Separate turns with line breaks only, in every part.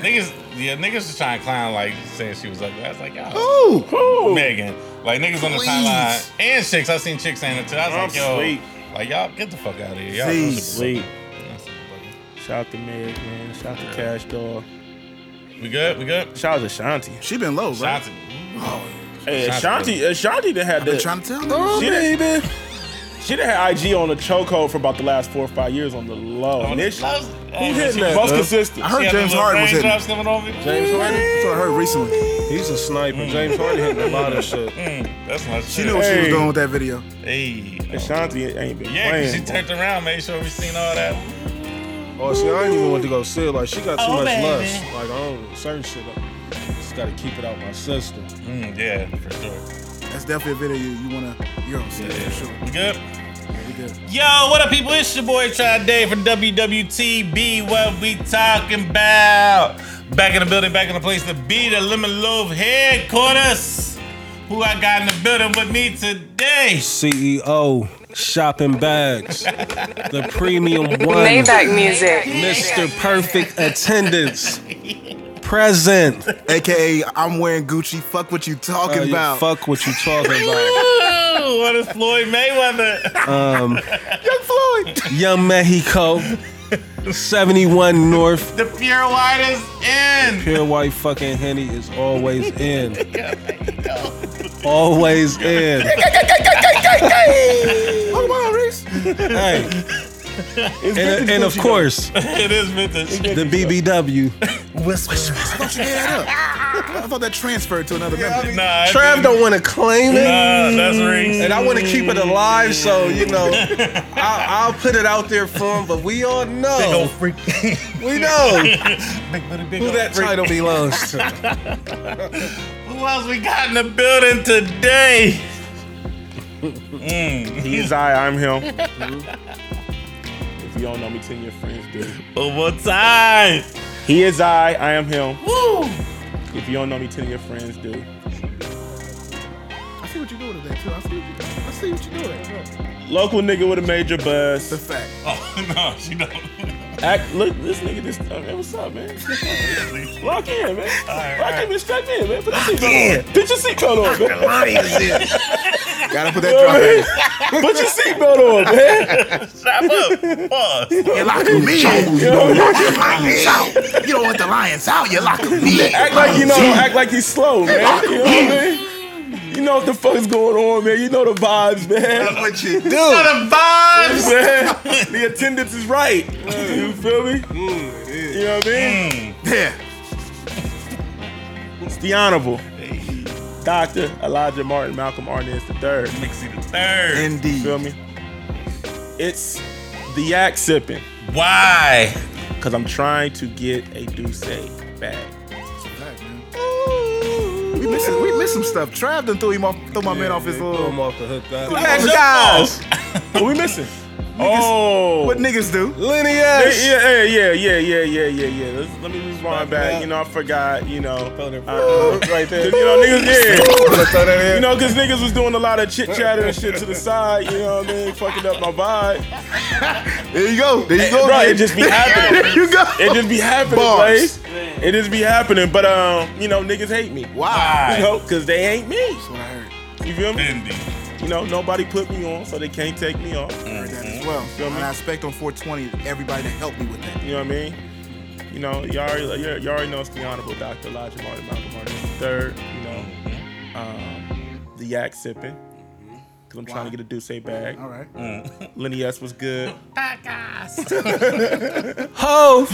niggas, yeah, niggas was trying to clown like saying she was ugly. I was like, yo,
Ooh.
Oh.
Megan, like niggas on the
Please.
timeline and chicks. I seen chicks saying it too. I was
I'm
like, yo,
sleep.
like y'all get the fuck out of here. Y'all
Please.
Sleep.
I said, "Fuck
Shout out to Meg, man. Shout out to Cash Dog.
it." We good? We good?
Shout out to Shanti.
She been low, bro.
Shots.
Oh,
Hey,
Shanti.
Shanti, Shanti done had
been
that.
trying to tell you.
She done, she done had IG on the chokehold for about the last four or five years on the low.
On
And
the
then she-
low? Hey,
Who hitting that?
huh?
Most consistent.
I heard
She had
James
them little
Harden was hitting.
raindrops coming off it.
James Harden,
That's what I heard recently.
he's a sniper. James Harden hitting a lot of shit.
Mm, that's my
She
shit.
knew what she was
Hey.
doing with that video.
Hey.
And Shanti ain't been
Yeah, 'cause
playing.
she turned around, made sure we seen all that.
Oh, see, I didn't even want to go see. it. Like, she got too
Oh,
much
baby.
lust. Like, I don't certain shit. I just gotta keep it out my system.
Mm, yeah, for sure.
That's definitely a video you, you want to, you're on stage for sure.
We good?
We good.
Yo, what up, people? It's your boy Try Dave from WWTB. What we talking about? Back in the building, back in the place to be, the Lemon Loaf headquarters. Who I got in the building with me today?
CEO E shopping bags, the premium one,
Maybach music.
Mr. Perfect attendance, present.
AKA, I'm wearing Gucci. Fuck what you talking
Uh, you
about.
Fuck what you talking about.
Ooh, what is Floyd Mayweather?
Young Mexico, 71 North.
The pure white is in.
Pure white fucking Henny is always in. Always in.
Come on, Reese.
Hey. And, and of course,
It is vintage.
the BBW.
I thought you gave that up. I thought that transferred to another member.
Nah, it
Trav don't want to claim it.
Nah, that's Reese.
And I want to keep it alive, so you know, I'll, I'll put it out there for him. But we all know,
freak.
we know
Big booty, big
who
old
that
freak.
title belongs to.
Who else we got in the building today? Hmm.
He's I, I'm him. if you don't know me, tell your friends, dude.
One more time.
He is I, I am him.
Woo!
If you don't know me, tell your friends, dude.
I see what you're doing today, too. I see what, you, I see what you're doing.
Local nigga with a major
The
buzz.
fact.
Oh no, she don't. All
Act, look, this nigga just, uh, man, what's up, man? Lock in, man.
right,
Lock
all
in, man. Strap in, man. Put your seatbelt on. Put your seatbelt on, man.
Gotta put
You know what
that
I mean? Put your seatbelt on, man.
Strap up. Pause.
drop in. You're locking me in. You don't want the lions out. You don't want the lions out. You're locking me in.
Act like you know, act like he's slow, man. You know what I mean? You know what the fuck is going on, man. You know the vibes, man.
What you do?
The vibes.
man. The attendance is right. You feel me? You know what I mean?
Mm. Hmm.
Yeah.
It's the Honorable Dr. Elijah Martin Malcolm Arnett III.
Mixie the third.
You
Indeed.
feel me? It's the yak sipping
Why?
because I'm trying to get a Duce back.
We miss, we miss some stuff. Trav done threw him off, threw my man off his
Throw him
little.
off the hook. That.
Black
your
guys, what we missing? oh,
What niggas do?
Yeah,
Lineage.
yeah, yeah, yeah, yeah, yeah, yeah, yeah. Let's, let me just rewind
Fuck
back.
that.
You know, I forgot. You know,
Throw that-
uh,
right there.
you know, niggas, yeah.
Throw that in.
You know, cause niggas was doing a lot of chit chatter and shit to the side. You know what I mean? Fucking up my vibe.
There you go. There you go.
Bro,
man.
it just be happening.
there you go.
It just be happening,
Bars.
Blaze. It just be happening. But um, you know, niggas hate me. You
Why?
know, cause they ain't me.
That's what I heard.
You feel me?
Indy.
You know, nobody put me on, so they can't take me off.
I heard that as well.
Feel me?
And I expect on 420 everybody to help me with that.
You know what I mean? You know, you already, you you already know it's the Honorable Dr. Elijah Martin Malcolm Martin III, you know, um, the yak sipping. Because I'm trying to get a Duce bag.
Mm-hmm. All right.
Lenny S was good.
Ho,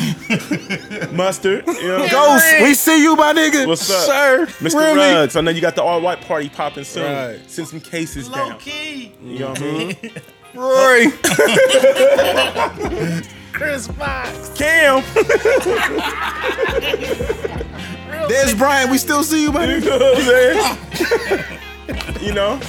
Mustard. You know what
Ghost, we see you, my nigga.
What's up?
sir.
Mr.
Remy.
Ruggs, I know you got the all white party popping soon.
Right.
Send some cases
Low
down.
key.
You know what I mean?
Rory.
Chris
Mm-hmm.
Fox.
Cam!
There's Brian. We still see you, my
you
nigga.
know what I'm saying? you know?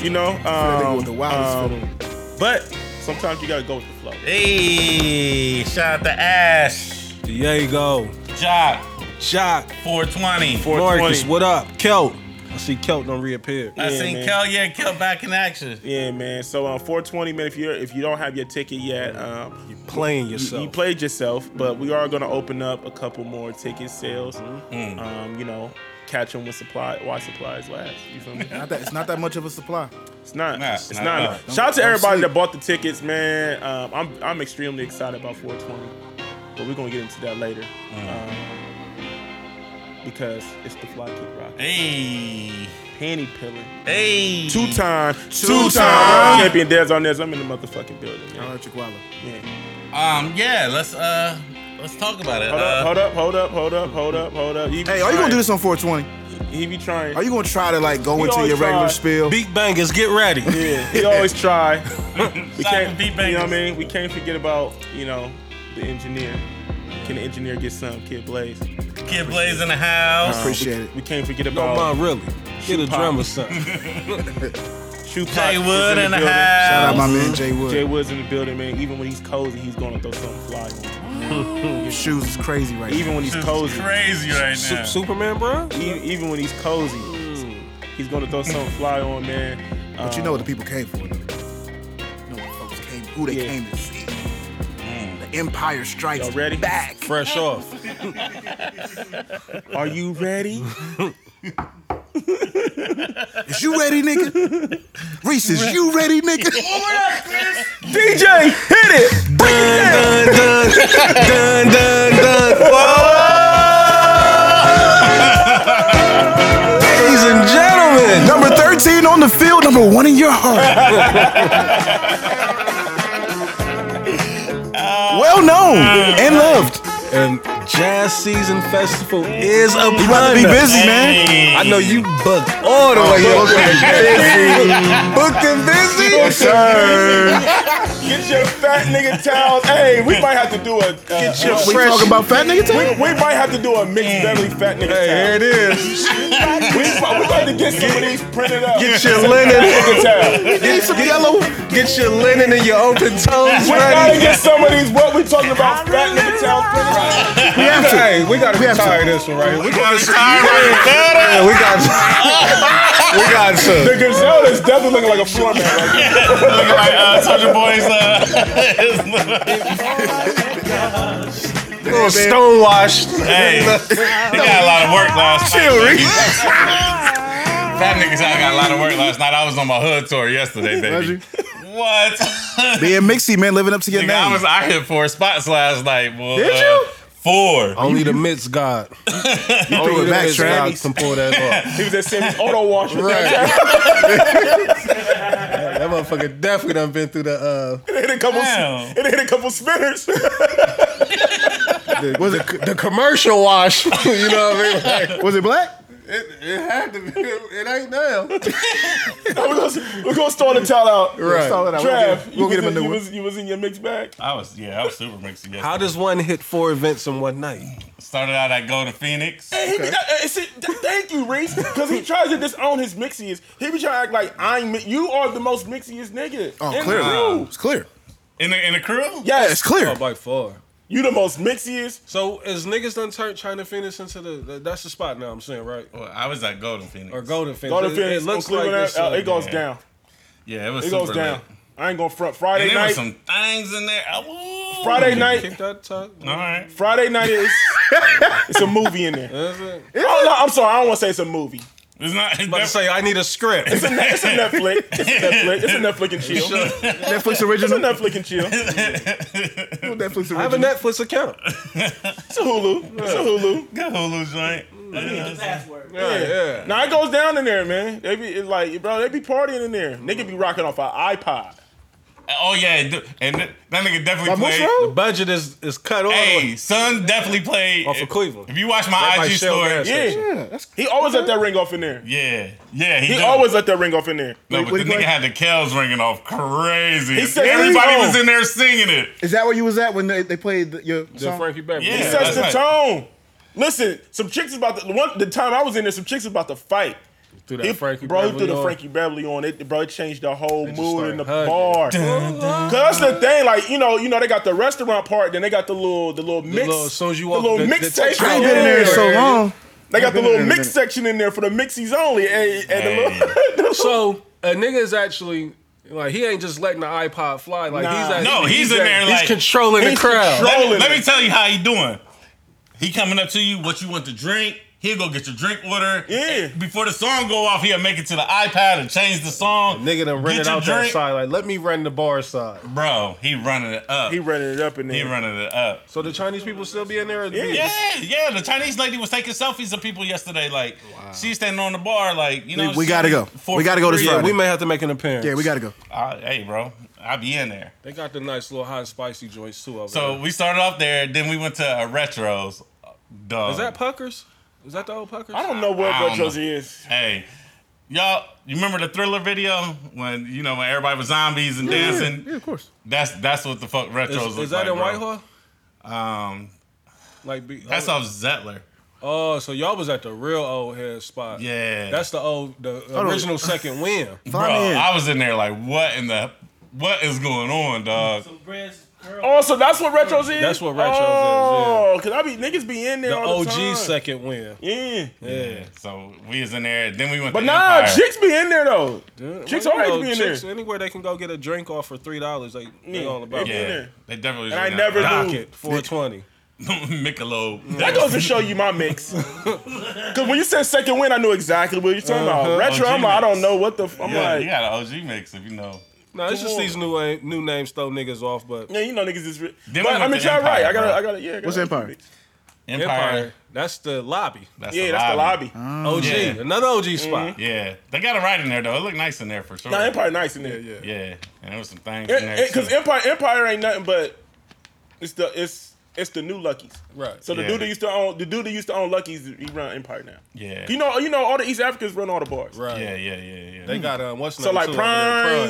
You know?
nigga
Um,
with the wildest
um,
feeling.
but sometimes you gotta go with the flow.
Hey, shout out to Ash.
Diego.
Jock.
Jock.
420.
420.
Marcus, what up? Kelt. I see Kelt don't reappear.
I
Yeah,
seen
man.
Kel, yeah, Kel back in action.
Yeah, man. So um, 420, man. If you are if you don't have your ticket yet, um,
You're playing
you,
yourself.
you played yourself. But we are gonna open up a couple more ticket sales. Um, you know, catch them with supply while supplies last. You feel me?
Not that, it's not that much of a supply.
It's not.
Nah,
it's
nah,
not.
nah.
Shout out to
Don't
everybody
sleep.
that bought the tickets, man. Um, I'm I'm extremely excited about 420, but we're gonna get into that later. Um, because it's the fly kick rock.
Eh. Hey,
Panty pillar.
hey.
Two time.
Two
Two
time.
time. Champion Dez on this. I'm in the motherfucking building, man.
Electric Walla.
Yeah.
Um, yeah. Let's uh, let's talk about it.
Hold up,
Uh,
hold up, hold up, hold up, hold up, hold up. He be
Hey, are you gonna do
trying.
this on 420?
He be trying.
Are you gonna try to like go
We
into
always
your regular
try.
spiel?
Beat bangers, get ready.
yeah, he always try. We
Stop
can't,
and beat
you know what I
bangers.
mean? We can't forget about, you know, the engineer. Can the engineer get some? Kid Blaze.
Kid Blaze in the house.
Appreciate it.
We can't forget
Don't
about
mind really. Get a
Shoe pop.
drum or something.
Shoe Pac
Jay
is
Wood in the
building.
Shout
house.
out my man Jay Wood.
Jay Wood's in the building, man. Even when he's cozy, he's gonna throw something fly on.
Your shoes is crazy right
Even when he's
This is
cozy.
crazy right
Su-
now.
Superman, bro.
e- Even when he's cozy, he's gonna throw something fly on, man.
now. But you know what the people came for, though. You know what the folks came, who they
Yeah.
came to see. The Empire Strikes
Um, Y'all ready?
Back.
Fresh off.
Are you ready?
Is you ready, nigga? Reese, is you ready, nigga?
DJ, hit it! Bring it down!
Dun dun dun dun dun. Whoa! Ladies and gentlemen,
number 13 on the field, number one in your heart. well known and loved.
and Jazz Season Festival is upon
You about to be
us.
busy, man.
Hey.
I know you booked all the way up.
Booked and busy.
Get your fat nigga towels. Hey, we might have to do a. Uh, Get your
We talking about fat nigga
we,
time?
we might have to do a mixed belly fat nigga
Here it
towel.
is.
We, we about to get some of these printed up.
Get your linen,
nigga towel.
Need some yellow.
get your linen and your open toes
We gotta
ready.
get some of these. What we talking about? Fat nigga towels printed up.
We have to.
Hey, we gotta
We have to.
retire this one right here. We gotta
Cut
Yeah, we got we got
The
to.
Gazelle is definitely looking like a floor man. Right now.
it. Like, uh, Soulja Boy's, uh,
Little stonewashed.
hey, they got a lot of work last night. That nigga said I got a lot of work last night. I was on my hood tour yesterday, baby. What? nigga,
Being mixy, man, living up to your
I
name.
was I hit four spots last night, boy.
Did you?
Four.
Only the Mets God.
threw
Only
it
the
back,
Mets
Trav.
God can pull that off.
He was at Sammy's auto wash. with that
Right. That motherfucker definitely done been through the
towel. It hit a couple.
Damn.
It hit a couple spinners.
uh the, was it the commercial wash. you know what I mean? Like,
Was it black?
it, it had to be. It ain't now.
we're, gonna, we're gonna store the towel out.
Right.
Solid. I- We'll
Trav,
get,
you
we'll
was
get him a
in-
new
you
one.
was- you was in your mixed bag.
I was yeah, I was super mixed yesterday.
How does one hit four events in one night?
Started out at Golden Phoenix.
He be- uh, uh, see, th- thank you, Reese, because he tries to disown his mixiest. He be trying to act like I'm. mi- You are the most mixiest nigga.
Oh,
in
clear.
The crew.
It's clear.
In the in the crew?
Yeah,
Yes,
it's clear.
Oh, by far.
you the most mixiest.
So is niggas done turned China Phoenix into the, the that's the spot now I'm saying, right?
Well, I was at Golden Phoenix.
Or Golden Phoenix.
Golden
It-
Phoenix,
it, looks
on
like
Cleveland
it's,
Ave- uh,
uh,
it goes
yeah.
down.
yeah, it was
It
super
goes down.
lit.
I ain't gonna front.
And
Friday
there
night.
was some things in there. Oh, woo.
Friday night.
Keep that tucked.
All right.
Friday night is. it's a movie in there.
That's it.
Oh no, I'm sorry. I don't want to say it's a movie.
It's not. It's
I'm about to say I need a script.
It's a, ne- it's a Netflix. It's a Netflix. It's a Netflix and chill. It's
Netflix
a
original.
Netflix and chill. It's
Netflix
I have a
original.
Netflix account.
a Hulu. It's a Hulu.
good Hulu joint.
Yeah, yeah.
Now it goes down in there, man. They be it's like, bro, they be partying in there. Nigga be rocking off an iPod.
Oh yeah, dude. and th- that nigga definitely
what's
played.
wrong?
The budget is is cut off.
Hey, son definitely played.
Off of Cleveland.
If you watch my
Right by
IG
Shell
story,
gas
yeah,
station.
Yeah, he always let that ring off in there.
yeah, yeah, he,
He
do.
always let that ring off in there.
No, but
Wait,
the
wait,
nigga
wait.
had the Kells ringing off crazy.
He said-
Everybody
He
was in there singing it.
Is that where you was at when they, they played the, your
The
song?
Frankie Beverly.
Yeah.
He
that's
sets the
right.
tone. Listen, some chicks is about to, the one the time I was in there, some chicks was about to fight.
Through that
He,
Frankie
bro, he
Beverly
threw the
on.
Frankie Beverly on it. Bro, it changed the whole
just
mood in the
started
bar. Cause that's the thing, like you know, you know, they got the restaurant part, then they got the little, the little mix,
little- as soon as you
the
walk-
little
the- the-
mixtape.
I ain't been in there in so
Yeah.
long.
They got the
Wait a
little
minute,
mix
wait
section in there for the mixies only, and, and the
Hey.
little.
So
A nigga is actually like he ain't just letting the iPod fly. Like
Nah.
he's at,
No, he's in there, like-
he's controlling
He's
the crowd.
control-
Let me,
Rolling
let me
it.
tell you how he doing. He coming up to you, what you want to drink. He'll go get your drink order.
Yeah.
Before the song go off, he'll make it to the iPad and change the song.
nigga done
Get
rented
your
out that
drink.
side. Like, let me run the bar side.
Bro, he running it up.
he
He,
running it up in there.
running it up.
So the Chinese people still be in there?
Yeah, yeah. The Chinese lady was taking selfies of people yesterday. Like, she's standing on the bar, like, you know.
We- we
she-
gotta go.
for
We gotta go to
free.
Friday.
Yeah, we may have to make an appearance.
Yeah, we gotta go.
I- Uh, hey, bro, I be in there.
They got the nice little hot and spicy joints too. Over
So we started off there, then we went to uh, retros. Dog.
there. is that Puckers? Is that the old Puckers?
I don't know what
I don't
retros
know.
he is.
Hey, y'all, you remember the Thriller video when you know when everybody was zombies and dancing?
of course.
That's that's what the fuck retros
Is,
look
is that
like,
in
bro.
Whitehall?
Um,
Like be,
that's
oh,
off Zettler.
Oh, so y'all was at the real old head spot.
Yeah.
That's the old, the original second win.
Bro,
Fly me in.
I was in there like, what in the what is going on, dog?
So Brad's girl.
Oh, so that's what retros is.
That's what retros
oh, cause I be niggas be in there
The
all the
OG
time.
second win.
Yeah,
Yeah. So we was in there, then we went.
but
to
nah,
Empire.
chicks be in there though.
Dude,
Chicks
well, you
always
know,
be in
chicks,
there.
Anywhere they can go get a drink off for three dollars, they they
Yeah,
all about
yeah.
it.
Yeah,
there.
they definitely.
And I never
doc
knew.
Pocket four twenty.
Michelob.
That goes to show you my mix. Cause when you said second win, I knew exactly what you're talking about. Retro,
OG
I'm like, I
mix.
don't know what the. F- I'm
Uh-huh. Oh, Yeah,
like,
you got an OG mix if you know.
No, it's just
on.
these new a- new names throw niggas off, but
yeah, you know niggas is. Re-
Then
but
we
I
went
mean,
to
y'all right. I
Empire,
gotta,
bro.
I gotta, yeah. I gotta
What's Empire?
Empire.
Empire, that's the lobby.
That's
Yeah,
the
that's the
lobby. Uh-huh.
lobby.
OG,
yeah.
another OG spot.
Yeah, they got it right in there though. It looked nice in there for sure.
Nah, Empire nice in there.
Yeah,
Yeah, and there was some things in there.
Because
too.
Empire, Empire ain't nothing but it's the it's it's the new Luckies.
Right.
So the
Yeah.
dude that used to own the dude that used to own Luckies, he run Empire now.
yeah.
You know, you know, all the East Africans run all the bars.
right.
Yeah, yeah, yeah, yeah.
Hmm.
They got um, what's
Mm-hmm. So, like, Prime.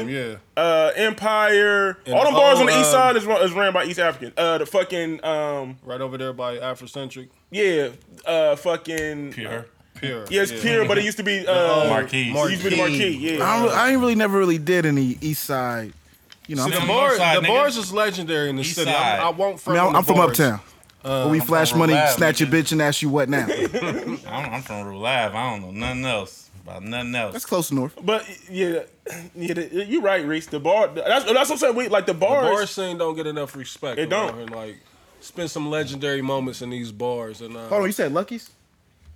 prime, yeah.
Uh, Empire,
And
all them
the
bars on
old,
the East
uh,
Side is run, is ran by East Africans. Uh, the fucking um,
Right over there by Afrocentric,
yeah, uh, fucking
pure.
pure.
Yeah, it's pure, but it used to be
Oh,
uh,
Marquise.
It used to be the Marquis.
I,
Yeah.
don't, I ain't really never really did any East Side. You know, I'm
See,
The
from,
I'm
bar,
North side, nigga.
the bars is legendary in the
East
city.
side.
I'm, I won't.
I mean, I'm, I'm from uptown. Where we flash
from
money,
Rhode Island,
snatch your
nigga.
bitch, and ask you what now.
I'm, I'm from Rue Live. I don't know nothing else about nothing else.
That's close north.
But yeah, yeah, the- you're right, Reese. The bar, that's, that's what I'm saying. We like the
The
bars.
bar scene don't get enough respect.
It
around
don't.
here, Like, spend some legendary moments in these bars. And uh,
Hold on, you said Lucky's?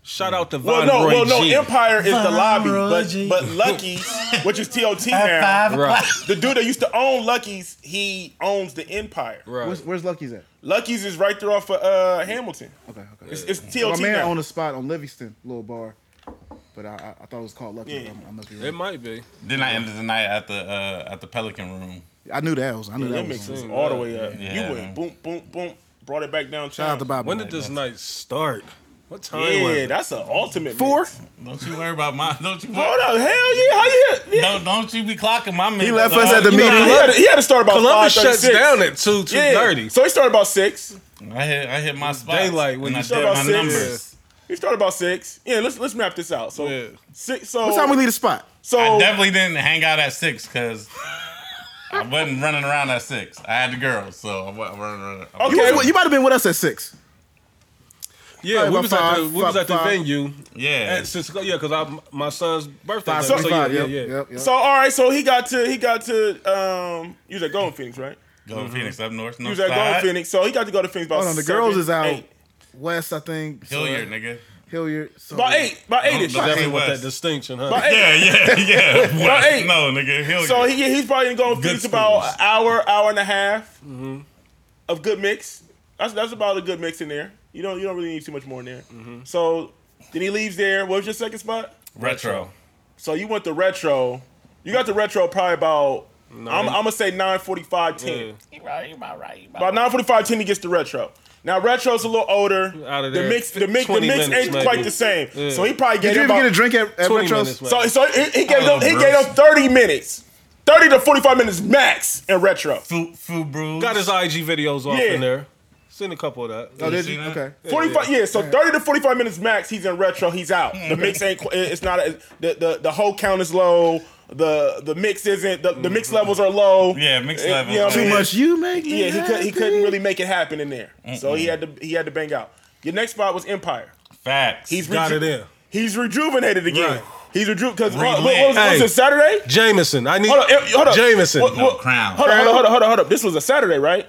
shout out to
well,
Von
no,
Roy
well, no.
G.
Empire is the lobby, but
Roy
but Lucky's, which is TOT now,
Right,
the dude that used to own Lucky's, he owns the Empire.
right.
Where's, where's Lucky's at?
Lucky's is right there off of uh, Hamilton.
Okay, okay.
It's, it's
My
TOT
man
now.
owned a spot on Livingston, little bar, but I, I, I thought it was called Lucky's.
Yeah.
I, I must be
it
wrong.
might be.
Then I ended the night at the uh, at the Pelican Room.
I knew that was. I knew
That
that was.
makes
on.
us all the way up.
Yeah.
You went boom, boom, boom, brought it back down.
Shout out to Bobby.
When did this night start? What time was
Yeah,
it?
that's an ultimate
Four?
mix.
Don't you worry about my. Don't you.
Hold up, hell yeah, how you? Yeah.
Don't don't you be clocking my. He
left us at the
He
meeting.
had, he had to start about
Columbus shuts
5:36.
down at two two
Yeah.
thirty.
So he started about six.
I hit I hit my spot.
daylight
and
when you
I
start
did my
about six.
numbers.
He started about six. Yeah, let's let's map this out. So
Yeah.
six. So
What time we leave the spot?
So
I definitely didn't hang out at six because I wasn't running around at six. I had the girls, so I wasn't running around. I
Okay.
You,
wasn't-
was- you might have been with us at six.
Yeah, we
about
was, at the,
five,
we was
five,
at the
five.
venue.
Yeah.
At Cisco, yeah, because I my son's birthday.
Five,
that
six,
day,
five.
yeah,
Yep,
yeah, yeah.
yep, yep.
so all right. So he got to he got to um. You was at Golden Phoenix, right?
Go Phoenix up north.
You
North
was at Golden
side.
Phoenix. So he got to go to Phoenix about.
Hold on, the
seven,
girls is out
Eight.
west, I think. So-
Hilliard, nigga.
Hilliard. So,
About eight. About eight.
About
Definitely with
West.
that distinction, huh?
About eight.
Oh, Yeah, yeah, yeah. What?
hey.
No, nigga. Hilliard.
So he, he's probably in Golden
Good
Phoenix
schools. Mm-hmm.
about an hour, hour and a half of good mix. That's that's about a good mix in there. You don't you don't really need too much more in there.
Mm-hmm.
So then he leaves there. What was your second spot?
retro.
So you went to retro. You got the retro probably about. I'm, I'm gonna say 9:45, 10.
Yeah.
About 9:45, 10 he gets the retro. Now retro's a little older.
Out of
the
there,
mix, the mix, the
20
mix
minutes,
ain't
maybe.
quite the same. So he probably
Did
gave
you
him
ever
about,
get a drink at, at
20
Retro's?
minutes left.
So, so he, he gave
Oh,
them he
Bruce.
gave them 30 minutes, 30 to 45 minutes max in retro.
Food, food brews.
Got his IG videos off
Yeah.
in there. Seen a couple of that.
Oh, did
You
you?
seen that?
Okay.
45 yeah, so 30 to 45 minutes max he's in retro, he's out. The mix ain't qu- it's not a, the, the the whole count is low. The the mix isn't the, the mix levels are low.
Yeah, mix
Eh,
levels.
you know what I
Too
mean?
much you make me
Yeah, he could he
happy.
couldn't really make it happen in there. So he had to he had to bang out. Your next spot was Empire.
Facts.
He's
Got
reju-
it in.
He's rejuvenated again.
Right.
He's rejuvenated because
Relent.
what, what was, was
Hey.
it Saturday?
Jameson, I need
Hold up, eh, hold up.
Jameson.
What-
no
what-
crown.
Hold up, hold up, hold up, hold up, hold up. This was a Saturday, right?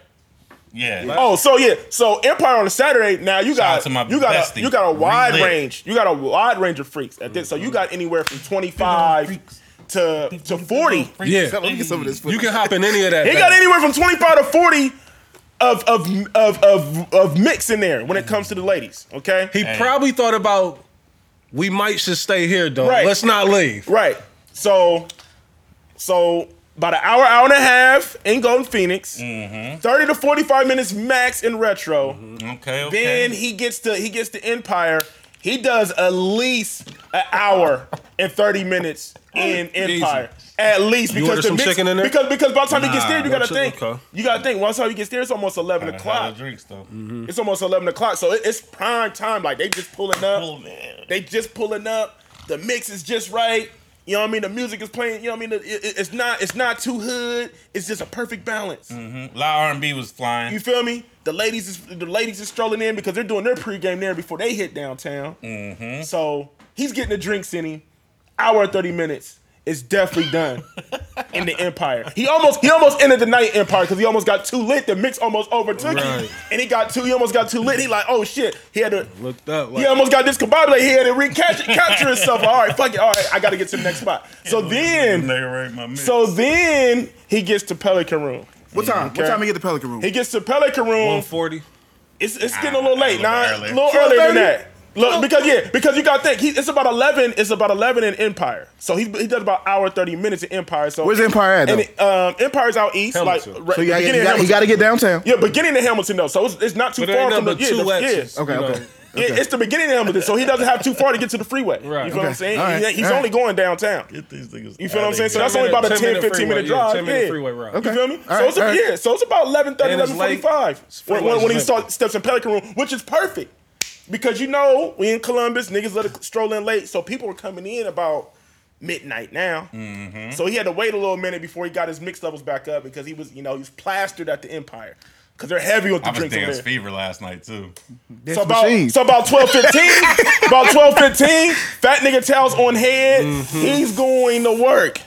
Yeah.
Oh, so yeah, so Empire on a Saturday. Now you
out
got
to my
you got
bestie.
a, you got a wide
Relit.
range. You got a wide range of freaks at this. So you got anywhere from twenty five to to forty.
Let
Yeah,
me get some of this.
you can hop in any of that.
He got anywhere from twenty five to forty of of of of of mix in there when it comes to the ladies. Okay,
He probably thought about we might should stay here, dog.
Right.
Let's not leave.
right. So so about an hour, hour and a half in Golden Phoenix,
Mm-hmm.
thirty to forty five minutes max in retro.
Okay. Okay.
Then he gets to he gets to Empire. He does at least an hour and thirty minutes in Empire. At least because
order
the
some
mix,
chicken in there?
because because by the time he gets
Nah,
there, you gotta
chicken,
think.
okay.
You gotta think. Once time he gets there, it's almost eleven
Gotta have
o'clock.
the drinks though.
It's almost eleven o'clock, so it, it's prime time. Like they just pulling
Oh
up.
man.
They just pulling up. The mix is just right. You know what I mean? The music is playing. You know what I mean? The- it- it- it's not it's not too hood. It's just a perfect balance.
A lot of R&B was flying.
You feel me? The ladies is the ladies is strolling in because they're doing their pregame there before they hit downtown. So he's getting the drinks in him. Hour and thirty minutes is definitely done in the Empire. He almost he almost ended the night in Empire because he almost got too lit. The mix almost overtook him,
Right.
and he got too he almost got too lit. He like oh shit. He had to
Looked up. Like,
he almost got discombobulated. He had to recapture capture himself. All right, fuck it. All right, I got to get to the next spot. So then
They were in my mix.
so then he gets to Pelican Room.
What time? What time he get the Pelican room?
He gets to Pelican Room.
140.
It's it's getting a little late,
Nah,
Ah,
nah,
a
a
little
little earlier than that. Look, because yeah, because you got to think he, it's about eleven. It's about eleven in Empire, so he he does about hour thirty minutes in Empire. So
Where's Empire at? Though?
And it, um, Empire's out east,
Hamilton.
like right,
so you gotta, you,
beginning of
gotta, you
Hamilton.
gotta get downtown.
yeah, beginning of Hamilton though, so it's, it's not too
But it
far
ain't
from
nothing
the
but
yeah,
two
the, yeah.
X's.
Okay,
you know.
okay.
Yeah, it's the beginning of Hamilton, so he doesn't have too far to get to the freeway.
Right.
You feel what I'm
Okay.
saying?
All right.
He- he's
All right.
only going downtown.
Get these niggas
You feel what I'm
outta
saying? So
here.
that's only about a 10,
10-minute
15 minute
freeway, yeah,
drive.
10-minute freeway route.
You
Okay.
feel me?
All
so
right,
it's a,
all right.
yeah, so it's about 11,
And it's
11, when, when,
freeway's
when he
late.
start, steps in Pelican Room, which is perfect. Because you know, we in Columbus, niggas let it stroll in late. So people were coming in about midnight now. So he had to wait a little minute before he got his mix levels back up because he was, you know, he was plastered at the Empire. Because they're heavy with the
I was
drinks
thinking
over
it was
there.
fever last night too.
So
That's
about
machine.
so about twelve fifteen, about twelve fifteen, fat nigga towels on head. He's going to work.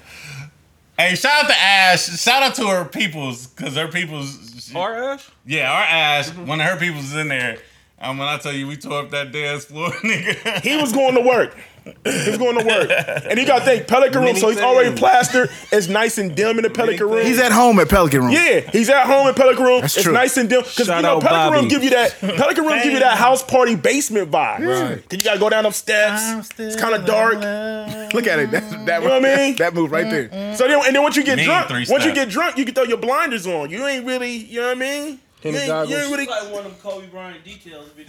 Hey, shout out to Ash. Shout out to her peoples because her peoples.
Our ass?
Yeah, our Ash.
Mm-hmm.
One of her peoples is in there. And when I tell you, we tore up that dance floor, nigga.
He was going to work. He was going to work, and you got to think Pelican room. So he's already plastered. It's nice and dim in the Pelican room.
He's at home at Pelican room.
yeah, he's at home in Pelican room.
That's
it's
true.
nice and dim because you
Shout
know
out
Pelican room
Bobby.
give you that Pelican room give you that house party basement vibe. Right. You got to go down them steps. It's kind of dark.
Look at it. That's, that,
You know what I mean?
that move right there.
So then, and then once you get
Mean
drunk,
three
once you
step.
get drunk, you can throw your blinders on. You ain't really, you know what I mean? You ain't, you ain't really,
like one of them Kobe Bryant details videos.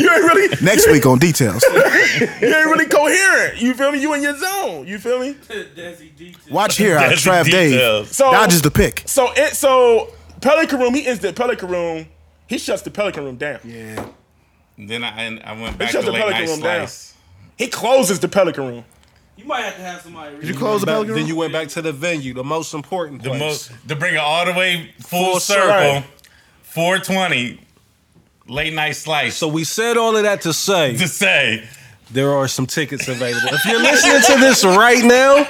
you ain't really,
Next week on details.
you ain't really coherent. You feel me? You in your zone. You feel me?
Desi details.
Watch here, I
That's the
Trav Dave.
details.
So
Dodges the pick.
So it so Pelican Room, he ends the Pelican Room. He shuts the Pelican Room down.
Yeah.
Then I and I went back
shut
to
the
late
Pelican
night
room down.
slice.
He closes the Pelican Room.
You might have to have somebody. Read.
Did you close the
Back,
Pelican
then you
room?
went back to the venue, the most important
The
place.
most to bring it all the way full,
Full
circle.
circle.
420 late night slice.
so we said all of that to say
to say
there are some tickets available. If you're listening to this right now,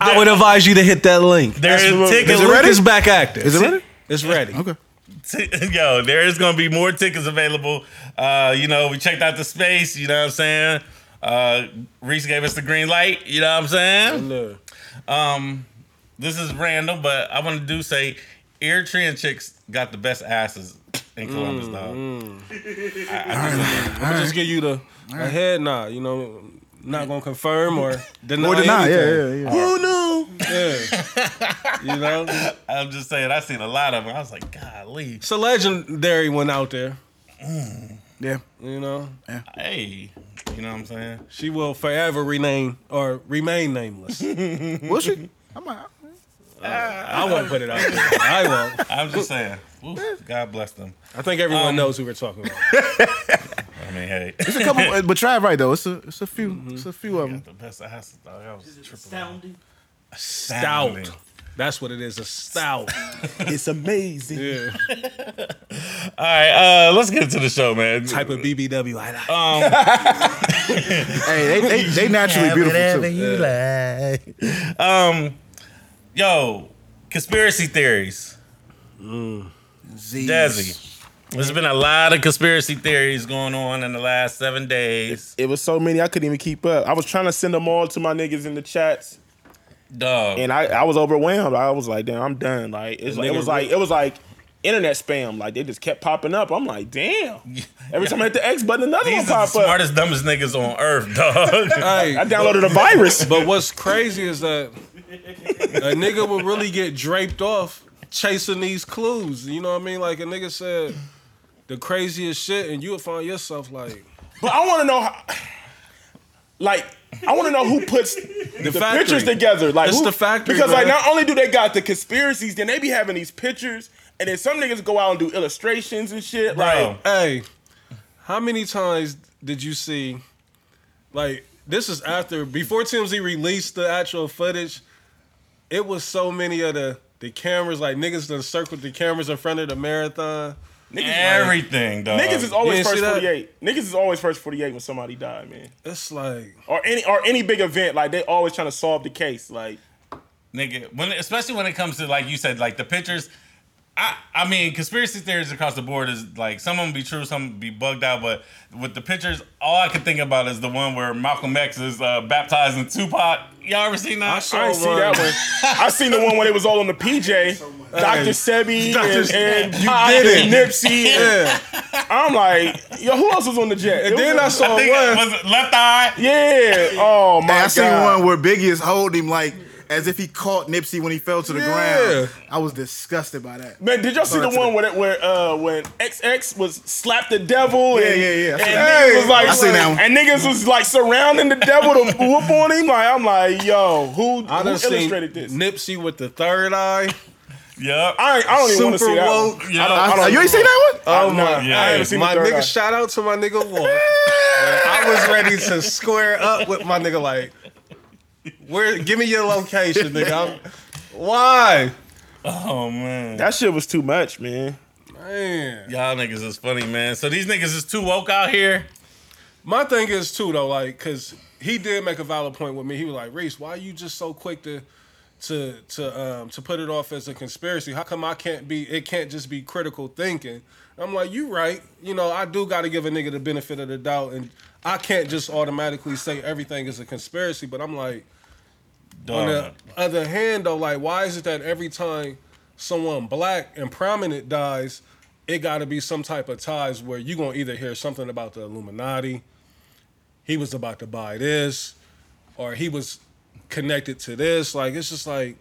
I would advise you to hit that link.
there is
Absolutely.
tickets.
The link is back active.
Is it ready?
It's ready.
Okay.
Yo, there is gonna be more tickets available. Uh, you know, we checked out the space, you know what I'm saying? Uh Reese gave us the green light, you know what I'm saying?
No.
Um, this is random, but I want to do say, ear tree and chicks got the best asses in Columbus,
Mm,
dog.
I'll just give you the a head nod. You know, not gonna confirm or deny.
More than not. Yeah,
anything.
yeah, yeah.
Who knew?
You know,
I'm just saying, I seen a lot of them. I was like, golly,
it's a legendary one out there.
Yeah.
You know,
hey, you know what I'm saying?
she will forever rename or remain nameless.
Was she? I'm out.
I won't put it out there. I won't.
I'm just saying. Oof, God bless them.
I think everyone
Um,
knows who we're talking about.
I mean, hey,
It's a couple, but Trav right though. It's a, it's a few, it's a few of them.
the best asses, dog. That was
Astounding.
astounding.
Stout. That's what it is. A stout.
It's amazing.
Yeah.
All right, uh, let's get into the show, man.
Type of BBW. I like.
Hey, they, they, they naturally beautiful too.
you like. Um, yo, conspiracy theories. Desi, there's been a lot of conspiracy theories going on in the last seven days.
It was so many I couldn't even keep up. I was trying to send them all to my niggas in the chats,
Dog.
and I, I was overwhelmed. I was like, damn, I'm done. Like, it's like it was like it was like internet spam. Like they just kept popping up. I'm like, damn. Every time I hit the X button, another
These
one
are the
pop up.
smartest, dumbest niggas on earth, dog.
Hey,
I downloaded a virus.
But what's crazy is that a nigga will really get draped off chasing these clues. You know what I mean? Like a nigga said the craziest shit, and you'll find yourself like
But I want to know, how, like, I want to know who puts the,
factory.
pictures together. Like,
It's
who-
the factory,
Because like,
bruh.
not only do they got the conspiracies, then they be having these pictures, and then some niggas go out and do illustrations and shit.
Bro.
Like,
Hey, how many times did you see? Like this is after before TMZ released the actual footage. It was so many of the the cameras like niggas done circled the cameras in front of the marathon.
Everything, dog.
niggas is always
didn't see
first
that?
forty eight. Niggas is always first forty eight when somebody died, man.
It's like
Or any or any big event, like they always trying to solve the case. Like,
nigga. When especially when it comes to like you said, like the pictures. I I mean, conspiracy theories across the board is like some of them be true, some be bugged out. But with the pictures, all I can think about is the one where Malcolm X is uh, baptizing Tupac. Y'all ever seen that?
I saw
I ain't see that one. I seen the one when it was all on the PJ, Dr. Sebi and, and Pac and Nipsey.
yeah.
I'm like, yo, who else was on the jet?
And then I saw
I think
one.
it was it left eye.
Yeah. Oh my
Hey, I
god.
seen one where Biggie is holding him like as if he caught Nipsey when he fell to the
Yeah.
ground. I was disgusted by that.
Man, did y'all see
Sorry,
the
I took
one where that- where uh when XX was slapped the devil?
Yeah,
and,
yeah, yeah. I
And
seen
niggas
that.
was like,
I seen that one.
and niggas was like surrounding the devil to whoop on him. Like I'm like, yo, who,
I
who
done seen
illustrated this?
Nipsey with the third eye.
Yup.
I ain't, I don't even want to see that. One.
Yup.
I- you ain't seen that one?
Oh
Nah, I
my!
Yeah.
haven't seen
my
the third
nigga,
eye.
shout out to my nigga Wolf. I was ready to square up with my nigga. Like, where? Give me your location, nigga. I'm, why?
Oh man.
that shit was too much, man.
Man.
Y'all niggas is funny, man. So these niggas is too woke out here.
My thing is too though, like, cause he did make a valid point with me. He was like, Reese, why are you just so quick to to to um to put it off as a conspiracy? How come I can't be it can't just be critical thinking? I'm like, you right. You know, I do gotta give a nigga the benefit of the doubt and I can't just automatically say everything is a conspiracy, but I'm like,
Dog.
on the other hand though, like why is it that every time someone black and prominent dies, it gotta be some type of ties where you gonna either hear something about the Illuminati, he was about to buy this, or he was connected to this. Like it's just like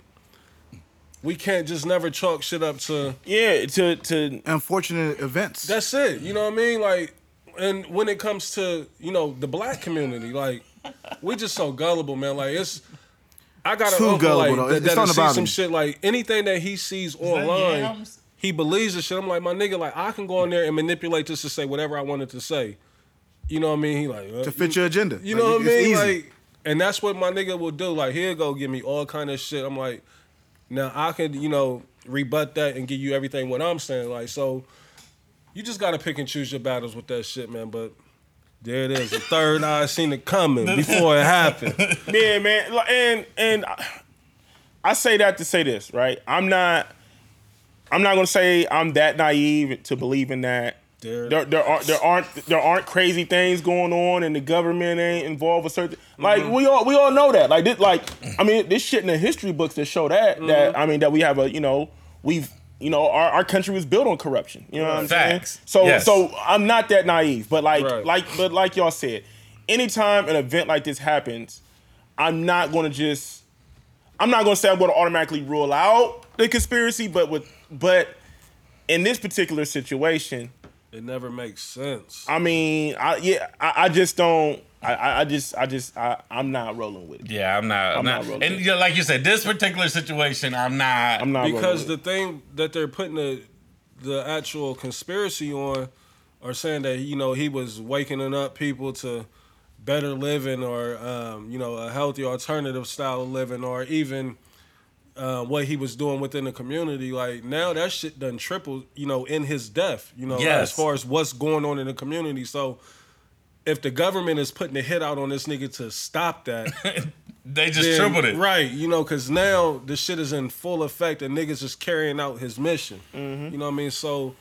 we can't just never chalk shit up to
Yeah, to to
Unfortunate events.
that's it. You know what I mean? Like, and when it comes to you know the black community, like we just so gullible, man. Like it's. I got
Too
an uncle
gullible,
like
though.
that,
It's
that
something
see
about
some
him.
shit like anything that he sees online,
yams?
he believes the shit. I'm like my nigga, like I can go in there and manipulate this to say whatever I wanted to say. You know what I mean? He like uh,
to fit your agenda.
you know
Like,
what I
it's
mean?
easy.
Like, and that's what my nigga will do. Like, he'll go give me all kind of shit. I'm like, now I could, you know, rebut that and give you everything what I'm saying. Like, so you just gotta pick and choose your battles with that shit, man. But there it is. The third eye seen it coming before it happened.
yeah, man. Like, And and I- I say that to say this, right? I'm not. I'm not gonna say I'm that naive to believe in that.
There-
There, there aren't there aren't there aren't crazy things going on, and the government ain't involved with certain. Like we all we all know that. Like this, like I mean, this shit in the history books that show that that I mean that we have a you know we've you know our, our country was built on corruption. You know what I'm
Facts.
saying? So
Yes.
so I'm not that naive, but like
Right.
like but like y'all said, anytime an event like this happens, I'm not going to just I'm not going to say I'm going to automatically rule out the conspiracy, but with but in this particular situation,
It never makes sense.
I mean, I yeah, I, I just don't. I- I, I just I just I, I'm not rolling with it.
Yeah, I'm not. I'm
I'm
not.
not rolling.
and you know, like you said, this particular situation, I'm not.
I'm not
because the
rolling with
thing that they're putting the the actual conspiracy on are saying that you know he was waking up people to better living or um, you know a healthy alternative style of living or even uh, what he was doing within the community. Like now, that shit done tripled. You know, in his death. You know,
Yes.
as far as what's going on in the community. So, if the government is putting the hit out on this nigga to stop that,
They just
then-
tripled it.
Right, you know, because now the shit is in full effect and niggas is carrying out his mission.
Mm-hmm.
You know what I mean? So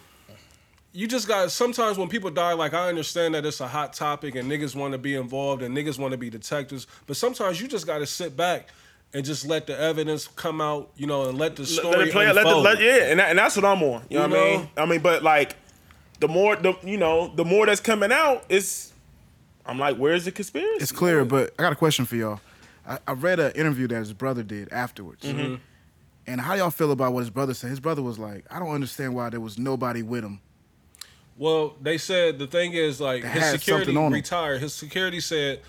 you just got sometimes when people die, like I understand that it's a hot topic and niggas want to be involved and niggas want to be detectives, but sometimes you just got to sit back and just let the evidence come out, you know, and let the story
let it play out. Let the,
unfold.
let, yeah, and, that, and that's what I'm on. You know
You
what I mean?
know?
I mean, but like, the more the you know, the more that's coming out, it's. I'm like, where's the conspiracy?
It's clear, but I got a question for y'all. I, I read an interview that his brother did afterwards.
Mm-hmm.
And how y'all feel about what his brother said? His brother was like, I don't understand why there was nobody with him.
Well, they said the thing is like his
had
security
something on him.
retired. His security said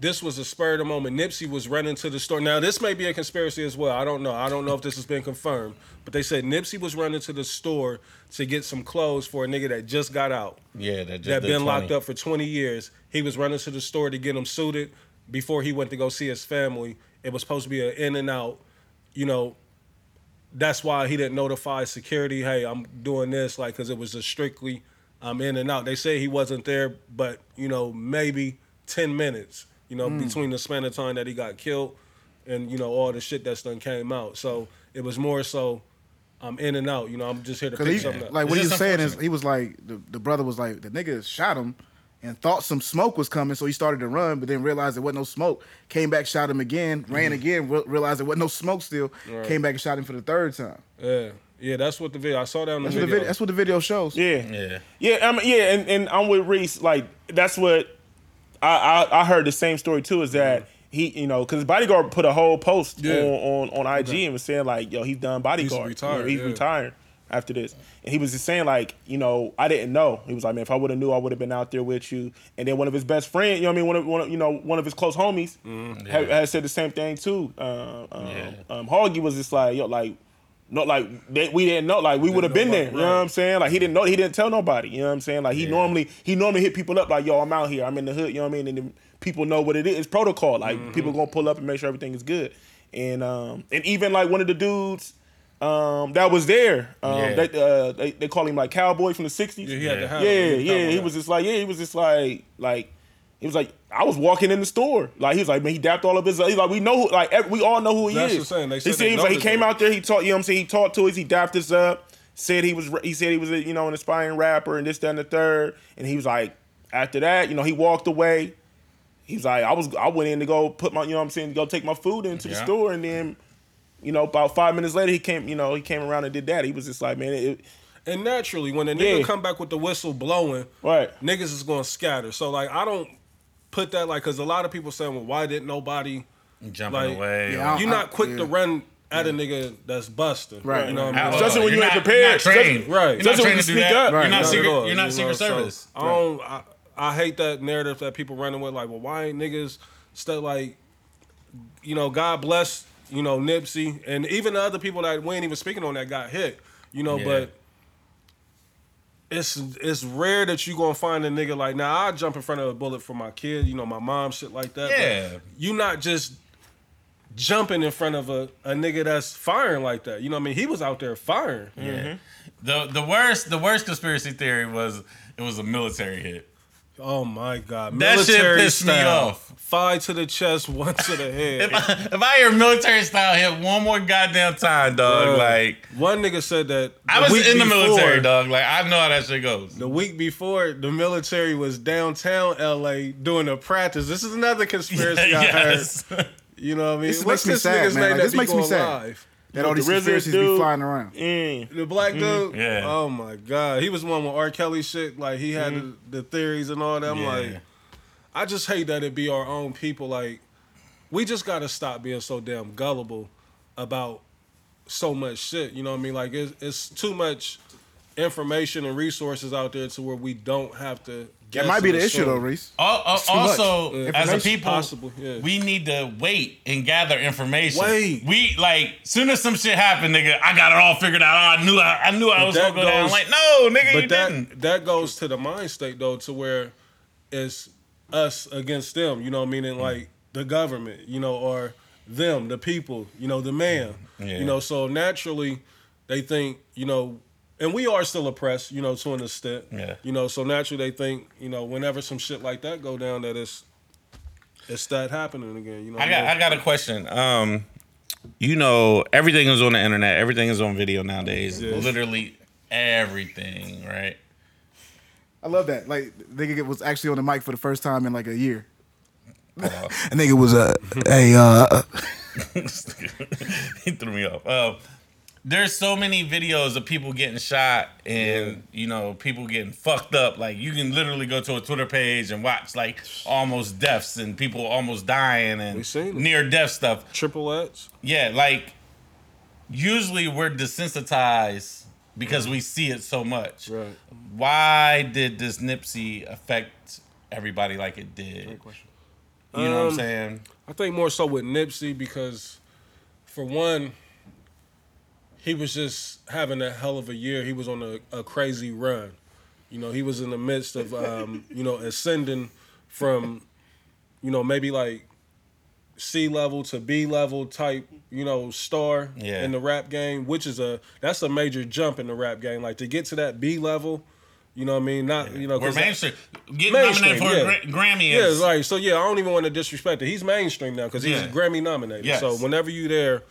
this was a spur of the moment. Nipsey was running to the store. Now this may be a conspiracy as well. I don't know. I don't know if this has been confirmed, but they said Nipsey was running to the store to get some clothes for a nigga that just got out
Yeah, that just
that
did
been locked
20.
up for 20 years. He was running to the store to get him suited before he went to go see his family. It was supposed to be an in and out, you know. That's why he didn't notify security. Hey, I'm doing this, like, because it was a strictly I'm in and out. They say he wasn't there, but you know, maybe 10 minutes, you know,
Hmm.
between the span of time that he got killed and you know all the shit that's done came out. So it was more so. I'm in and out, you know. I'm just here to pick
Because
something up.
like
It's
what he
just
was saying is
unfortunate.
he was like the, the brother was like the nigga shot him and thought some smoke was coming, so he started to run, but then realized there wasn't no smoke. Came back, shot him again, ran again, re- realized there wasn't no smoke still. Came back and shot him for the third time.
Yeah, yeah, that's what the video. I saw that on the
That's what the
video.
video, that's what the video shows.
yeah,
Yeah.
yeah, I mean, yeah, and, and I'm with Reese. Like, that's what I, I I heard the same story too. Is that he, you know, because bodyguard put a whole post
Mm-hmm. Yeah.
on on on IG and was saying like, yo, he's done bodyguard.
He's retired,
You know, he's
yeah.
retired after this, and he was just saying like, you know, I didn't know. He was like, man, if I would have knew, I would have been out there with you. And then one of his best friend, you know, what I mean, one of, one of you know one of his close homies
Mm-hmm.
had, had said the same thing too. Uh, um,
Yeah.
um, Hoggy was just like, yo, like. No, like they, we didn't know. Like we would have been
know
there.
about-
You know what I'm saying? Like he didn't know. He didn't tell nobody. You know what I'm saying? Like he
Yeah.
normally he normally hit people up like, "Yo, I'm out here. I'm in the hood." You know what I mean? And then people know what it is. It's protocol. Like
Mm-hmm.
people gonna pull up and make sure everything is good. And um and even like one of the dudes um that was there. Um,
Yeah.
they, uh, they they call him like Cowboy from the '60s.
yeah, he had
Yeah.
the house.
Yeah, yeah. He was just like, yeah, he was just like, like, he was like, I was walking in the store. Like he was like, man, he dapped all of his. He's like, we know, who, like, ev- we all know who he
That's
is.
what I'm saying. They
He
said
said
they
he was like, he
noticed
came
him.
out there. He talked. You know what I'm saying? He talked to us. He dapped us up. Said he was. He said he was. a, You know, an aspiring rapper and this, that, and the third. And he was like, after that, you know, he walked away. He's like, I was. I went in to go put my. You know, what I'm saying, to go take my food into the
Yeah.
store, and then. You know, about five minutes later, he came. You know, he came around and did that. He was just like, man, it,
And naturally, when a nigga
Yeah.
come back with the whistle blowing,
right?
niggas is gonna scatter. So like, I don't put that like because a lot of people saying, well, why didn't nobody?
Jumping
Like,
away.
yeah,
You're
I-
not quick
yeah.
to run at a nigga that's busting,
Right.
You know what
How-
I mean?
Especially
uh,
when you
you're
ain't
not-
prepared.
you're not trained.
Especially-
Right.
You're not
Especially when
trained
you
to do
speak
that.
up.
You're not
Right. Not
at
secret.
all,
You're not
you
secret
know, so
service.
I don't. I, I hate that narrative that people running with. Like, well, why ain't niggas stuff like, you know, God bless, you know, Nipsey, and even the other people that we ain't even speaking on that got hit. You know,
Yeah.
but it's it's rare that you gonna find a nigga like now. I jump in front of a bullet for my kid. You know, my mom, shit like that. but
Yeah.
you not just jumping in front of a, a nigga that's firing like that. You know what I mean? He was out there firing.
Yeah. The the worst the worst conspiracy theory was it was a military hit.
Oh my god!
That shit
Military
pissed me
style.
off.
Five to the chest, one to the head.
If I hear military style hit one more goddamn time, dog,
Bruh.
like
one nigga said that
I was
week
in the
before-
military, dog. Like I know how that shit goes.
The week before, the military was downtown LA doing a practice. This is another conspiracy I
yes.
heard. You know what I mean?
This makes
What's
me
this
sad,
nigga's
man.
name
Like,
that
this
be
makes me
going
sad.
live?
That all
The
these
RZA
conspiracies be
dude.
flying around.
Mm.
The black dude.
Mm-hmm. Yeah.
Oh my god, he was one with R. Kelly shit. Like he had the, the theories and all that. I'm
Mm-hmm. Yeah.
like, I just hate that it be our own people. Like, we just gotta stop being so damn gullible about so much shit. You know what I mean? Like it's, it's too much information and resources out there to where we don't have to.
That
guess
might be
and
the issue
assume.
though, Reese.
Al- al-
too much.
also, as
Yeah.
a
Information
people,
possible, yeah.
we need to wait and gather information.
Wait.
We like soon as some shit happened, nigga. I got it all figured out. I knew I, I knew I was
that
gonna go down.
goes-
Like no, nigga, you
But that
didn't.
that goes to the mind state though, to where
Mm.
it's us against them. You know, meaning like the government. You know, or them, the people, you know, the man.
Yeah.
You know, so naturally they think, you know, and we are still oppressed, you know, to an extent.
Yeah.
You know, so naturally they think, you know, whenever some shit like that go down that it's it's that happening again, you know.
I got I got a question. Um, you know, everything is on the internet. Everything is on video nowadays. Literally everything, right?
I love that. Like nigga was actually on the mic for the first time in like a year. A nigga was a hey uh
he threw me off. Um, there's so many videos of people getting shot and you know people getting fucked up. Like you can literally go to a Twitter page and watch like almost deaths and people almost dying and
seen it.
near death stuff.
Triple X.
Yeah, like usually we're desensitized because we see it so much.
Right.
Why did this Nipsey affect everybody like it did? Great question. You know what I'm
Um,
saying?
I think more so with Nipsey because, for one, he was just having a hell of a year. He was on a, a crazy run. You know, he was in the midst of, um, you know, ascending from, you know, maybe like C level to B level type, you know, star
Yeah.
in the rap game, which is a that's a major jump in the rap game. Like to get to that B level, you know what I mean? Not you know
We're
'cause-
mainstream. Getting nominated
mainstream,
for a
yeah.
Gra- Grammy
yeah,
is
it's like so. Yeah, I don't even want to disrespect it. He's mainstream now because he's
Yeah.
Grammy nominated.
Yes.
So whenever you there,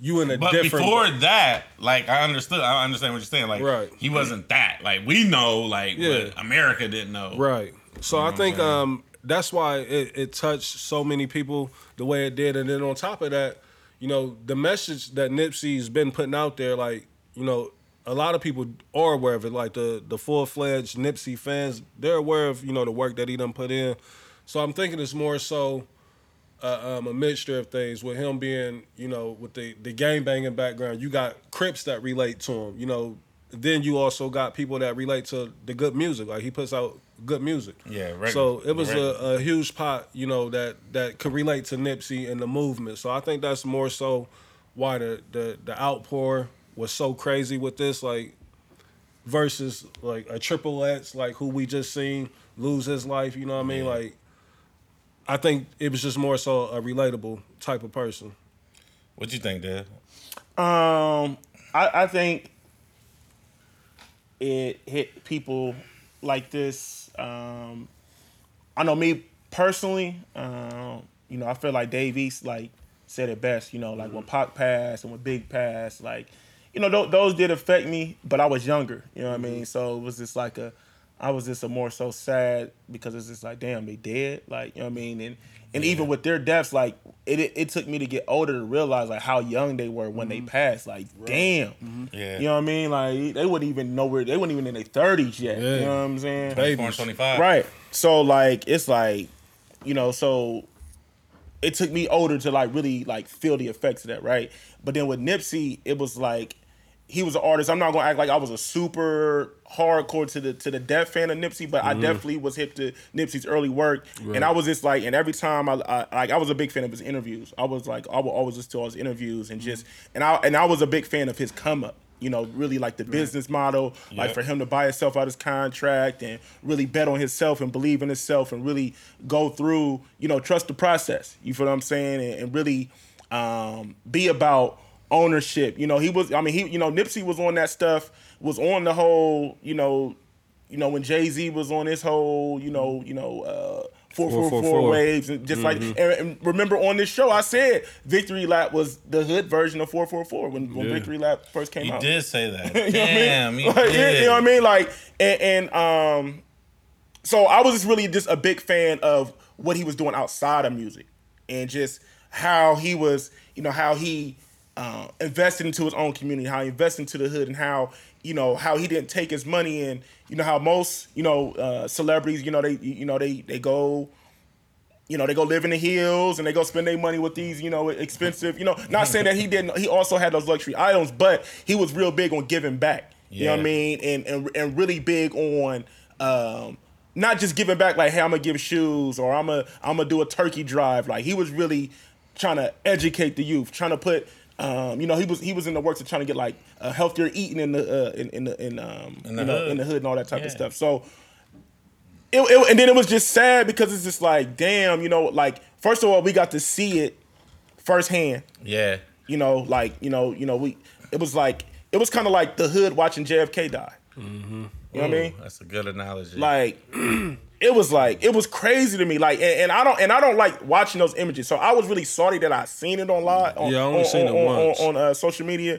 you in a
But
different.
before that, like I understood, I understand what you're saying. Like
Right.
he wasn't that. Like we know, like
Yeah.
but America didn't know.
right. So I think
saying?
um, that's why it, it touched so many people the way it did, and then on top of that, you know, the message that Nipsey's been putting out there, like you know, a lot of people are aware of it. Like the the full fledged Nipsey fans, they're aware of you know the work that he done put in. So I'm thinking it's more so. uh, um, a mixture of things with him being, you know, with the the gang banging background. You got Crips that relate to him, you know. Then you also got people that relate to the good music. Like he puts out good music.
Yeah, regular-
So it was
regular.
a, a huge pot, you know, that that could relate to Nipsey and the movement. So I think that's more so why the the, the outpour was so crazy with this. Like versus like a triple X, like who we just seen lose his life. You know what I mean? Like, I think it was just more so a relatable type of person.
What you think, Dad?
Um, I, I think it hit people like this. Um, I know me personally. Um, you know, I feel like Dave East like said it best. You know, like when Pac passed and when Big passed, like you know tho- those did affect me, but I was younger. You know what I mean? So it was just like a. I was just a more so sad because it's just like damn they dead like you know what I mean and and even with their deaths like it, it it took me to get older to realize like how young they were when they passed like damn
Yeah.
you know what I mean? Like they wouldn't even know where they weren't even in their thirties yet. You know what I'm saying?
Four and twenty-five.
Right. So like it's like, you know, so it took me older to like really like feel the effects of that, right? But then with Nipsey, it was like he was an artist. I'm not gonna act like I was a super hardcore to the to the death fan of Nipsey, but I definitely was hip to Nipsey's early work, and I was just like, and every time I, I like I was a big fan of his interviews. I was like, I would always listen to all his interviews and just and I and I was a big fan of his come up. You know, really like the business model, like
Yeah.
for him to buy himself out his contract and really bet on himself and believe in himself and really go through, you know, trust the process. You feel what I'm saying? And, and really um, be about ownership. You know, he was. I mean, he. You know, Nipsey was on that stuff. Was on the whole. You know, you know when Jay Z was on this whole. You know, you know. Uh, Four, four, four, Mm-hmm.
444.
waves, and just like and, and remember on this show, I said Victory Lap was the hood version of four four four when, when Victory Lap first came
You
out.
did say that.
You know what I mean?
Damn. you
Like,
did.
you know what I mean? Like, and, and um, so I was just really just a big fan of what he was doing outside of music, and just how he was, you know, how he uh, invested into his own community, how he invested into the hood, and how you know how he didn't take his money, and you know how most you know uh, celebrities, you know they you know they they go you know, they go live in the hills and they go spend their money with these, you know, expensive, you know, not saying that he didn't, he also had those luxury items, but he was real big on giving back. You know what I
Yeah.
mean? And, and and really big on um not just giving back like, hey, I'm gonna give shoes or I'm gonna I'm gonna do a turkey drive. Like he was really trying to educate the youth, trying to put um, you know, he was he was in the works of trying to get like uh, healthier eating in the uh, in in the in um
the
you know
hood.
in the hood and all that type
Yeah.
of stuff. So it, it- and then it was just sad because it's just like, damn, you know, like first of all, we got to see it firsthand.
Yeah.
You know, like you know, you know, we. It was like it was kind of like the hood watching JFK die. You know what I mean?
That's a good analogy.
like it was like it was crazy to me like and, and i don't and i don't like watching those images so i was really sorry that i seen it online on,
Yeah, I only
on,
seen
on,
it
on-
once.
on, on, uh, social media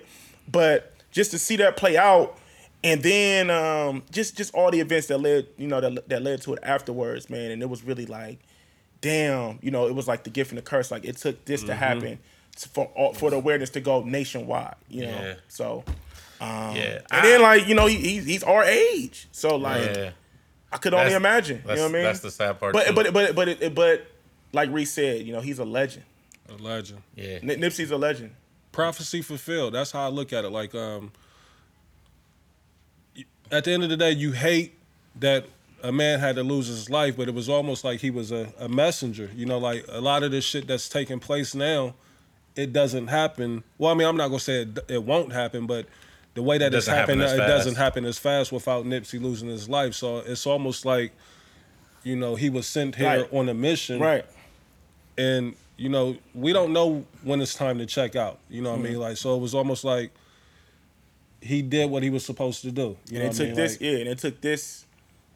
but just to see that play out and then um just just all the events that led you know that, that led to it afterwards man and it was really like damn you know it was like the gift and the curse like it took this
Mm-hmm.
to happen to- for all- for the awareness to go nationwide you know
Yeah.
so
yeah.
and then like you know he, he's, he's our age so like
yeah.
I could only
That's-
imagine. You
That's,
know what I mean?
That's the sad part.
but,
too.
but but but but but like Reese said, you know, he's a legend.
A legend.
yeah.
Nip- Nipsey's a legend.
prophecy fulfilled. That's how I look at it. Like, um, at the end of the day, you hate that a man had to lose his life, but it was almost like he was a, a messenger. You know, like a lot of this shit that's taking place now, it doesn't happen. Well, I mean, I'm not gonna say it, it won't happen, but the way that it's
doesn't happen
happened,
as
it
fast.
doesn't happen as fast without Nipsey losing his life. So it's almost like, you know, he was sent here
Right.
on a mission,
Right.
and you know we don't know when it's time to check out you know what
Mm-hmm.
i mean like so it was almost like he did what he was supposed to do
And
you know
it
what I
took
mean?
this
Like,
yeah, and it took this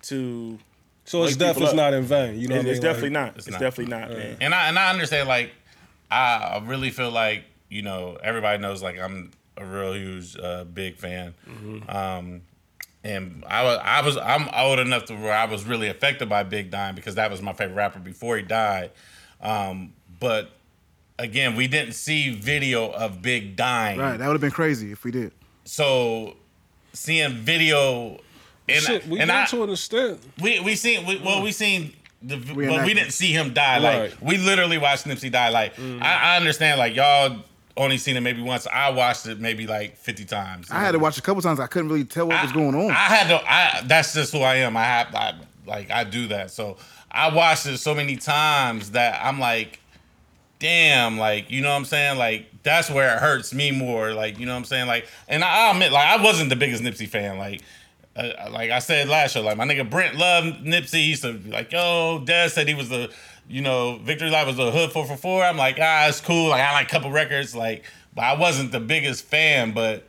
to
so his
wake
death
people
is
up.
not in vain you know
it-
what I
it's
mean? Like,
definitely not. It's,
not.
definitely not, man.
and I and I understand like I I really feel like you know everybody knows like I'm a real huge uh, big fan,
Mm-hmm.
um, and I was I was I'm old enough to where I was really affected by Big Dime because that was my favorite rapper before he died, um, but again we didn't see video of Big Dime,
Right, that would have been crazy if we did.
so seeing video. And,
shit we
and
got
I-
to an extent
we we seen we, well we seen the
We
but we
enacted.
didn't see him die like
Right.
we literally watched Nipsey die like I, I understand like y'all only seen it maybe once I watched it maybe like fifty times
I had to watch a couple times. I couldn't really tell what was going on.
I had to I that's just who I am I have I like I do that so I watched it so many times that I'm like damn like you know what I'm saying like that's where it hurts me more like you know what I'm saying like and I, I admit like I wasn't the biggest Nipsey fan like uh, like I said last show, like my nigga Brent loved Nipsey. He used to be like, yo, Dad said he was the, you know, Victory Lap was the hood 444. I'm like, ah, it's cool. Like, I like a couple records. Like, but I wasn't the biggest fan, but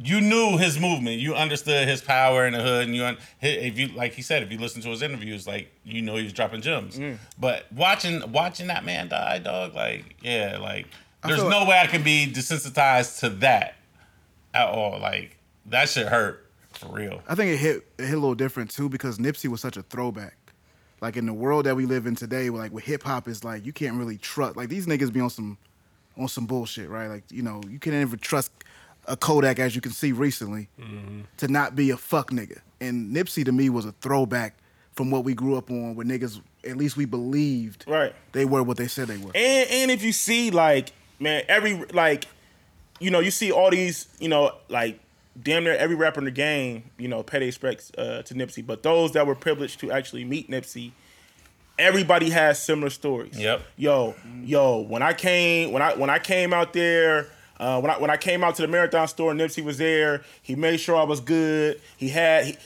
you knew his movement. You understood his power in the hood. And you, un- hi- if you, like he said, if you listen to his interviews, like, you know, he was dropping gems. But watching, watching that man die, dog, like, yeah, like, there's
feel
no way I can be desensitized to that at all. Like, that shit hurt. For real.
I think it hit it hit a little different too because Nipsey was such a throwback. Like in the world that we live in today, where like with hip hop is like you can't really trust. Like these niggas be on some on some bullshit, right? Like you know you can't even trust a Kodak as you can see recently to not be a fuck nigga. And Nipsey to me was a throwback from what we grew up on, where niggas at least we believed
Right.
they were what they said they were.
And and if you see like man, every like you know, you see all these, you know, like damn near every rapper in the game, you know, pay their respects uh, to Nipsey. But those that were privileged to actually meet Nipsey, everybody has similar stories.
Yep.
Yo, yo, when I came, when I when I came out there, uh, when I when I came out to the marathon store, Nipsey was there. He made sure I was good. He had. He,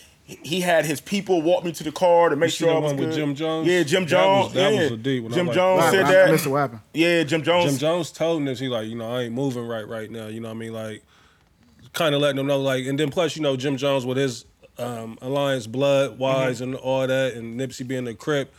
he had his people walk me to the car to make
see
sure
the
I was
one with
good.
Jim Jones?
Yeah, Jim
That was-
Jones.
that
yeah.
was a deep one. I
Jim
like
Jones
that.
said
I,
that.
I missed what happened.
Yeah, Jim Jones.
Jim Jones told Nipsey like, you know, I ain't moving right right now. You know what I mean? Like, kind of letting him know like, and then plus you know Jim Jones with his um, alliance blood wise
Mm-hmm.
and all that, and Nipsey being the Crip,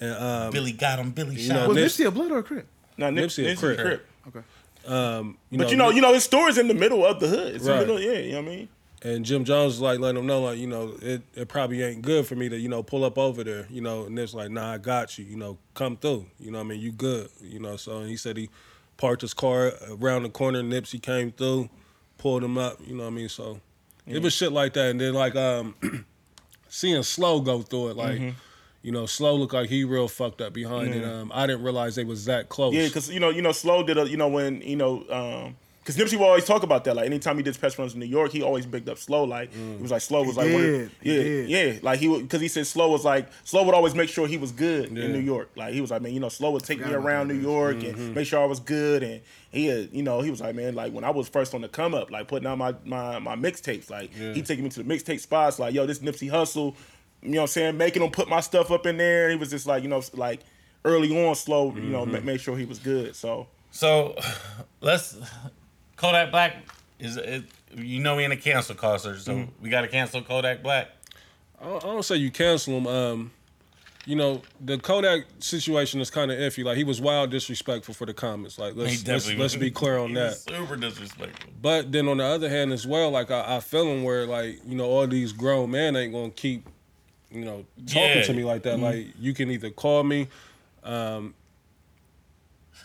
and um,
Billy got him. Billy
know,
shot him.
Was
Nips-
Nipsey a blood or a crip?
No, Nip,
Nipsey a
Nipsey,
crip.
a crip.
you
But you know,
Nip-
you know, his store's in the middle of the hood. It's
Right.
in the middle, yeah, you know what I mean?
And Jim Jones is like letting him know, like, you know, it, it probably ain't good for me to, you know, pull up over there, you know, and it's like, nah, I got you, you know, come through. You know what I mean? You good. You know, so and he said he parked his car around the corner, Nipsey came through, pulled him up, you know what I mean? So it was shit like that. And then like um seeing Slow go through it, like, you know, Slow looked like he real fucked up behind it. Um I didn't realize they was that close.
Yeah, because you know, you know, Slow did a you know when you know um because Nipsey will always talk about that. Like anytime he did his press runs in New York, he always bigged up Slow. Like
Mm.
it was like Slow was like, one of-
did. He
yeah,
did.
yeah. Like he because he said Slow was like Slow would always make sure he was good
Yeah.
in New York. Like he was like, man, you know, Slow would take me
Forgot about
around
that,
New York and make sure I was good. And he, had, you know, he was like, man, like when I was first on the come up, like putting out my my my mixtapes, like he taking me to the mixtape spots. Like yo, this Nipsey Hustle, you know, what I'm saying making him put my stuff up in there. And he was just like, you know, like early on, Slow, you know, ma- make sure he was good. So.
So let's Kodak Black is it, you know we in a cancel concert, so
Mm.
we gotta cancel Kodak Black.
I don't, I don't say you cancel him. Um, you know the Kodak situation is kind of iffy. Like he was wild disrespectful for the comments. Like
He
let's let's, let's be clear on
he
that.
was Super disrespectful.
But then on the other hand as well, like I, I feel him where like you know all these grown men ain't gonna keep you know talking
Yeah. Mm-hmm.
to me like that. Like you can either call me, um,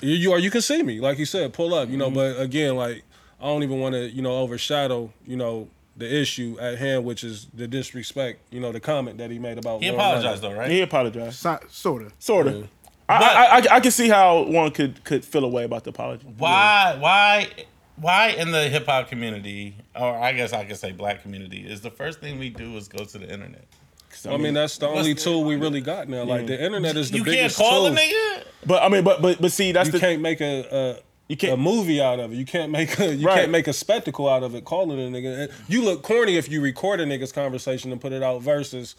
you, you or you can see me. Like you said, pull up. You
Mm-hmm.
know, but again, like I don't even want to you know overshadow you know the issue at hand, which is the disrespect. You know, the comment that he made about
He
Lil
apologized
Wayne.
though, right?
He apologized.
So, sort of.
Sort of. I, I, I I can see how one could could feel a way about the apology.
Why why why in the hip hop community, or I guess I could say black community, is the first thing we do is go to the internet.
I mean, that's the only tool we really got now. Like the internet is the
you can't
biggest
call
tool.
a nigga?
but I mean, but but but see, that's
you
the
can't make a, a you can't, a movie out of it. You can't make a you
Right.
can't make a spectacle out of it. Calling a nigga, you look corny if you record a nigga's conversation and put it out versus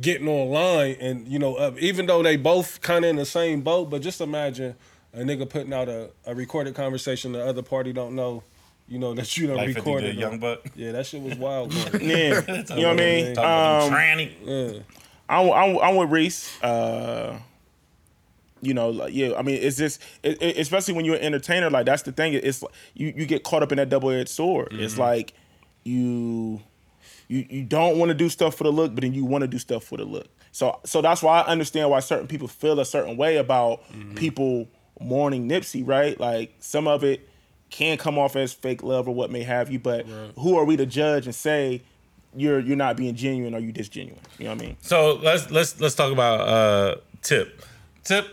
getting online and you know up. Even though they both kind of in the same boat, but just imagine a nigga putting out a, a recorded conversation the other party don't know, you know that you don't
Like 50
record
did
it.
Young Buck.
Yeah, that shit was wild. man.
yeah. you know what I
Talking
mean?
about
Um,
them tranny.
I'm, I'm, I'm with Reese. Uh, you know, like, yeah. I mean, it's just it, it- especially when you're an entertainer. Like that's the thing. It's like, you you get caught up in that double edged sword. It's like you you you don't want to do stuff for the look, but then you want to do stuff for the look. So so that's why I understand why certain people feel a certain way about people mourning Nipsey, right? Like some of it can come off as fake love or what may have you, but who are we to judge and say you're you're not being genuine or you disgenuine? You know what I mean?
So let's let's let's talk about uh Tip. Tip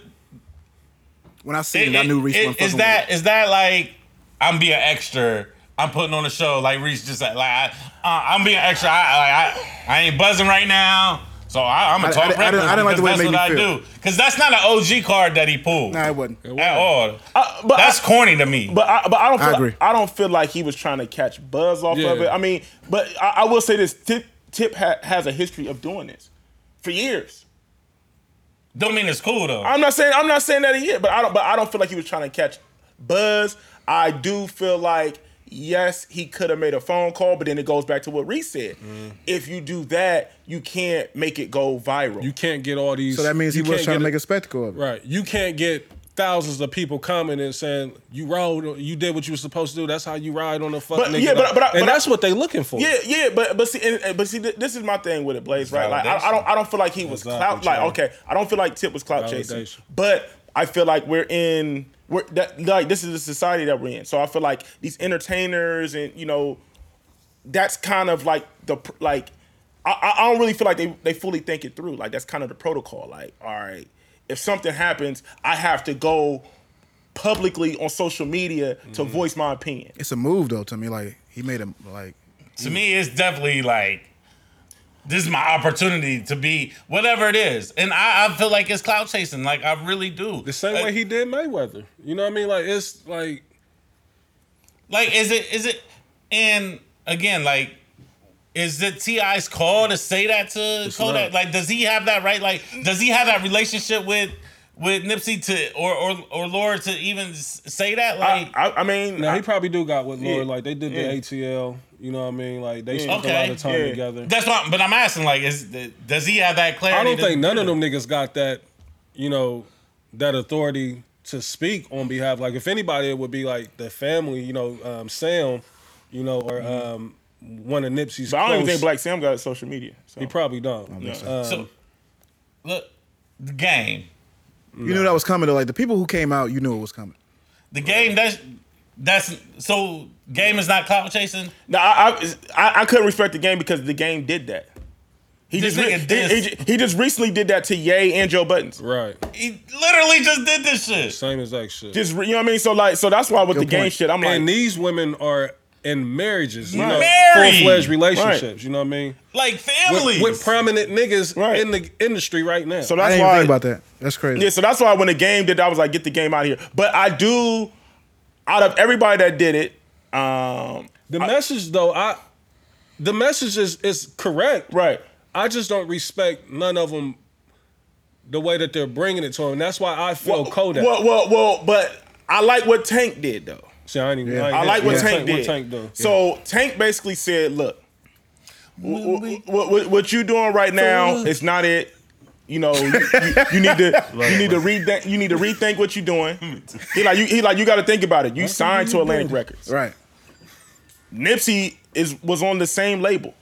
When I seen it, I knew Reese
it-
wasn't
is
fucking
that is that like I'm being extra? I'm putting on a show like Reese just said, like I, uh, I'm being extra. I, like, I I ain't buzzing right now, so I, I'm
I-
gonna
I
talk.
didn't- I didn't- I didn't like the way it
because
made
that's
me
what I
feel.
do because that's not an OG card that he pulled
with it. Nah, it wasn't.
at all.
Uh, but
That's
I,
corny to me.
but I, but I don't feel
I agree.
I don't feel like he was trying to catch buzz off of
Yeah.
it. I mean, but I, I will say this: Tip Tip ha, has a history of doing this for years.
Don't mean it's cool though.
I'm not saying I'm not saying that he is, but I don't but I don't feel like he was trying to catch buzz. I do feel like yes, he could have made a phone call, but then it goes back to what Reese said.
Mm-hmm.
If you do that, you can't make it go viral.
You can't get all these.
So that means he
you
was
can't
trying to
get-
make a spectacle of it.
Right. You can't get thousands of people commenting saying you rode, you did what you were supposed to do. That's how you ride on the fucking.
But-
nigga.
yeah, but- but I-
and
but I-
that's what they looking for.
Yeah, yeah, but but see, and, and- but see, th- this is my thing with it, Blaze. Right? Like, I, I don't, I don't feel like he was
Exactly,
clout. Like,
Trey.
okay, I don't feel like Tip was clout chasing,
Validation.
but I feel like we're in, we're that, like this is the society that we're in. So I feel like these entertainers and you know, that's kind of like the pr- like, I- I, I don't really feel like they they fully think it through. Like that's kind of the protocol. Like, all right, if something happens, I have to go publicly on social media to
Mm-hmm.
voice my opinion.
It's a move though to me. Like he made him like
to me, it's definitely like this is my opportunity to be whatever it is, and I, I feel like it's clout chasing. Like I really do.
The same
Like-
way he did Mayweather. You know what I mean? Like it's like
Like, is it is it? And again, like, is it Ti's call to say that to Kodak?
not.
Like, does he have that right? Like, does he have that relationship with with Nipsey to or or or Laura to even s- say that?
I,
Like,
I, I mean,
now
I-
he probably do got with Lord.
Yeah.
Like they did
Yeah.
the ATL. You know what I mean? Like they spent
Okay.
a lot of time
Yeah.
together.
that's what. I'm- But I'm asking, like, is does he have that clarity?
I don't
to-
think none of them niggas got that. You know, that authority to speak on behalf. Like if anybody, it would be like the family. You know, um, Sam. You know, or um, one of Nipsey's.
Mm-hmm. But I don't even
close-
think Black Sam got social media. So.
He probably don't. Um,
So, look, the game,
you knew that was coming. Though. Like the people who came out, you knew it was coming.
the game. That's that's so. Game is not clout chasing.
no, I, I I- I couldn't respect the game because the game did that. He
This
just re-
nigga dissed.
he, he ju- he just recently did that to Ye and Joe Buttons.
Uh, right.
He literally just did this shit.
Same exact shit.
Just re- you know what I mean. So like so that's why with the
Good
game
point.
shit, I'm like
and these women are in marriages, you know,
Married.
full fledged relationships. You know what I mean?
Like
With,
families.
with prominent niggas
Right.
in the industry right now.
so
I
that's
didn't
why
even think about that. That's crazy.
yeah. So that's why when the game did, that, I was like, get the game out of here. But I do, out of everybody that did it, um,
the message, though, I the message is is correct.
right.
I just don't respect none of them the way that they're bringing it to him. That's why I feel Kodak.
Well, well, well, but I like what Tank did though.
See, I, ain't even,
Yeah.
ain't
I
hit-
like what
yeah.
Tank did.
What Tank do?
So Tank basically said, "Look, what, what, what you doing right now is not it. You know, you, you- you need to you need to rethink you need to rethink what you're doing. He like you he like you got to think about it. You signed to Atlantic Records.
Right.
Nipsey is was on the same label.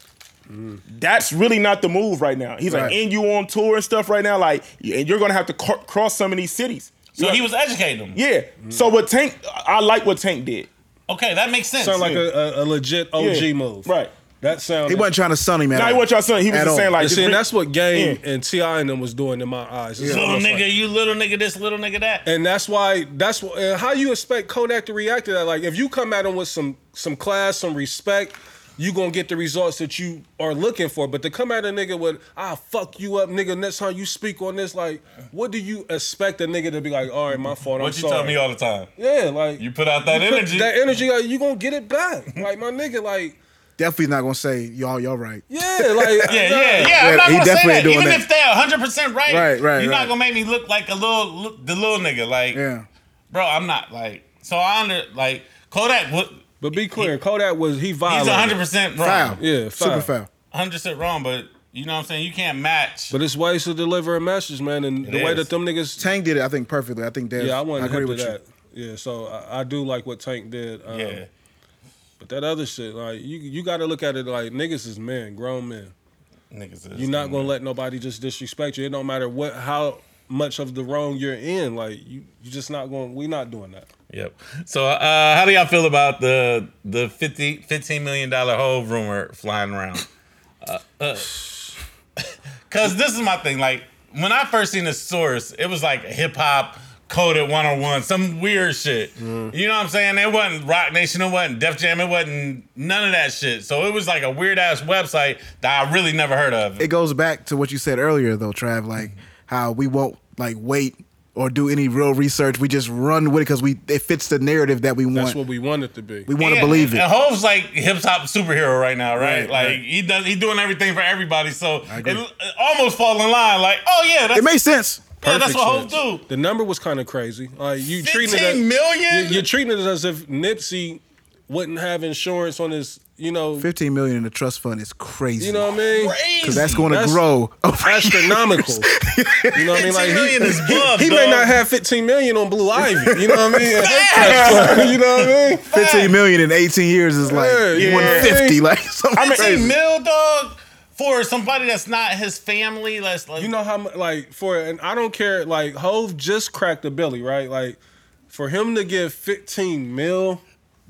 Mm.
That's really not the move right now. He's
Right.
like, and you on tour and stuff right now, like, and you're gonna have to cr- cross some of these cities.
So he was educating them.
Yeah. So what Tank, I like what Tank did.
Okay, that makes sense.
Sound like a, a, a legit OG
Yeah.
move.
Right.
That sound.
He wasn't trying to sun him at
Now he
all.
wasn't y'all son. He was
At
just saying
all.
like,
You
just
see,
re-
and that's what Game
Yeah.
and Ti and them was doing in my eyes. This is
little
almost
nigga,
like-
you little nigga this, little nigga that.
and that's why that's wh- and how you expect Kodak to react to that. Like if you come at him with some some class, some respect, you gonna get the results that you are looking for. But to come at a nigga with I fuck you up, nigga. Next time you speak on this, like what do you expect a nigga to be like? All right, my fault. I'm
What you
sorry.
tell me all the time?
yeah, like
You put out that
put
energy.
That energy, like, you gonna get it back. Like my nigga, like
Definitely not gonna say y'all. Y'all right.
yeah, like
yeah,
nah.
yeah, yeah. I'm
Yeah,
not
he
gonna say
definitely
that.
doing
Even
that.
if they're 100 percent right,
Right, right,
you're not
right.
gonna make me look like a little, look, the little nigga. Like,
Yeah.
bro, I'm not like. So I under like Kodak. What?
But be clear, Kodak was he
He's
violated.
100 percent
Foul.
wrong.
Yeah,
Super
foul.
foul.
100 percent wrong, but you know what I'm saying. You can't match.
But it's ways to deliver a message, man, and the way
is.
that them niggas.
Tang did it. I think perfectly. I think that.
yeah, I wouldn't
agree
agree
with
that. Yeah, so I, I do like what Tank did. Um,
yeah,
But that other shit, like you, you got to look at it like niggas is men, grown men.
niggas. is-
You're not gonna let nobody just disrespect you. It don't matter what, how much of the wrong you're in. Like you, you just not going. We not doing that.
Yep. So, uh, how do y'all feel about the the 50, 15 million dollar hove rumor flying around? Because this is my thing. Like when I first seen the source, it was like hip hop coded one on one, some weird shit. You know what I'm saying? It wasn't Rock Nation, it wasn't Def Jam, it wasn't none of that shit. So it was like a weird ass website that I really never heard of.
It goes back to what you said earlier, though, Trav. Like how we won't like wait or do any real research. We just run with it because we it fits the narrative that we want.
That's what Uh-huh. we want it to be.
we want to
Yeah,
believe it.
And Hov's like hip hop superhero right now, right?
Right,
like
right.
he does, he doing everything for everybody. So it,
agree.
it almost fall in line. Like, oh yeah, that's,
It makes sense.
yeah, that's
Perfect
what Hov
sense.
do.
The number was kind of crazy. Like you treating it.
Fifteen
as-
million.
you- You're treating it as if Nipsey wouldn't have insurance on his, you know,
Fifteen million in the trust fund is crazy.
you know what I mean?
Because that's going to
That's-
grow.
Astronomical. You know what I mean? Like
15 million is bluff,
he, he may
dog.
not have 15 million on Blue Ivy. You know what I mean? you know what I mean?
Fifteen million in eighteen years is like
Yeah, yeah.
one fifty. Like something
I mean,
crazy.
mil dog for somebody that's not his family. That's like
You know how mu- like for and I don't care. Like Hove just cracked the belly, right? Like for him to get 15 mil.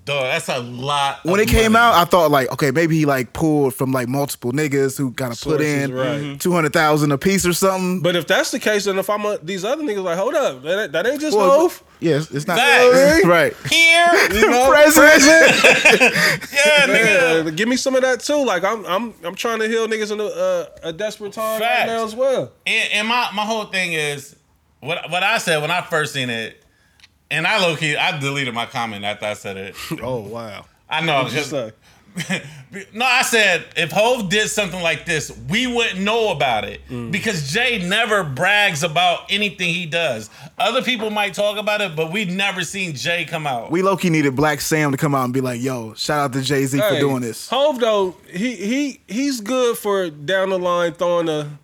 dog. That's a lot.
when
of
it came
money.
out, I thought like, okay, maybe he like pulled from like multiple niggas who got to put
Sources,
in
right. Mm-hmm.
two hundred thousand a piece or something.
But if that's the case, then if I'm a, these other niggas, like hold up, that, that ain't just
Well,
Hove.
Yes, it's not
Facts.
right.
here,
You know?
President,
yeah, nigga.
Yeah, give me some of that too. Like I'm, I'm, I'm trying to heal niggas in a, uh, a desperate time right
Facts.
now as well.
And, and my my whole thing is what what I said when I first seen it, and I low key I deleted my comment after I said it.
Oh wow.
I know. I'm
Just
just,
like,
no, I said if Hove did something like this, we wouldn't know about it because Jay never brags about anything he does. Other people might talk about it, but we've never seen Jay come out.
we low key needed Black Sam to come out and be like, "Yo, shout out to Jay Z for
hey,
doing this."
Hove though, he he he's good for down the line throwing a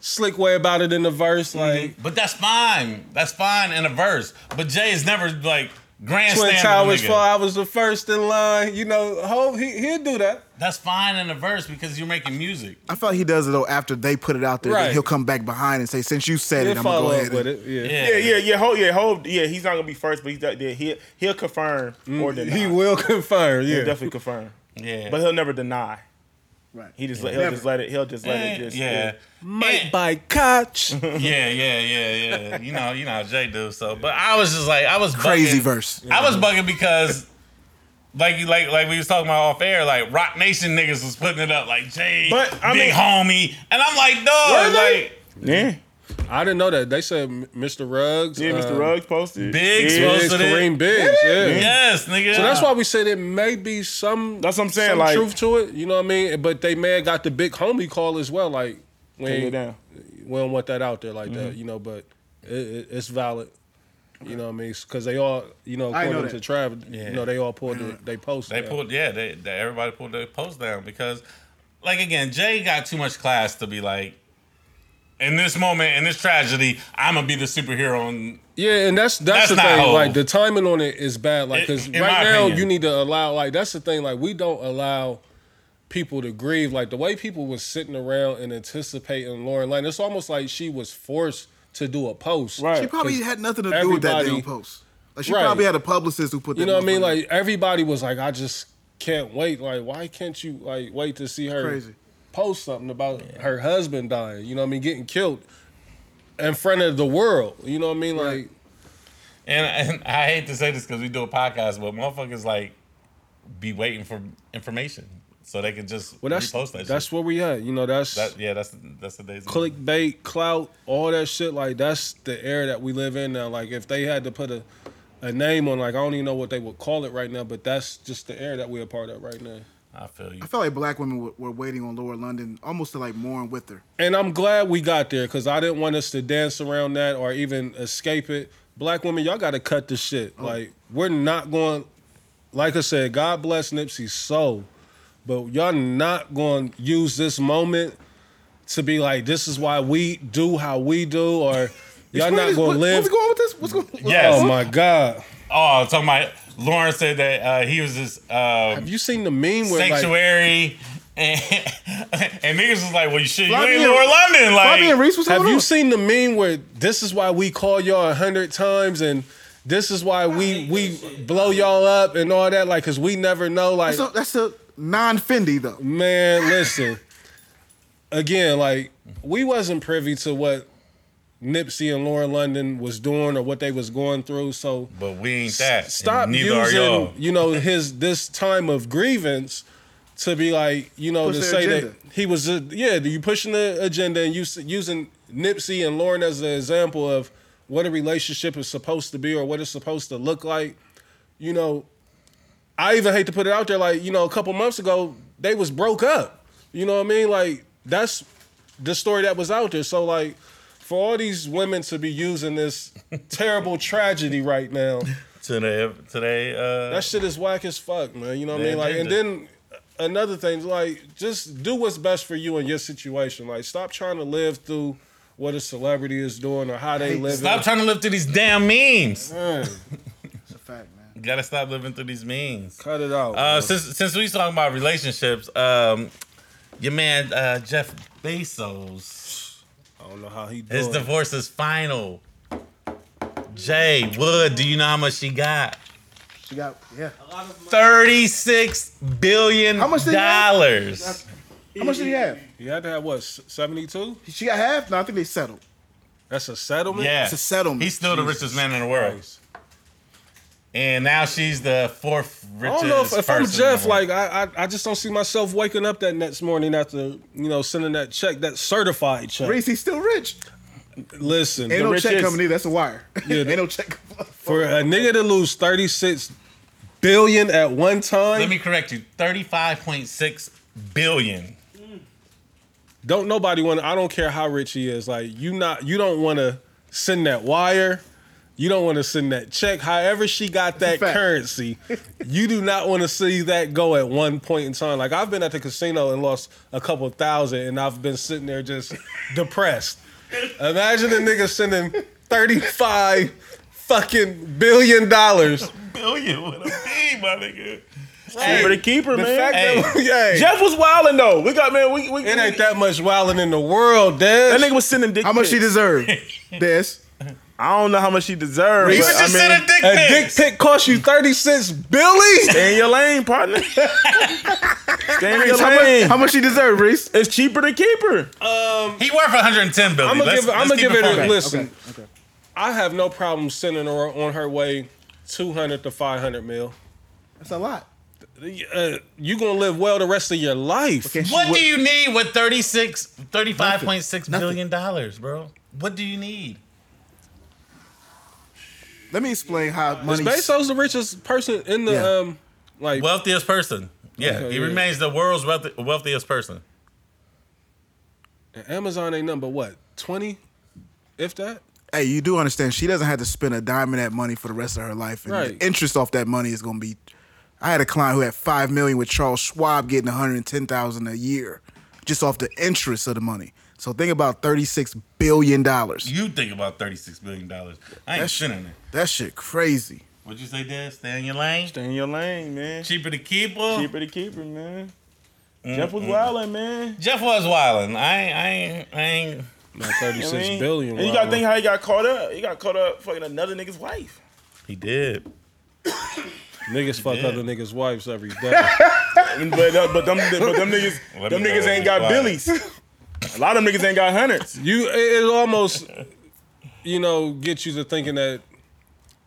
slick way about it in the verse,
Mm-hmm.
like
but that's fine. That's fine in a verse. But Jay is never like
Twin
grandstanding.
Towers
nigga.
for I was the first in line. You know, Hove he he'll do that.
That's fine in a verse because you're making music.
I felt he does it though after they put it out there. then
Right.
He'll come back behind and say, "Since you said
He'll
it, I'm gonna go
follow
ahead."
up
and-
with it. Yeah.
Yeah,
Yeah, yeah, yeah. Hold, yeah, hold. Yeah, he's not gonna be first, but he's not- yeah, he'll he'll confirm
Mm,
or deny.
He will confirm,
He'll
yeah.
definitely confirm,
yeah.
but he'll never deny.
Right.
He just let he'll just let it. He'll just let
Eh,
it. Just,
yeah.
Might by Koch.
Yeah, yeah, yeah, yeah. You know, you know how Jay do. So, but I was just like, I was
Crazy
bugging.
verse.
I was bugging because, like, you like like we was talking about off air, like Rock Nation niggas was putting it up, like Jay,
But, I
big
mean-
homie, and I'm like, dog,
they?
like
yeah.
I didn't know that. They said M- Mr. Ruggs.
Yeah, Mr.
uh,
Ruggs posted.
Biggs
yeah.
posted.
Biggs,
it.
Kareem Biggs. Yeah.
yes, nigga.
So that's why we said it may be some.
That's what I'm saying,
some
like-
truth to it. You know what I mean? But they may have got the big homie call as well. Like we
Take it
ain't-
down.
Mm-hmm.
we don't want that out there like that. You know, but it, it, it's valid. You know what I mean? Because they all, you know,
I know
according to
that.
Trav,
Yeah. Mm-hmm.
you know, they all pulled it. They posted.
They pulled, yeah, they, they everybody pulled their post down because, like again, Jay got too much class to be like, in this moment, in this tragedy, I'm gonna be the superhero. And
Yeah, and that's
That's
that's, the
not
thing.
whole.
Like the timing on it is bad. Like
In-
because
in
right
my
now
opinion.
you need to allow. Like that's the thing. Like we don't allow people to grieve. Like the way people was sitting around and anticipating Lauren Lane, it's almost like she was forced to do a post.
Right.
She probably had nothing to do with that damn
Everybody-
post. Like she
Right.
probably had a publicist who put that.
You know what I
motherfucker-
mean? Like everybody was like, I just can't wait. Like why can't you like wait to see her
Crazy.
post something about her husband dying? You know what I mean? Getting killed in front of the world. You know what I mean? Like.
and, and I hate to say this because we do a podcast, but motherfuckers like be waiting for information so they can just
Well, that's
repost that.
that's
shit.
where we at. You know, that's
That, yeah, that's that's the days.
clickbait, clout, all that shit. Like that's the era that we live in now. Like if they had to put a a name on, like I don't even know what they would call it right now, but that's just the era that we're a part of right now.
I feel you.
I felt like black women were, were waiting on Lower London almost to like mourn with her.
And I'm glad we got there because I didn't want us to dance around that or even escape it. Black women, y'all got to cut this shit.
Oh.
Like we're not going. Like I said, God bless Nipsey's soul, but y'all not going to use this moment to be like, this is why we do how we do, or y'all
Explain
not
this.
going
What-
to live.
Where we going with this? What's going? What's
Yes.
Oh my God.
Oh, talking about Lauren said that uh, he was this um,
Have you seen the meme where like
sanctuary, and, and niggas was like, "Well, you shit, you
Bobby
ain't
and-
Lauren London." Like,
Bobby and Reese, what's
have
going
you
on?
seen the meme where this is why we call y'all a hundred times and this is why we
hate
we
that shit.
blow y'all up and all that like cause we never know like
That's a, that's a non-Fendi though.
man listen again like we wasn't privy to what Nipsey and Lauren London was doing or what they was going through so
But we ain't that. and
stop
neither are y'all.
using you know his this time of grievance to be like you know
Push
to
their
say
agenda.
that he was a, yeah you pushing the agenda and you s- using Nipsey and Lauren as an example of what a relationship is supposed to be or what it's supposed to look like you know I even hate to put it out there like you know a couple months ago they was broke up you know what I mean like that's the story that was out there so like for all these women to be using this terrible tragedy right now
today. Today, uh,
that shit is whack as fuck, man. You know what I
They
mean? Like, and
agenda.
then another thing, like, just do what's best for you and your situation. Like, stop trying to live through what a celebrity is doing or how they live.
stop trying to live through these damn memes.
It's a fact, man.
You gotta stop living through these memes.
Cut it out.
Uh,
man.
since since we talking about relationships, um, your man uh, Jeff Bezos,
I don't know how he
his
doing. it.
divorce is final. Jay Wood, do you know how much she got?
She got yeah.
A lot of money.
Thirty-six billion
How much did he have?
dollars.
How much did he have?
He had to have what seventy two?
She got half. No, I think they settled.
That's a settlement.
Yeah,
It's a settlement.
He's still the
Jesus
richest man in the world, and now she's the fourth
I
richest.
don't know if, if
person
I'm
in the
Jeff,
world.
like I, I I just don't see myself waking up that next morning after you know sending that check, that certified check.
Reese, he's still rich.
Listen,
Ain't no check
richest.
coming either. That's a wire.
Yeah.
Ain't no check. coming.
for a nigga to lose thirty six billion at one time.
Let me correct you. Thirty-five point six billion.
don't nobody want. I don't care how rich he is. Like you not you don't want to send that wire. You don't want to send that check. However, she got that
fact.
currency. you do not want to see that go at one point in time. Like I've been at the casino and lost a couple thousand, and I've been sitting there just depressed. Imagine a nigga sending thirty five fucking billion dollars.
Billion with a B, my nigga.
For the keeper,
The
man.
fact
Hey.
that yeah,
Jeff was wilding though. We got man. We, we
it ain't that much wilding in the world, Dad.
That nigga was sending dick.
How much she
pics.
deserved? This.
I don't know how much she deserved.
Even
but, I
just
mean,
send a dick
A
pic.
dick pic cost you thirty six billion.
Stay in your lane, partner. Stay in your
Reese, how, much,
lane.
how much she deserved, Reese?
It's cheaper to keep her.
He worth 110 billion.
I'm gonna
Let's-
give. I'm
let's
gonna
keep
give it.
funky.
A, listen,
Okay. Okay.
I have no problem sending her on her way, two hundred to five hundred mil.
That's a lot.
Uh, you gonna live well the rest of your life.
Okay. she
What
wa-
do you need with 36, 35.6 billion dollars, bro? What do you need?
Let me explain how
Is
money.
Bezos the richest person in the
Yeah.
um, like
Wealthiest person. Yeah,
Okay,
he
yeah.
remains the world's wealthy, wealthiest person.
Amazon ain't number what twenty, if that.
Hey, you do understand she doesn't have to spend a dime of that money for the rest of her life, and
Right.
the interest off that money is gonna be. I had a client who had five million with Charles Schwab getting one hundred ten thousand a year, just off the interest of the money. So think about thirty six billion dollars.
You think about $36 billion. I ain't
That's-
shitting it.
That shit crazy.
What'd you say, Dad? Stay in your lane?
Stay in your lane, man.
Cheaper to keep her?
Keeper to keeper, man. Jeff was wilding, man.
Jeff was wildin'. I ain't, I ain't, I ain't.
Like thirty
I mean,
six billion.
And you gotta think how he got caught up. He got caught up fucking another nigga's wife.
He did.
niggas fuck
Yeah.
other niggas' wives every day.
And- but uh, but them but them niggas
Let
them
me
niggas
know.
ain't got
Why?
billies. A lot of them niggas ain't got hundreds.
you it, it almost you know get you to thinking that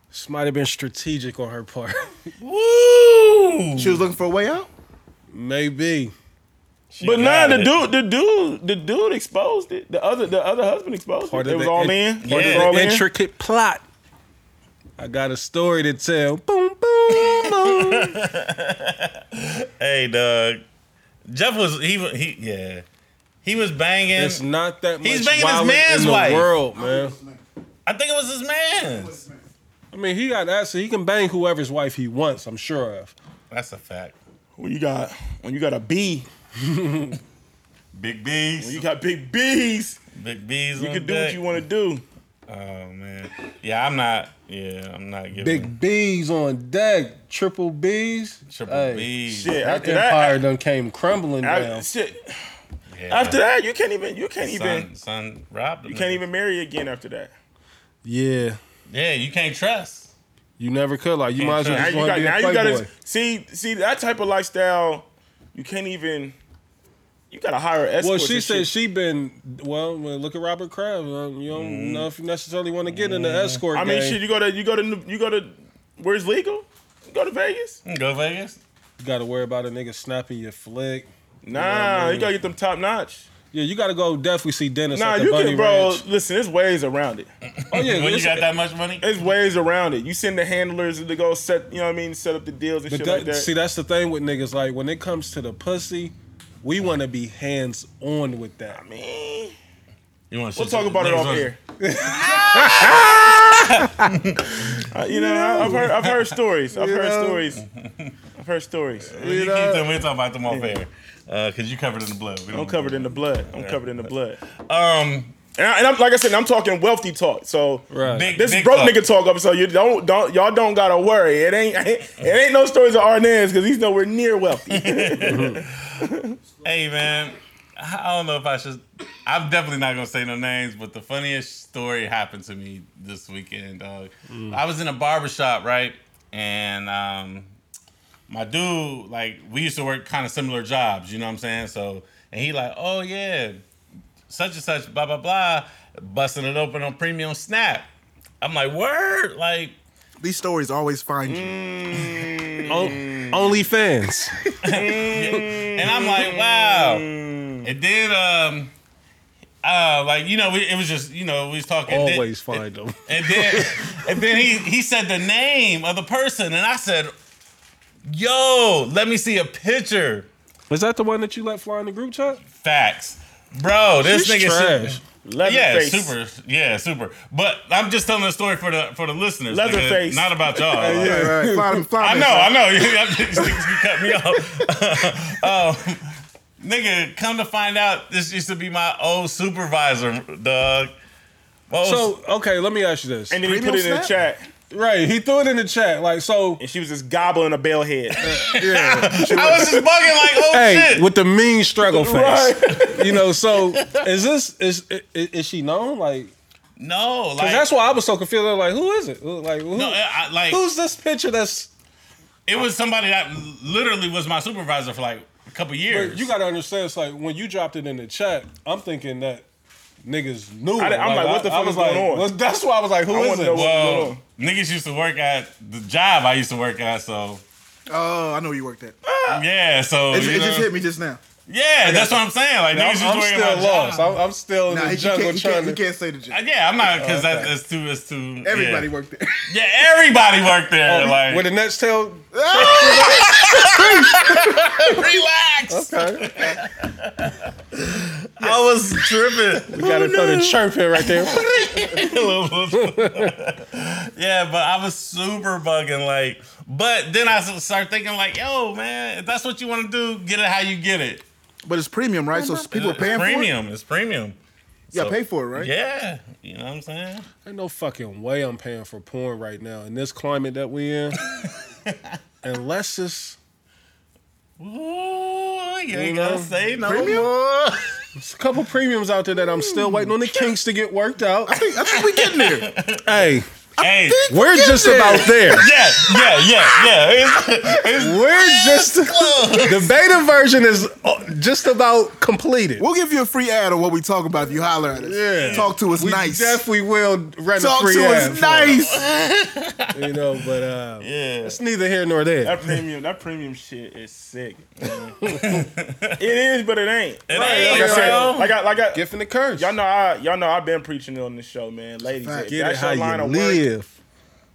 this might have been strategic on her part.
Woo!
She was looking for a way out.
Maybe.
She
But
got
nah, the
it.
dude, the dude, the dude exposed it. The other, the other husband exposed
Part
it.
of
It was
the
all
in-
in.
part
It was
of the
all in.
Intricate plot. I got a story to tell. Boom, boom, boom.
Hey, Doug. Jeff was he wa- he yeah. He was banging.
It's not that much.
He's banging his
violence
man's
in the
wife.
world, man.
I think it was his man's.
I mean, he got that, so he can bang whoever's wife he wants. I'm sure of.
That's a fact.
When you got, when you got a B,
Big B's.
when you got big B's,
Big B's.
you can do what you want to do.
Oh man. Yeah, I'm not. Yeah, I'm not giving
Big B's on deck. Triple B's.
triple
Hey,
B's.
Shit,
That
after
empire
that,
done came crumbling
I- I-
down.
shit.
Yeah.
After that, you can't even, you can't
son,
even,
son robbed.
you can't even marry again after that.
Yeah.
Yeah, you can't trust.
You never could. Like, you
Can't
might as well
try.
just
Now you
want
got,
to be a
now you got
playboy.
to see, see that type of lifestyle. You can't even. You got to hire escorts.
Well, she
and
said
shit.
she been, well, well, look at Robert Kraft. uh, You don't know if you necessarily want to get in the escort
I mean,
game.
shit. You go to, you go to, you go to, where's legal? You go to Vegas.
Mm,
You can Go Vegas.
You got to worry about a nigga snapping your flick.
Nah, you gotta get them top notch.
Yeah, you got to go definitely see Dennis
Nah,
at the
you
Bunny
can, bro.
Ranch.
Listen, there's ways around it.
Oh, yeah.
when you
it's-
got that much money.
There's ways around it. You send the handlers to go set, you know what I mean, set up the deals and
But
shit
that,
like that.
see, that's the thing with niggas. Like, when it comes to the pussy, we want to be hands on with that.
Eh,
You want
we'll talk about it off air. Uh, you know, I- I've heard, I've heard stories. I've heard
know.
stories. I've heard stories.
You keep them. We'll talk about them off air. Uh, cause you covered in the blood. We
I'm
don't-
covered in the blood. I'm covered in the blood.
Um,
And, I, and I'm like I said, I'm talking wealthy talk. So
Right.
big,
This
big
broke
talk.
nigga talk up, so you don't don't y'all don't gotta worry. It ain't it ain't no stories of Arnaz because he's nowhere near wealthy.
Hey man, I don't know if I should. I'm definitely not gonna say no names, but the funniest story happened to me this weekend. Dog. I was in a barbershop, right, and um, my dude, like, we used to work kind of similar jobs. You know what I'm saying? So, and he like, oh yeah, such and such, blah blah blah, busting it open on premium snap. I'm like, word, like,
These stories always find you.
Mm.
mm.
Only fans.
and I'm like, wow.
Mm.
And then, um, uh, like you know, we, it was just you know we was talking. and then-
Always find them.
And then, and then he, he said the name of the person, and I said, "Yo, let me see a picture."
Was that the one that you let fly in the group chat?
Facts, bro. This
She's
nigga,
trash.
yeah,
Leatherface.
super, yeah, super. But I'm just telling the story for the for the listeners. nigga.
Leatherface.
not about y'all.
All right, fly them- fly
I
them.
know, I know. These niggas can cut me off. um, nigga, come to find out, this used to be my old supervisor, dog. Well,
So, okay, let me ask you this.
And then he
Premium
put it in the
snap?
chat,
right, he threw it in the chat. Like, so.
and she was just gobbling a bell head.
I was just bugging like, oh
Hey,
shit.
with the mean struggle face.
Right.
You know, so is this is is, is she known? Like,
no, like
'cause that's why I was so confused. I was like, who is it? Who- Like, who,
No, I, I- like
who's this picture? That's
it was somebody that literally was my supervisor for like a couple years.
you got to understand. It's like when you dropped it in the chat, I'm thinking that niggas knew.
I-
it.
I'm like, what the
I- I
fuck
was
is going
like,
on?
well, that's why I was like, who
I
is
wanna
it?
know what-
well,
Hold
niggas used to work at the job I used to work at, so
Oh, I know you worked at.
yeah, so
It,
you
it
know?
just hit me just now.
yeah, that's what I'm saying. Like
I'm,
niggas used to
I'm
work at
still
my
lost.
job.
I'm, I'm still in
Nah,
the
you
jungle
can't, you,
trying
can't, you
to.
can't say the joke.
Yeah, I'm not because that, that's too. That's too.
Everybody
yeah.
worked there.
Yeah, everybody worked
Um,
there. like,
With the next tail,
relax.
okay.
I was tripping.
We gotta throw the chirp in right there.
yeah, but I was super bugging. Like, but then I start thinking, like, yo, man, if that's what you want to do, get it how you get it.
But it's premium, right? So people are
It's
paying for
premium. It's premium.
it. Yeah,
So-
pay for it, right?
Yeah, you know what I'm saying.
Ain't no fucking way I'm paying for porn right now in this climate that we in. Unless it's
Ooh, you ain't
know,
gonna say no.
Premium?
it's a couple premiums out there that I'm still waiting on the kinks to get worked out.
I think we getting there.
Hey,
Hey,
we're just about there.
yeah, yeah, yeah, yeah. It's- it's-
We're just the beta version is uh, just about completed.
We'll give you a free ad on what we talk about if you holler at us.
Yeah.
Talk to us
we
nice.
definitely will rent
Talk
a free
to
ad,
us nice.
for it, you know. But uh,
yeah.
it's neither here nor there.
That premium, that premium shit is sick. it is, but it ain't.
It
Like
ain't,
I said,
bro.
like I, like I,
Gift and the curse.
y'all know, I, y'all know, I've been preaching it on this show, man. Ladies,
fact.
if
get it
that's
how
your line
you
of work,
live.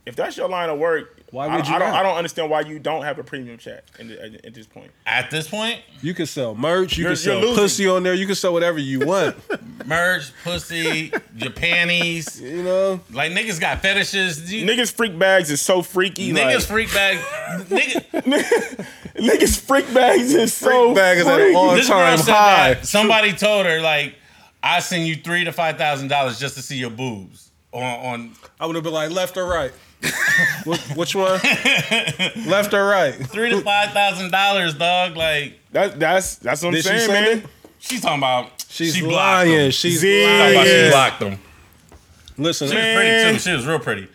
if that's your line of work,
Why
I-
would you
I, don't,
not?
I don't understand why you don't have a premium chat in the, at, at this point.
At this point,
You can sell merch. You
You're-
can sell
you're losing.
pussy on there. You can sell whatever you want.
merch, pussy, your panties.
you know.
Like niggas got fetishes. You,
Niggas freak bags is so freaky.
niggas
like,
freak bag. Nigga,
niggas freak bags is so
Freak bag is at an
freaky.
all-
this girl
All-time
said
high.
that somebody told her like, I send you three to five thousand dollars just to see your boobs on on
I would have been like left or right. Wh- which one? left or right?
three to five thousand dollars, dog. Like
That, that's that's what I'm
Did she
saying,
send
man.
it?
she's talking about.
She's
she blocked
lying.
them.
She's
Zing.
Talking about
lying.
She blocked them.
Listen,
She was pretty too. She was real pretty.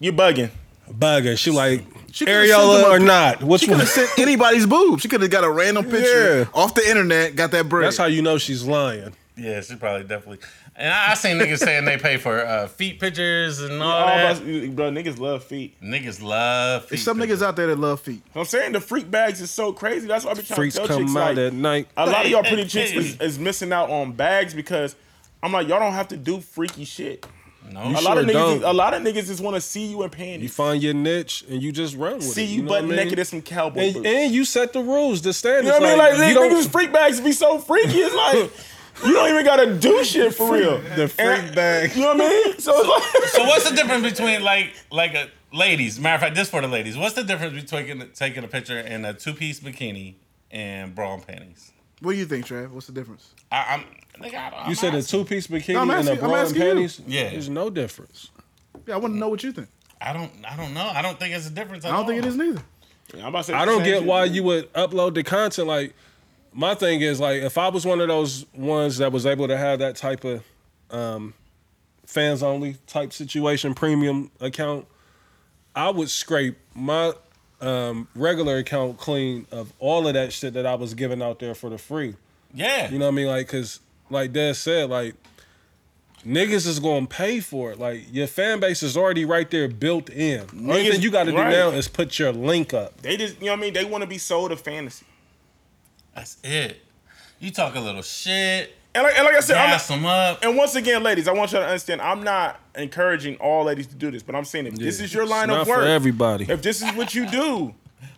You bugging?
bugger. She like
could've sent
areola
them a
or
pic-
not? Which
She could
one?
have sent anybody's boob. She could have got a random picture
Yeah.
off the internet, got that bread.
That's how you know she's lying.
Yeah, she probably definitely. And I, I seen niggas saying they pay for uh, feet pictures and all
All
that.
of us- bro, niggas love feet.
Niggas love feet.
There's some
pictures.
niggas out there that love feet.
I'm saying the freak bags is so crazy. That's why I be trying
Freaks
to tell
come
chicks
out
like,
at night.
a lot of y'all
Hey,
pretty
hey,
chicks
hey.
is, is missing out on bags because I'm like y'all don't have to do freaky shit.
No,
A lot of niggas,
Sure don't.
is, a lot of niggas just want to see you in panties,
You find your niche and you just run with
see
it.
you,
know
butt
what I mean?
naked in some cowboy
And,
boots.
and you set the rules, the standards.
you know what I mean? Like,
you
niggas,
don't-
niggas freak bags be so freaky. It's like you don't even gotta do shit for real. The
freak bag.
You know what I mean? So it's like
So what's the difference between like like a ladies? Matter of fact, this for the ladies. What's the difference between taking, taking a picture in a two piece bikini and bra and panties?
What do you think, Trav? What's the difference?
I, I'm nigga, I, I'm
You said a
asking.
two piece bikini
No, I'm asking-
and a
I'm
bra and
asking you.
panties.
Yeah.
there's no difference.
Yeah, I want to know what you think.
I don't. I don't know. I don't think it's a difference.
I don't think it is neither.
I'm about to say
I
the
don't
same
get
shit.
why you would upload the content. Like, my thing is like, if I was one of those ones that was able to have that type of um, fans only type situation, premium account, I would scrape my um, regular account clean of all of that shit that I was giving out there for the free.
Yeah.
You know what I mean? Like, cause like Dad said, like niggas is gonna pay for it. Like your fan base is already right there built in. Only
Niggas-
thing you gotta do
right.
now is put your link up.
They just, you know what I mean? They want to be sold a fantasy.
That's it. You talk a little shit.
And like, and like I said, I'm not,
Gas them up.
and once again, ladies, I want you all to understand I'm not encouraging all ladies to do this, but I'm saying if this is your line
Not
of work,
for everybody.
if this is what you do,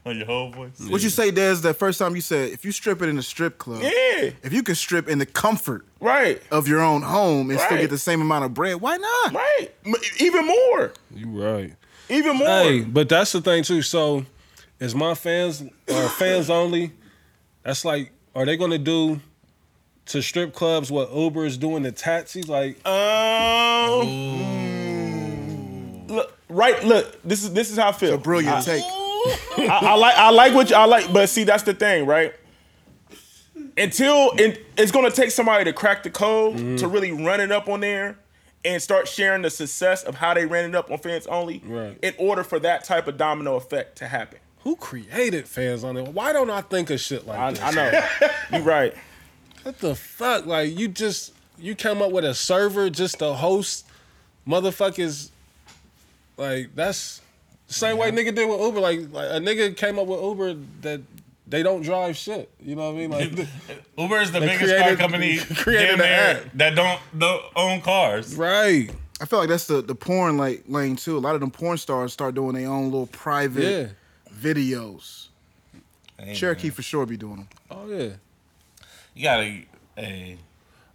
On your whole voice.
What you say, Des? That first time you said, if you strip it in a strip club,
yeah,
if you can strip in the comfort
right,
of your own home and still
Right.
get the same amount of bread, why not?
right, M- even more,
You right.
even more.
Hey, but that's the thing too. So is my fans or fans only? That's like, are they gonna do to strip clubs what Uber is doing to taxis? Like
Um, look, right, look, this is this is how I feel.
A brilliant take.
I, I like I like what you, I like, but see, that's the thing, right? Until it, it's gonna take somebody to crack the code
Mm-hmm.
to really run it up on there and start sharing the success of how they ran it up on fans only,
Right.
in order for that type of domino effect to happen.
who created fans on it? Why don't I think of shit like
I,
this?
I know, you're right.
What the fuck? Like you just you came up with a server just to host motherfuckers. Like that's same way nigga did with Uber. Like, like a nigga came up with Uber that they don't drive shit. You know what I mean? Like
Uber is the biggest car
created-
company
created
damn
the
near,
app.
that don't don't own cars.
right.
I feel like that's the the porn like lane too. A lot of them porn stars start doing their own little
Yeah.
private videos.
Hey,
Cherokee for sure be doing them.
Oh yeah.
you gotta Hey.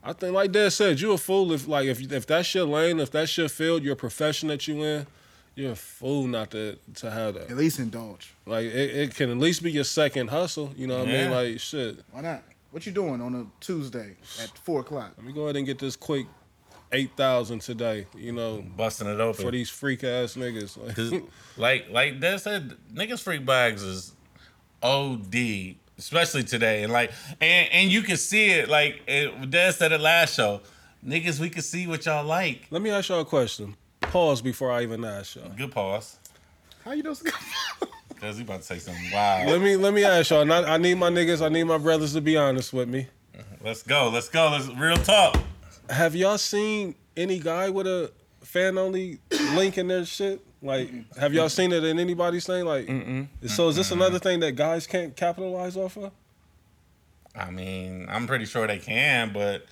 I think, like Dad said, you a fool if like if if that's your lane, if that's your field, your profession that you in, you're a fool not to to have
At
that.
least indulge.
Like it, it can at least be your second hustle. You know what I mean?
Yeah.
Like shit.
Why not? What you doing on a Tuesday at four o'clock?
Let me go ahead and get this quick eight thousand today. You know
Busting it open.
for these freak ass niggas. Like,
'Cause, like like that said, niggas freak bags is OD, especially today. And like and and you can see it like it, Dad said it last show. Niggas, we can see what y'all like.
Let me ask y'all a question. Pause before I even ask y'all.
Good pause.
How you doing?
Cause we about to say something wild.
Let me let me ask y'all. and I, I need my niggas. I need my brothers to be honest with me.
Let's go. Let's go. Let's real talk.
Have y'all seen any guy with a fan only link in their shit? Like, have y'all seen it in anybody's thing? Like, so is this another thing that guys can't capitalize off of?
I mean, I'm pretty sure they can, but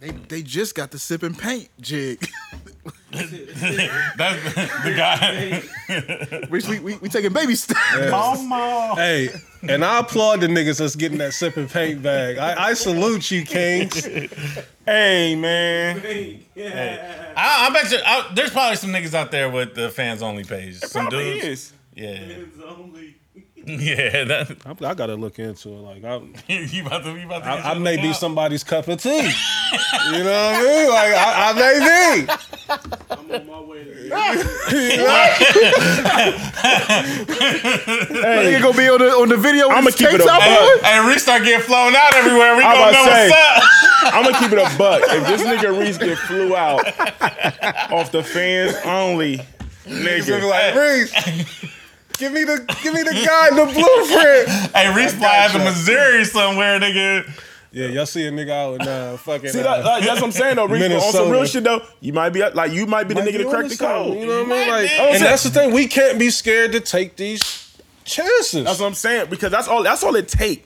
They they just got the sip and paint jig.
that's the guy.
we, we, we, we taking baby steps.
Mama.
Hey, and I applaud the niggas that's getting that sip and paint bag. I, I salute you, Kings.
Hey man,
Yeah.
I, I bet you I, there's probably some niggas out there with the fans only page. Some
probably
dudes.
is.
Yeah.
It's only.
Yeah. That,
I, I gotta look into it. Like, I,
you about to, you about to get
I, I
your
may
look
be
out.
somebody's cup of tea. You know what I mean? Like, I, I may be.
I'm on my way to.
They gonna be on the on the video.
I'ma keep it up.
Hey, hey, Rick start getting flown out everywhere. We
I'm
gonna
about
know
to say.
what's up.
I'm gonna keep it a buck. If this nigga Reese get flew out off the fans only, nigga,
Like, Reese, give me the give me the guide, the blueprint.
Hey, Reese flies to Missouri somewhere, nigga.
Yeah, y'all see a nigga out in uh, fucking.
See, that, that- that's what I'm saying though. Reese, but on some
Minnesota.
real shit though, you might be like you might be the nigga that cracked the code.
You know what I mean? Like,
Might be.
and that's the thing. We can't be scared to take these chances.
That's what I'm saying because that's all. That's all it take.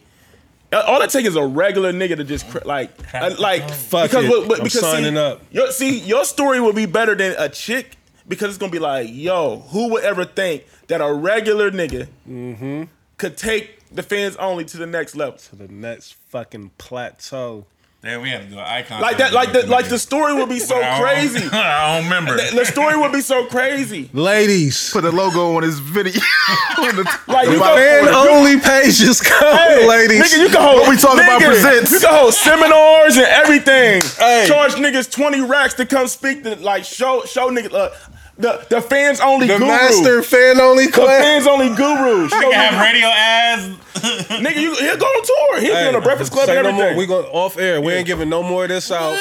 Uh, All it take is a regular nigga to just cra- like, uh, like
Fuck it. I'm signing
see,
up.
Your, see, your story will be better than a chick because it's gonna be like, yo, who would ever think that a regular nigga
Mm-hmm.
could take the fans only to the next level?
the next fucking plateau.
Damn, we had to do an icon.
Like that, like the like the story would be so crazy.
I don't remember.
The story would be so crazy.
Ladies,
Put the logo on his video. on the,
Like you
about-
go,
and only pages come,
Hey,
ladies.
Nigga, you can hold.
What we talking about
nigga,
presents.
You can hold seminars and everything.
Hey.
Charge niggas twenty racks to come speak to like show show niggas uh, the the fans only
the
guru.
master fan only
The
class.
fans only guru. Show
Nigga
niggas-
have radio ads.
nigga, you, he'll go on tour. He'll be on the Breakfast Club
say
and
no more.
everything.
We going off air. We ain't giving no more of this out.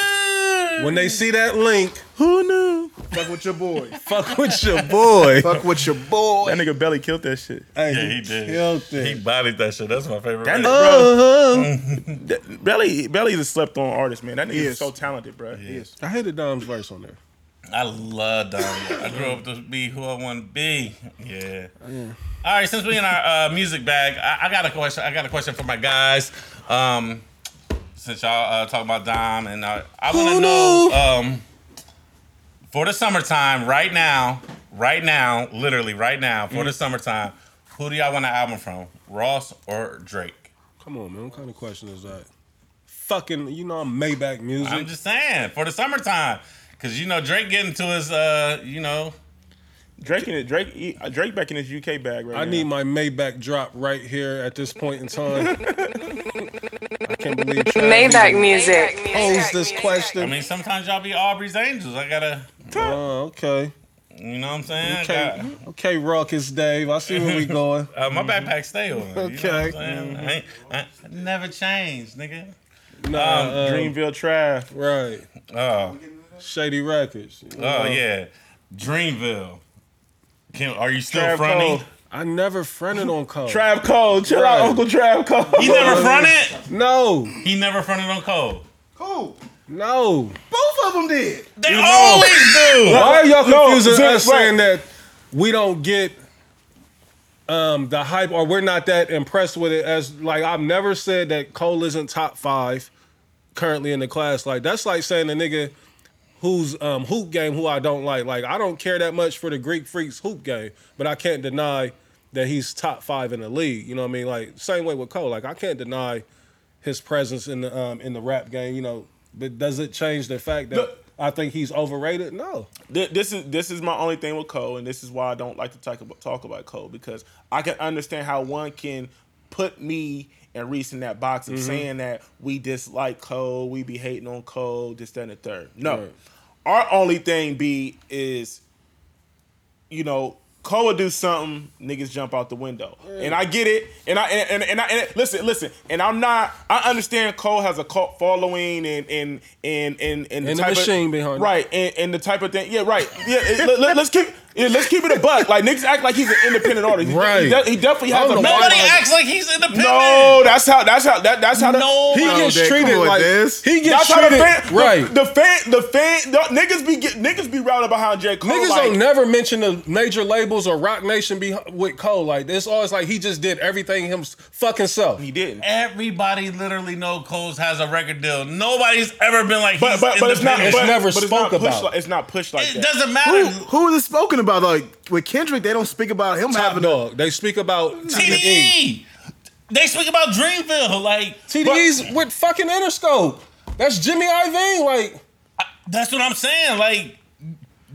When they see that link,
Who knew?
fuck with your boy.
fuck with your boy.
Fuck with your boy.
That nigga Belly killed that shit.
Hey,
Yeah, he did.
Killed
He
it.
bodied that shit. That's my favorite.
That
That
nigga, bro,
Uh-huh.
that- Belly Belly's a slept on artist, man. That nigga is
is.
so talented, bro.
Yes.
I hated Dom's verse on there.
I love Donnie. I grew up to be who I want to be. Yeah. All right, since we in our uh, music bag, I, I got a question. I got a question for my guys. Um, since y'all uh, talking about Dom, and uh, I want to know um, for the summertime, right now, right now, literally right now, for the summertime, who do y'all want an album from, Ross or Drake?
Come on, man. What kind of question is that? Fucking, you know, I'm Maybach music.
I'm just saying for the summertime, because you know Drake getting to his, uh, you know,
Drake in it. Drake he- uh, Drake back in his UK bag right
I
now.
need my Maybach drop right here at this point in time. I can't believe Travis
Maybach music.
posed this
I
question.
mean sometimes y'all be Aubrey's angels. I gotta.
Oh, okay.
You know what I'm saying? I
Okay,
got-
okay, Ruckus Dave. I see where we going.
uh, my backpack stay on.
Okay.
okay. Mm-hmm. I, ain't, I never changed, nigga.
Nah,
Um,
uh,
Dreamville Trav.
right.
Oh,
Shady Records.
oh yeah. Dreamville. Can, are you still
Trav
fronting?
Cole.
I never fronted on Cole.
Trav Cole. Chill
Oh. Right.
out, Uncle Trav Cole.
He never fronted.
no,
He never fronted on Cole.
Cool.
no.
Both of them did.
They always do.
Why are y'all
No,
confusing
Zip,
us
right.
saying that we don't get um, the hype or we're not that impressed with it as like I've never said that Cole isn't top five currently in the class. Like that's like saying a nigga who's um, hoop game who I don't like. Like I don't care that much for the Greek Freaks hoop game, but I can't deny that he's top five in the league. You know what I mean? Like same way with Cole. Like I can't deny his presence in the um, in the rap game. You know, but does it change the fact that
Look-
I think he's overrated? No.
Th- this is this is my only thing with Cole, and this is why I don't like to talk about talk about Cole because I can understand how one can put me and Reese in that box of
Mm-hmm.
saying that we dislike Cole, we be hating on Cole, this, that, and the third. No,
Right.
our only thing be is, you know. Cole will do something, niggas jump out the window, and I get it. And I and and, and I and listen, listen, and I'm not. I understand Cole has a cult following, and and and and and,
And the
type
machine
of,
behind it.
right right, and, and the type of thing. Yeah, right. Yeah, it- let, let, let's keep yeah, let's keep it a buck. Like niggas act like he's an independent artist. He-
Right.
He, de- he definitely
I
has
don't
a
know why
man-
Nobody acts like he's independent.
No, that's how. That's how. That, that's how. The,
no.
He
one.
gets
Dad,
treated
come on,
like
Dez.
he gets
That's how the
treated
fan, the-
right.
The, fan, the fan, the, niggas be get, niggas be routed behind J Cole.
Niggas
like,
don't never mention the major labels or Rock Nation be with Cole. Like it's always like he just did everything him fucking self.
He didn't.
Everybody literally know Coles has a record deal. Nobody's ever been like,
But
he's
but but it's not.
independent.
but,
never
but it's not
spoke
pushed
about.
Like, it's not pushed like
it
that.
doesn't
Who,
matter.
who is it spoken about? Like with Kendrick, they don't speak about him
Top
having a
dog. They speak about E. TDE.
TDE. E. They speak about Dreamville. Like
TDE's E with fucking Interscope. That's Jimmy Iovine. Like
that's what I'm saying. Like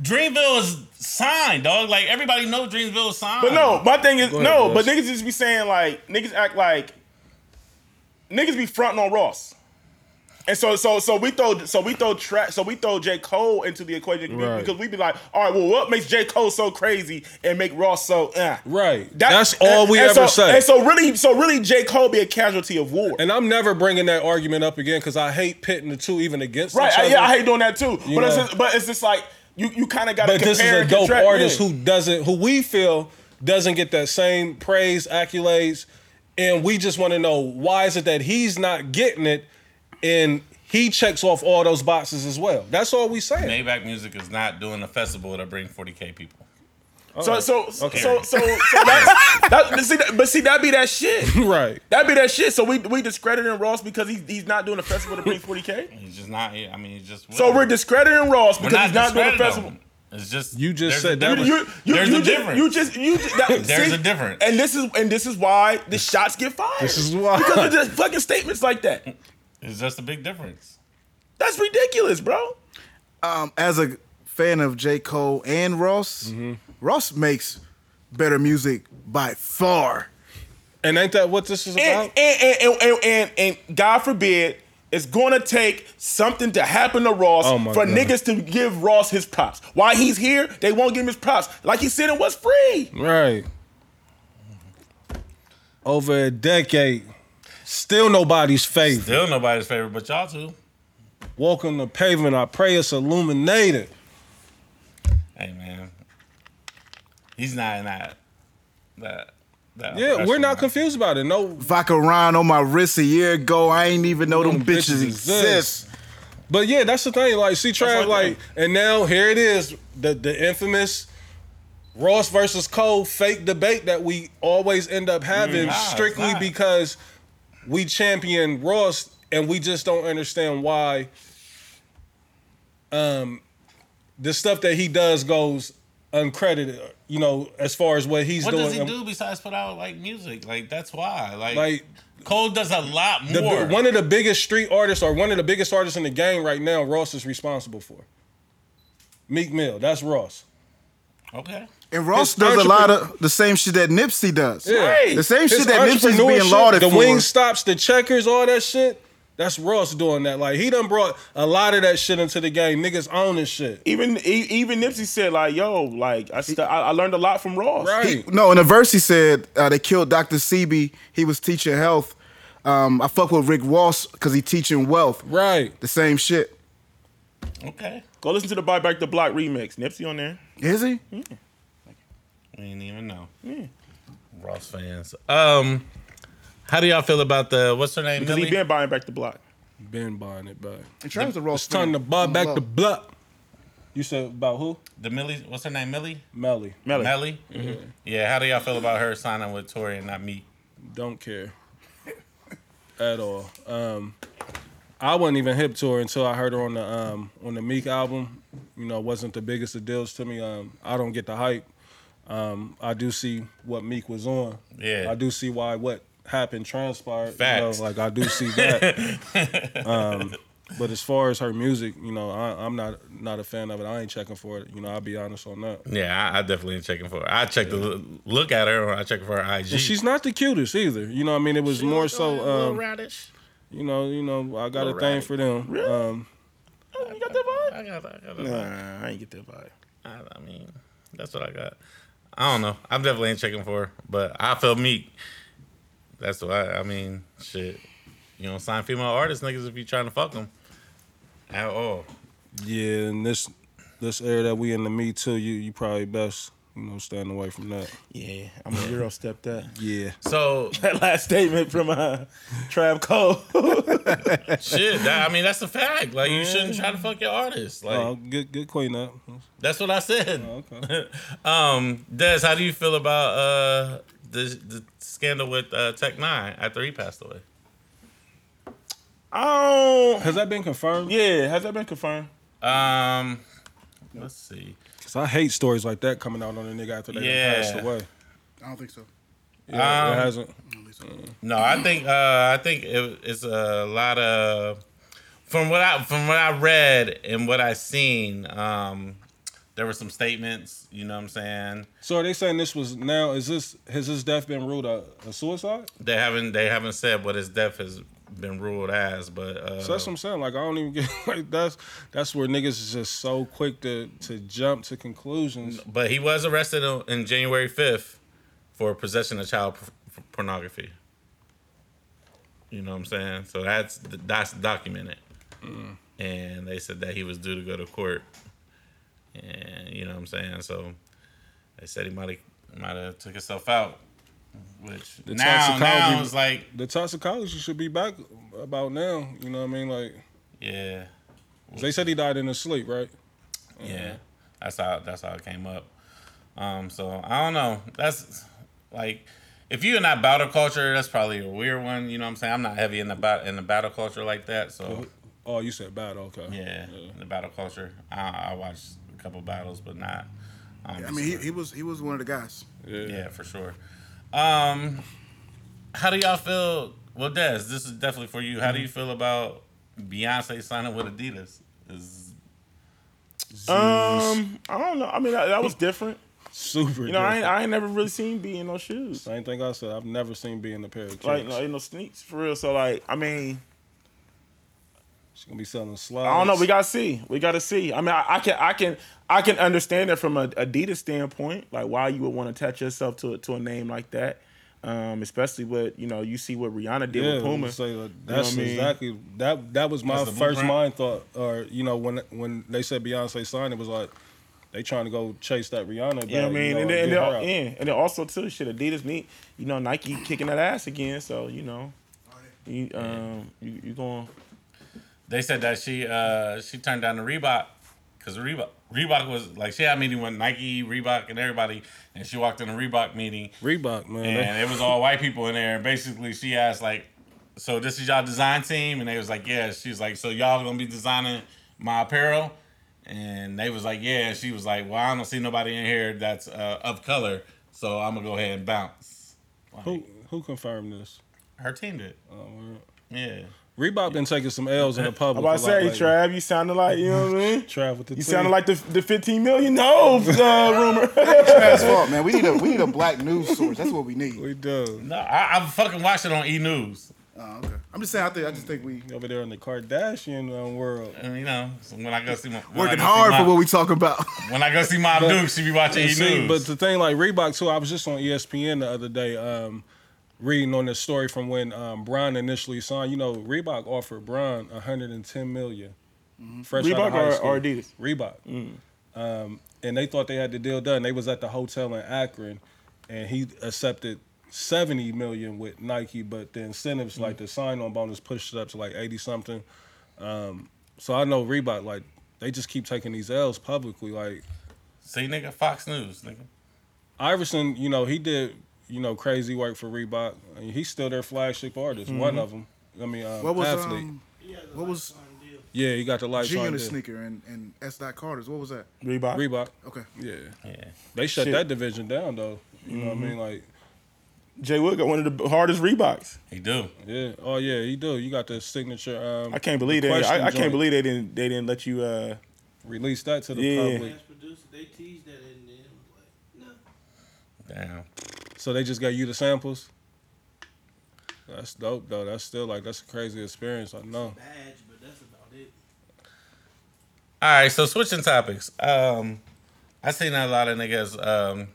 Dreamville is signed, dog. Like everybody knows Dreamville is signed.
But no, my thing is
ahead,
no.
Russ.
But niggas just be saying like niggas act like niggas be fronting on Ross, and so so so we throw so we throw track so we throw J Cole into the equation be-
Right.
because we be like, all right, well, what makes J Cole so crazy and make Ross so eh?
right.
That-
That's all we
and so,
ever say.
And so really, so really, J Cole be a casualty of war.
And I'm never bringing that argument up again because I hate pitting the two even against
right?
each
I,
other.
yeah, I hate doing that too. But it's
know.
just, but it's just like you you kind of got to
but
compare.
this is a
and
dope
contrast.
artist
Yeah.
who doesn't, who we feel doesn't get that same praise, accolades, and we just want to know why is it that he's not getting it, and he checks off all those boxes as well. That's all we saying.
Maybach Music is not doing a festival to bring 40k people.
So so so
Okay.
so, so, that's, that, see, that- but see that be that shit.
Right.
That be that shit. So we we discrediting Ross because he's he's not doing a festival to bring 40k.
He's just not here. I mean, he's just.
So we're discrediting Ross
We're
because he's not doing a
discrediting
festival.
him. It's just
You
there's
just said
a
that
difference.
was-
You, you,
There's
you
a
ju-
difference.
You just you. Just, that,
There's
see?
a difference.
And this is and this is why the shots get fired. This
is why.
because of just fucking statements like that.
it's just a big difference.
That's ridiculous, bro.
um, as a fan of J. Cole and Ross, Ross makes better music by far.
And ain't that what this is
And
about?
and and, and, and, and, and God forbid. It's gonna take something to happen to Ross
Oh my
for
God.
niggas to give Ross his props. While he's here, they won't give him his props. Like he said, it was free.
right. Over a decade, still nobody's favorite.
Still nobody's favorite, but y'all two.
Walking the pavement, I pray it's illuminated.
Hey man, he's not in that. That. that
Yeah, we're
professional.
not confused about it. No,
Vodka Ryan on my wrist a year ago. I ain't even know them, bitches, exist.
But yeah, that's the thing. Like, see, Trav,
That's my
like,
thing.
and now here it is, the the infamous Ross versus Cole fake debate that we always end up having
Mm, Nah, it's
strictly
not.
because we champion Ross and we just don't understand why um the stuff that he does goes uncredited, you know, as far as what he's
What
doing.
does he
And,
do besides put out like music? Like that's why. Like,
Like
Cole does a lot
the,
more.
one of the biggest street artists or one of the biggest artists in the game right now, Ross is responsible for. Meek Mill, that's Ross.
okay.
And Ross
His
does a lot
entrepre-
of the same shit that Nipsey does.
Right.
The same
His
shit that Nipsey's being
entrepreneurship,
lauded
the
for.
wing stops, the checkers, all that shit. That's Ross doing that. Like he done brought a lot of that shit into the game. Niggas own this shit.
even e- even Nipsey said like, "Yo, like I st- I I learned a lot from Ross."
He-
Right.
no, in the verse he said uh, they killed Dr. Sebi. He was teaching health. Um, I fuck with Rick Ross because he teaching wealth.
Right.
The same shit.
Okay.
Go listen to the "Buy Back the Block" remix. Nipsey on there.
Is he?
We didn't even know. Hmm. Ross fans. Um, how do y'all feel about the what's her name?
Because
Millie?
he been buying back the block.
Been buying it back.
In terms of Ross,
It's time to buy back the block. You said about who?
the Millie. What's her name? Millie.
Melly.
Melly.
Melly. Yeah. How do y'all feel about her signing with Tori and not me?
Don't care. At all. Um I wasn't even hip to her until I heard her on the um on the Meek album. You know, wasn't the biggest of deals to me. Um I don't get the hype. Um I do see what Meek was on.
Yeah.
I do see why what happened, transpired. you
Facts.
know, like I do see that. um, but as far as her music, you know, I, I'm not not a fan of it. I ain't checking for it. You know, I'll be honest on that.
Yeah, I, I definitely ain't checking for her. I checked the look at her, or I checked for her IG.
And she's not the cutest either. You know, what I mean, it was more so. Um,
radish.
you know, you know, I got a
Little
thing
rowdy.
for them.
Really?
Um,
Oh, You got that vibe?
I got, I got,
Nah, I ain't get that vibe.
I, I mean, that's what I got. I don't know. I'm definitely ain't checking for her, but I feel meek. That's why. I mean, shit. You know, sign female artists, niggas, if you trying to fuck them at all.
yeah, and this this era that we in the Me Too, you you probably best you know stand away from that.
Yeah, I'm a Euro step that.
Yeah,
So
That last statement from uh, Trav Cole.
shit. That, I mean, that's a fact. Like, you shouldn't try to fuck your artists. Like,
uh, good good clean up.
that's what I said.
Okay.
Um, Des, how do you feel about uh the the scandal with uh, Tech Nine after he passed away?
oh,
Has that been confirmed?
yeah. Has that been confirmed?
Um, let's see.
Cause I hate stories like that coming out on a nigga after they done
Yeah.
passed away.
I don't think so.
Yeah,
Um,
it hasn't.
I don't think so.
No, I think uh, I think it, it's a lot of from what I from what I read and what I seen. Um, there were some statements. You know what I'm saying?
So are they saying this was now? Is this has his death been ruled a, a suicide?
They haven't they haven't said what his death has been ruled as, but uh,
So that's what I'm saying. Like I don't even get like that's that's where niggas is just so quick to to jump to conclusions.
but he was arrested on, in January 5th for possession of child p- p- pornography. You know what I'm saying? So that's that's documented. And they said that he was due to go to court. And you know what I'm saying? So they said he might have might have took himself out. Which now, now
toxicology-
it's like
The toxicology should be back about now. You know what I mean? Like
yeah,
they said he died in his sleep, right?
Yeah, that's how that's how it came up. Um, so I don't know. That's like if you're not battle culture, that's probably a weird one. You know what I'm saying? I'm not heavy in the bat in the battle culture like that. So
Oh, you said bad. Okay.
yeah, in the battle culture. I, I watched a couple battles, but not. Um,
I mean, he, he was he was one of the guys.
Yeah.
yeah, for sure. Um, how do y'all feel? Well, Des, this is definitely for you. How
Mm-hmm.
do you feel about Beyonce signing with Adidas? Is
Um, I don't know. I mean, that, that was different.
Super.
You know, I ain't,
different.
I ain't never really seen B in no shoes.
Same thing I said. I've never seen B in a pair of kicks.
Like, no, in no sneaks for real. So, like, I mean,
She's gonna be selling slides.
I don't know. We gotta see. We gotta see. I mean, I, I can, I can, I can understand it from a Adidas standpoint, like why you would want to attach yourself to to a name like that, um, especially with you know you see what Rihanna did
Yeah,
with
Puma.
Puma.
Say, like, that's
what I mean?
exactly that. That was my
That's the
first
blueprint.
mind thought, or you know, when when they said Beyonce signed, it was like they trying to go chase that Rihanna. Bag,
You know what I mean? and,
know, and
then, and,
get
then,
her out.
yeah, and then also too, shit, Adidas need you know Nike kicking that ass again. So you know, you um, you you going
They said that she uh she turned down the Reebok because Reebok Reebok was like she had a meeting with Nike, Reebok, and everybody, and she walked in a Reebok meeting
Reebok man.
and it was all white people in there. And basically, she asked like, "So this is y'all design team?" And they was like, "Yeah." She's like, "So y'all gonna be designing my apparel?" And they was like, "Yeah." And she was like, "Well, I don't see nobody in here that's uh, of color, so I'm gonna go ahead and bounce." Like,
who who confirmed this?
Her team did.
Um,
Yeah.
Reebok been taking some L's in the
I'm
public.
about to
a lot
say,
lately.
Trav, you sounded like you know what I mean.
Trav with the
You sounded like the the 15 million no uh, rumor.
That's fault, man. We need a we need a black news source. That's what we need.
we do
No, I, I fucking watched it on E News.
Oh, okay. I'm just saying. I think I just think we
over there in the Kardashian um, world.
And you know, so when I go see my when I
working
go see
hard
my-
for what we talking about.
When I go see my Duke, she be watching E
And
News.
see, but the thing like Reebok too, I was just on E ESPN the other day, um, reading on this story from when um, Brian initially signed. You know, Reebok offered Brian 110 million. Fresh
Mm-hmm.
out
Reebok
of high
or-
school.
or Adidas?
Reebok. Um, and they thought they had the deal done. They was at the hotel in Akron, and he accepted 70 million with Nike, but the incentives like the sign-on bonus pushed it up to like 80 something. Um, so I know Reebok like they just keep taking these L's publicly. Like
see, nigga, Fox News, nigga.
Iverson, you know, he did, you know, crazy work for Reebok. I mean, he's still their flagship artist, one of them. I mean, um,
What was
athlete.
um,
He has a
What was-
lifetime deal.
yeah, he got the lights
G
on
Unit
there.
sneaker and and S. Dot Carter's? What was that?
Reebok.
Reebok.
Okay.
Yeah,
Yeah.
they shut
Shit.
that division down though. You know what I mean? Like
Jay Wood got one of the hardest Reeboks.
He do.
Yeah. Oh yeah, you do. You got the signature. Um,
I can't believe they.
Question
I, I can't
joint.
believe they didn't. They didn't let you. Uh,
release that to the
Yeah.
public.
As producer, they teased that in there. I'm like, no.
Damn.
So they just got you the samples. That's dope though. That's still like that's a crazy experience. I know.
Badge, but that's about it.
All right, so switching topics. Um, I seen a lot of niggas. Um,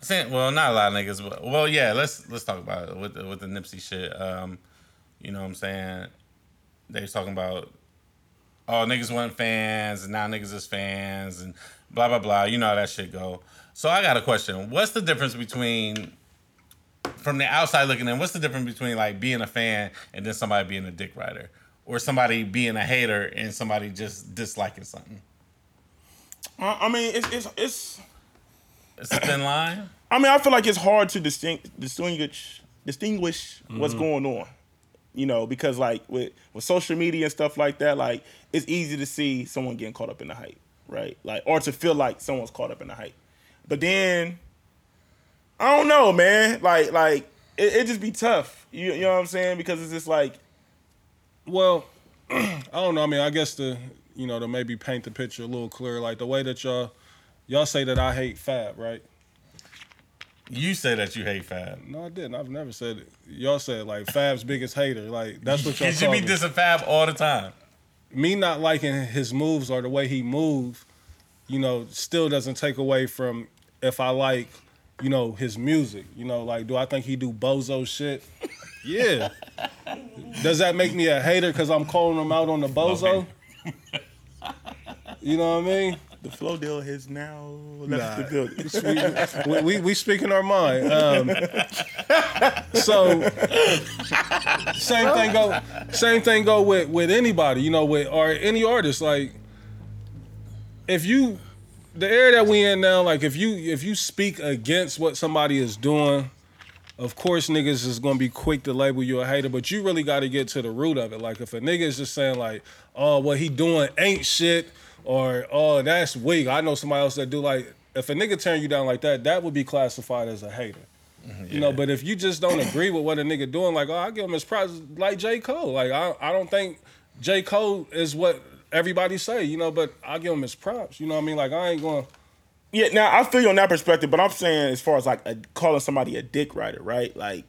I seen well, not a lot of niggas, but well, yeah. Let's let's talk about it with the, with the Nipsey shit. Um, you know what I'm saying? They was talking about oh niggas weren't fans, and now niggas is fans, and blah blah blah. You know how that shit go. So I got a question. What's the difference between from the outside looking in, what's the difference between like being a fan and then somebody being a dick rider, or somebody being a hater and somebody just disliking something?
I, I mean, it's, it's it's.
It's a thin line.
I mean, I feel like it's hard to distinct, distinguish distinguish what's going on. You know, because like with with social media and stuff like that, like it's easy to see someone getting caught up in the hype, right? Like, or to feel like someone's caught up in the hype. But then, I don't know, man. Like, like it, it just be tough. You you know what I'm saying? Because it's just like
Well, I don't know. I mean, I guess the you know to maybe paint the picture a little clearer, like the way that y'all y'all say that I hate Fab, right?
You say that you hate Fab.
No, I didn't. I've never said it. Y'all said like Fab's biggest hater. Like that's what y'all
Because you
call
be
me.
dissing Fab all the time.
me not liking his moves or the way he moved, you know, still doesn't take away from if I like, you know, his music. You know, like do I think he do bozo shit? Yeah. Does that make me a hater because I'm calling him out on the bozo? You know what I mean?
the flow deal has now left the building.
we, we, we speaking our mind. Um, so same thing go same thing go with with anybody, you know, with or any artist. Like if you the area that we in now, like if you if you speak against what somebody is doing, of course niggas is gonna be quick to label you a hater, but you really gotta get to the root of it. Like if a nigga is just saying like, oh what he doing ain't shit or oh that's weak. I know somebody else that do like if a nigga tearing you down like that, that would be classified as a hater. You know, but if you just don't agree with what a nigga doing, like, oh, I give him his props, like J. Cole. Like, I, I don't think J. Cole is what everybody say, you know, but I give him his props. You know what I mean? Like, I ain't going,
Yeah, now I feel you on that perspective, but I'm saying as far as like a, calling somebody a dick rider, right? Like,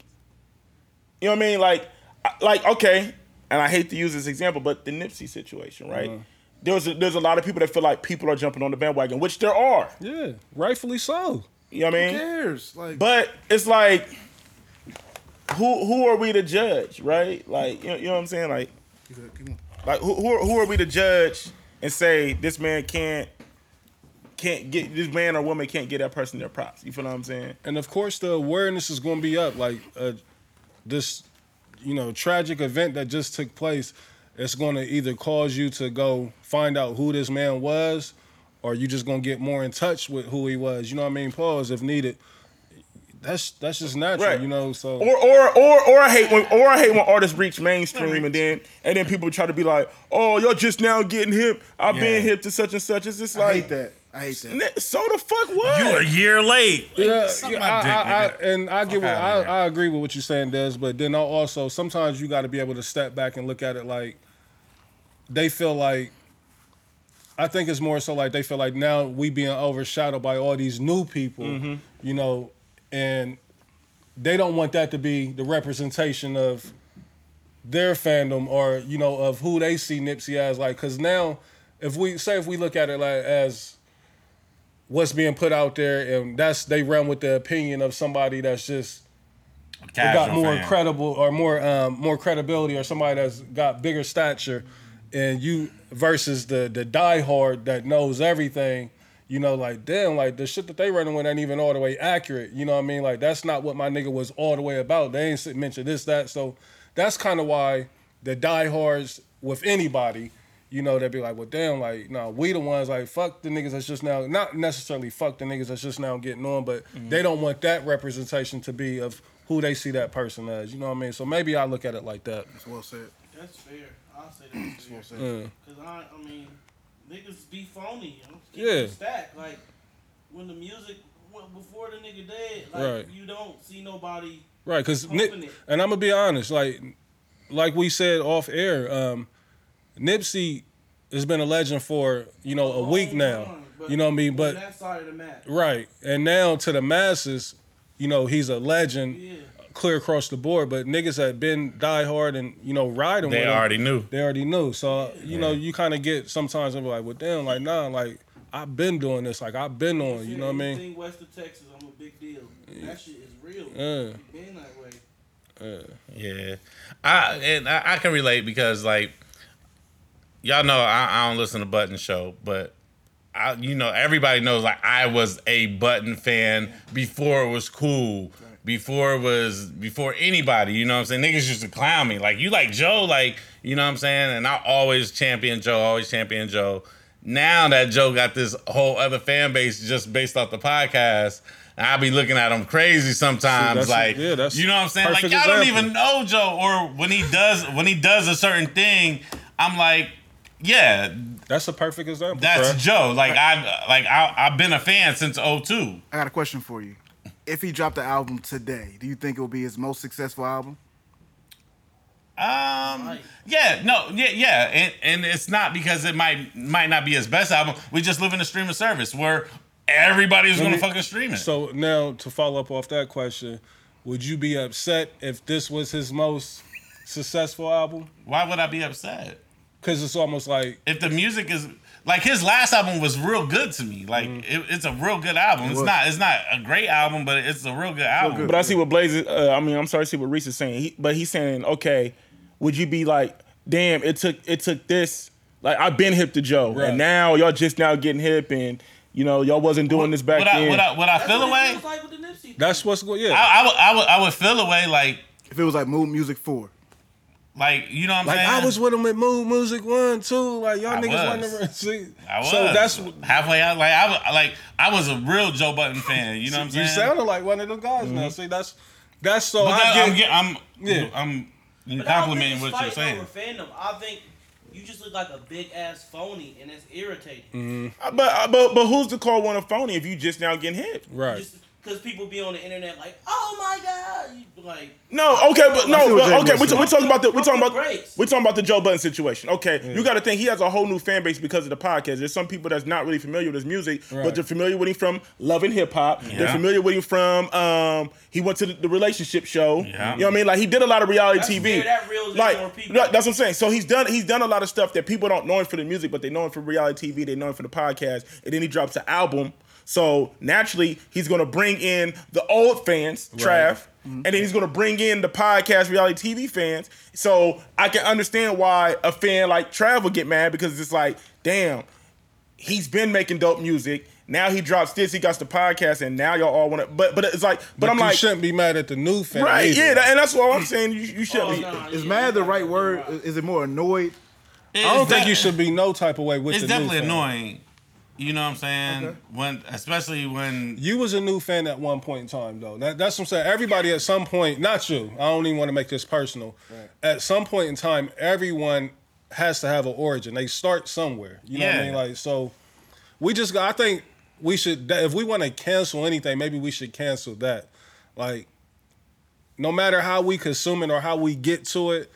you know what I mean? Like, I- like okay, and I hate to use this example, but the Nipsey situation,
Uh-huh.
right? There's a, there's a lot of people that feel like people are jumping on the bandwagon, which there are.
yeah, rightfully so.
You know what I mean?
Who cares? Like,
But it's like, who who are we to judge, right? Like, you know, you know what I'm saying? Like,
Keep it- keep going.
like who, who are- who are we to judge and say this man can't can't get this man or woman can't get that person their props? You feel what I'm saying?
And of course, the awareness is going to be up. Like, uh, this, you know, tragic event that just took place, it's going to either cause you to go find out who this man was, or you just going to get more in touch with who he was. You know what I mean? Pause if needed. That's that's just natural,
Right.
you know. So
Or or or or I hate when or I hate when artists reach mainstream and then and then people try to be like, oh, you're just now getting hip. I've been
Yeah.
hip to such and such. It's just
I
like
hate that. I hate that.
n- So the fuck
You a
what?
year late.
Yeah,
Suck
yeah,
my
I,
dick,
I,
nigga.
I, and I get what,
outta
I,
here.
I agree with what you're saying, Des. But then I also sometimes you got to be able to step back and look at it like they feel like. I think it's more so like they feel like now we being overshadowed by all these new people,
Mm-hmm.
you know, and they don't want that to be the representation of their fandom or you know of who they see Nipsey as like because now if we say if we look at it like as what's being put out there and that's they run with the opinion of somebody that's just
Casual
got more
fan.
credible or more um, more credibility or somebody that's got bigger stature and you versus the the diehard that knows everything you know like damn like the shit that they running with ain't even all the way accurate you know what i mean like that's not what my nigga was all the way about they ain't mention this that so that's kind of why the diehards with anybody you know they'd be like well damn like nah we the ones like fuck the niggas that's just now not necessarily fuck the niggas that's just now getting on but they don't want that representation to be of who they see that person as. You know what I mean? So maybe I look at it like that.
That's well said.
That's fair. I'll say that's fair.
That's well said.
Yeah.
Cause I, I mean, niggas be phony. You know? Keep
Yeah.
it Stack like when the music w- before the nigga dead. Like
Right.
you don't see nobody.
Right, because Nip,
Pumping it.
and I'm gonna be honest, like, like we said off air, um, Nipsey has been a legend for you know a week
long
now.
time, but
You know what I mean?
on
But
that side of the map.
right, and now to the masses, you know he's a legend,
Yeah.
clear across the board. But niggas had been diehard and you know riding.
They
with him.
already knew.
They already knew. So you know you kind of get sometimes I'm like, well, damn, like nah, like I've been doing this, like I've been on. You know what I mean?
Anything west of Texas, I'm a big deal. That shit is real.
Yeah.
It Been that way.
Yeah, I and I, I can relate because like y'all know I, I don't listen to Button Show, but I you know everybody knows like I was a Button fan before it was cool, before it was before anybody. You know what I'm saying? Niggas used to clown me like you like Joe, like you know what I'm saying, and I always champion Joe, always champion Joe. Now that Joe got this whole other fan base just based off the podcast. I be looking at him crazy sometimes,
that's-
like
yeah, that's
you know what I'm saying. Like y'all
perfect
don't
example.
even no Joe or when he does when he does a certain thing, I'm like, yeah,
That's a perfect example.
that's
bruh.
Joe. Like I like I I've been a fan since 02.
I got a question for you. If he dropped the album today, do you think it will be his most successful album?
Um yeah, no, yeah, yeah. And and it's not because it might might not be his best album. We just live in a streaming service where everybody's gonna
me-
fucking stream it.
So now to follow up off that question, would you be upset if this was his most successful album?
Why would I be upset?
Because it's almost like
If the music is like his last album was real good to me. Like it, it's a real good album. It's
was.
not it's not a great album, but it's a real good album.
good.
But I see what Blaze is. Uh, I mean, I'm sorry, I see what Reese is saying. He, but he's saying, okay, would you be like, damn, it took it took this. Like I've been hip to Joe,
Right.
and now y'all just now getting hip, and you know y'all wasn't doing this back
would I,
then.
would I, would I
That's
feel
what it
away?
feels like with the Nipsey.
that's what's going. Yeah,
I, I would, I would, I would feel away like,
If it was like Mood Music 4.
like you know what I'm
like
saying.
I was with him with Mood Music One too. Like y'all
I was.
niggas was. not see.
I was.
So that's you
halfway out. Like I, was- like I was a real Joe Button fan. You know what I'm saying?
sounded like one of them guys now. See that's that's so
But that-
I
I'm,
get.
get, I'm,
Yeah.
I'm, you
But I don't
complimenting
think
what you're
it's fighting
saying.
over Fandom. I think you just look like a big ass phony, and that's irritating.
Mm.
Uh, but but but who's to call one a phony if you just now getting hip?
Right.
because people be on the internet like, oh my god, you, like
No, okay, but
I see
no,
what Jay
but, okay.
was
We're,
saying.
we're talking about the we're talking about
Breaks.
we're talking about the Joe Budden situation. Okay, you got to think he has a whole new fan base because of the podcast. There's some people that's not really familiar with his music, but
Right.
they're familiar with him from loving hip hop. They're
Yeah.
familiar with him from um he went to the, the relationship show.
Yeah.
You know what I mean? Like he did a lot of reality
That's
TV.
weird, that reels in
like
more people.
no, that's what I'm saying. So he's done he's done a lot of stuff that people don't know him for the music, but they know him for reality TV. They know him for the podcast, and then he drops an album. So naturally, he's gonna bring in the old fans, Trav,
Mm-hmm.
and then he's gonna bring in the podcast reality TV fans. So I can understand why a fan like Trav will get mad because it's like, damn, he's been making dope music. Now he drops this, he got the podcast, and now y'all all want to. But but it's like, but,
But
I'm
you
like,
shouldn't be mad at the new fan.
right,
either.
yeah, that- and that's what I'm saying. You, you
oh,
shouldn't.
nah,
Is
yeah,
mad the
you
right
gotta
word?
figure out.
Is it more annoyed?
I don't think you should be no type of way with
It's
the
definitely
new fan.
annoying. You know what I'm saying? When, especially when
You was a new fan at one point in time, though. That, that's what I'm saying. Everybody at some point, not you. I don't even want to make this personal. At some point in time, everyone has to have an origin. They start somewhere. You know what
Yeah.
I mean? Like so, we just. got- I think we should. that- If we want to cancel anything, maybe we should cancel that. Like, no matter how we consume it or how we get to it.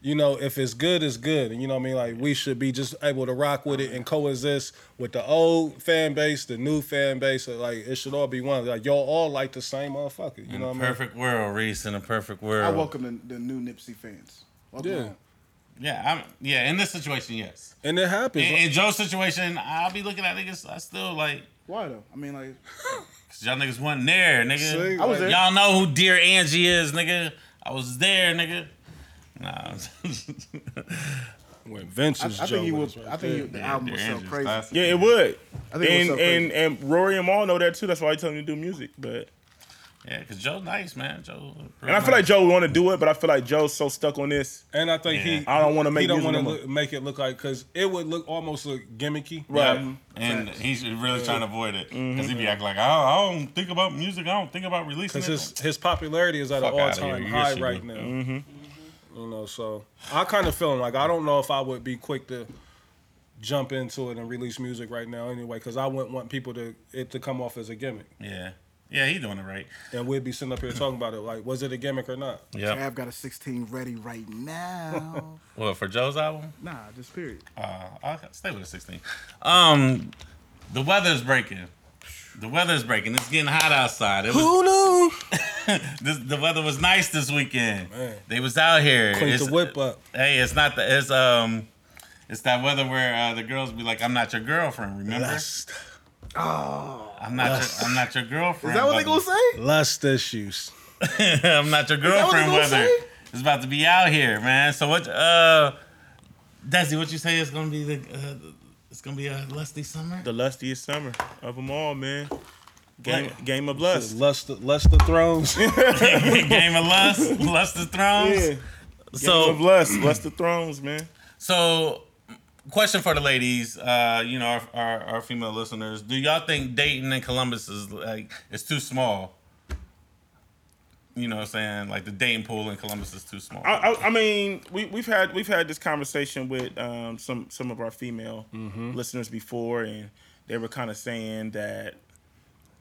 You know, if it's good, it's good. And you know what I mean? Like, we should be just able to rock with it and coexist with the old fan base, the new fan base. Like, it should all be one. Like, y'all all like the same motherfucker. You know what I mean?
perfect world, Reese, in a perfect world.
I welcome the, the new Nipsey fans. Welcome
Yeah.
home.
yeah, I'm, yeah. In this situation, yes.
And it happens.
In, in Joe's situation, I'll be looking at niggas. I still like.
Why though? I mean, like,
you y'all niggas wasn't there, nigga.
See, I was
there.
Y'all know who dear Angie is, nigga. I was there, nigga. Nah.
I,
when
I
Vince's Joe
think he
was.
was. I think he, the album
Dear
was so
Angie's
crazy. I
classic.
Yeah, it would.
think it was
and
so
and
crazy.
and Rory and Maul know that too. That's why I tell him to do music. But
Yeah, cause Joe nice, man. Joe.
and I feel like Joe would want to do it, but I feel like Joe's so stuck on this.
And I think he.
I don't wanna make
He don't
music
want
no more.
to make it look like because it would look almost look gimmicky.
Right.
And he's really trying to avoid it, cause
Mm-hmm.
he be acting like I don't, I don't think about music. I don't think about releasing
Because
it.
his his popularity is at
Fuck
an all
outta here.
time
You
high
should
right
be.
now.
Mm-hmm.
You know, so I kind of feeling like I don't know if I would be quick to jump into it and release music right now anyway, because I wouldn't want people to it to come off as a gimmick.
Yeah. Yeah, he doing it right.
And we'd be sitting up here talking about it like, was it a gimmick or not?
Yeah.
Trav got a 16 ready right now.
Well, for Joe's album,
nah, just period.
uh, I'll stay with the 16. Um, the weather's breaking. The weather's breaking. It's getting hot outside. It was,
Who knew?
this, the weather was nice this weekend.
Man.
They was out here.
Clean the
It's- uh,
whip up.
Hey, it's not the it's um it's that weather where uh, the girls be like, I'm not your girlfriend, remember? I'm not your, I'm not your girlfriend.
Is that what they gonna
weather.
say?
Lust issues.
I'm not your
that what they
girlfriend
gonna
weather.
say?
It's about to be out here, man. So what uh Desi, what you say is gonna be the uh, it's gonna be a lusty summer?
The lustiest summer of them all, man. Game,
Like-
game of lust.
Lust lust the thrones.
Game of lust, lust of thrones.
Yeah.
so
Game of lust, lust of thrones, man.
So, question for the ladies, uh, you know, our, our, our female listeners, do y'all think Dayton and Columbus is like it's too small? You know what I'm saying? Like the Dayton pool in Columbus is too small.
I, I, I mean, we, we've had we've had this conversation with um, some some of our female listeners before, and they were kind of saying that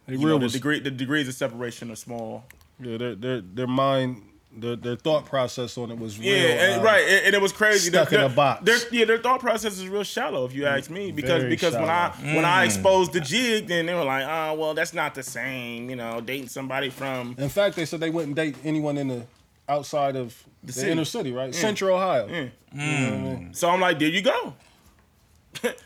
They
you know,
real
the
was,
degree the degrees of separation are small.
yeah, their, their their mind their their thought process on it was real.
Yeah, and,
uh,
right, and, and it was crazy.
stuck
Their-
in a
their-
box. Mm,
Their, yeah, their thought process is real shallow, if you ask me, because
Very
because when I
shallow. Mm.
when I exposed the jig, then they were like, oh, well, that's not the same, you know, dating somebody from
In fact, they said they wouldn't date anyone in the outside of the,
city. Mm.
inner city, right? Central Ohio. Mm.
So I'm like, there you go.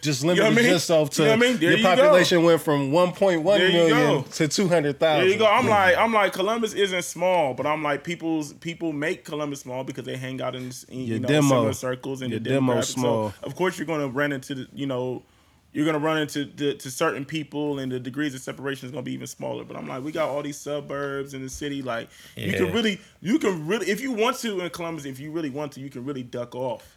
Just
know
limited
what I mean?
yourself to
You know what I mean? There
your
you go.
population went from 1.1
There you go.
million to 200,000.
There you go. I'm like, I'm like, Columbus isn't small, but I'm like, people's people make Columbus small because they hang out in, in you
Your
know
demo.
similar circles and
Your
the
demo's
demographic.
small.
So of course, you're gonna run into the, you know, you're gonna run into the, to certain people, and the degrees of separation is gonna be even smaller. But I'm like, we got all these suburbs in the city. Like, you
Yeah.
can really, you can really, if you want to in Columbus, if you really want to, you can really duck off.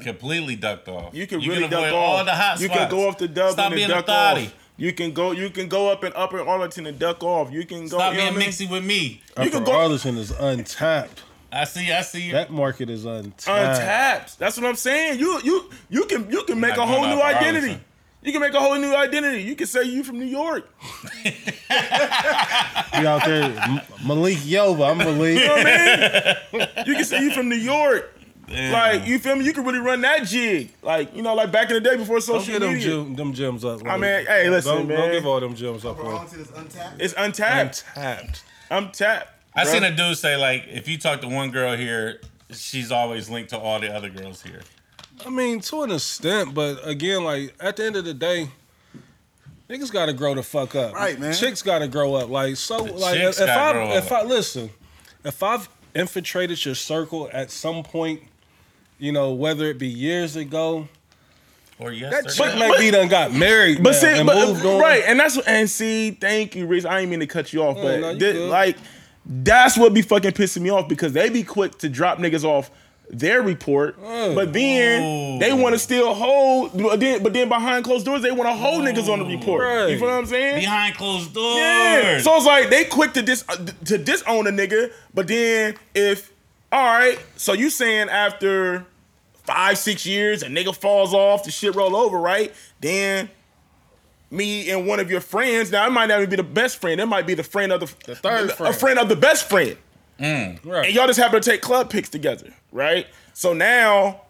Completely ducked off.
You can really duck
avoid
off.
all the hot
you
spots.
can go off the Dublin
Stop
and
being
duck
a thotty.
off. You can go. You can go up in Upper Arlington and duck off. You can go.
Stop
you know
being
what I mean?
mixy with me.
Upper
You can go-
Arlington is untapped.
I see. I see.
That market is untapped.
Untapped. That's what I'm saying. You you you can you can make
not
a whole
going
new
out to
identity.
Arlington.
You can make a whole new identity. You can say you from New York.
You out there, M- Malik Yoba. I'm Malik.
You can say you from New York.
Damn.
Like you feel me? You can really run that jig. Like you know, like back in the day before
Don't
social
get them,
media.
gym, them gyms up.
I mean, hey, listen,
don't,
man.
Don't give all them gyms up. on.
Arlington is untapped.
it's untapped.
Untapped.
Untapped.
I
bruh.
seen a dude say like, if you talk to one girl here, she's always linked to all the other girls here.
I mean, to an extent, but again, like at the end of the day, niggas gotta grow the fuck up.
Right, man.
Chicks gotta grow up. Like so, like
chicks
if I
gotta grow
if
up.
I listen, if I've infiltrated your circle at some point, you know, whether it be years ago,
Or yes,
that
sir.
chick might be done got married,
But
now
see,
and
but,
moved on.
right, and that's what- and see, thank you, Rich. I ain't mean to cut you off, but
no, you
thi-
good.
like that's what be fucking pissing me off because they be quick to drop niggas off their report, but then they want to still hold. But then, but then behind closed doors, they want to hold niggas on the report. You
Right.
feel what I'm saying?
behind closed doors.
Yeah. So it's like they quick to dis uh, to disown a nigga, but then if all right, so you saying after five six years a nigga falls off, the shit roll over, right? Then me and one of your friends. Now it might not even be the best friend. It might be the friend of the,
third
a
friend.
friend of the best friend,
right.
and y'all just happen to take club pics together, right? So now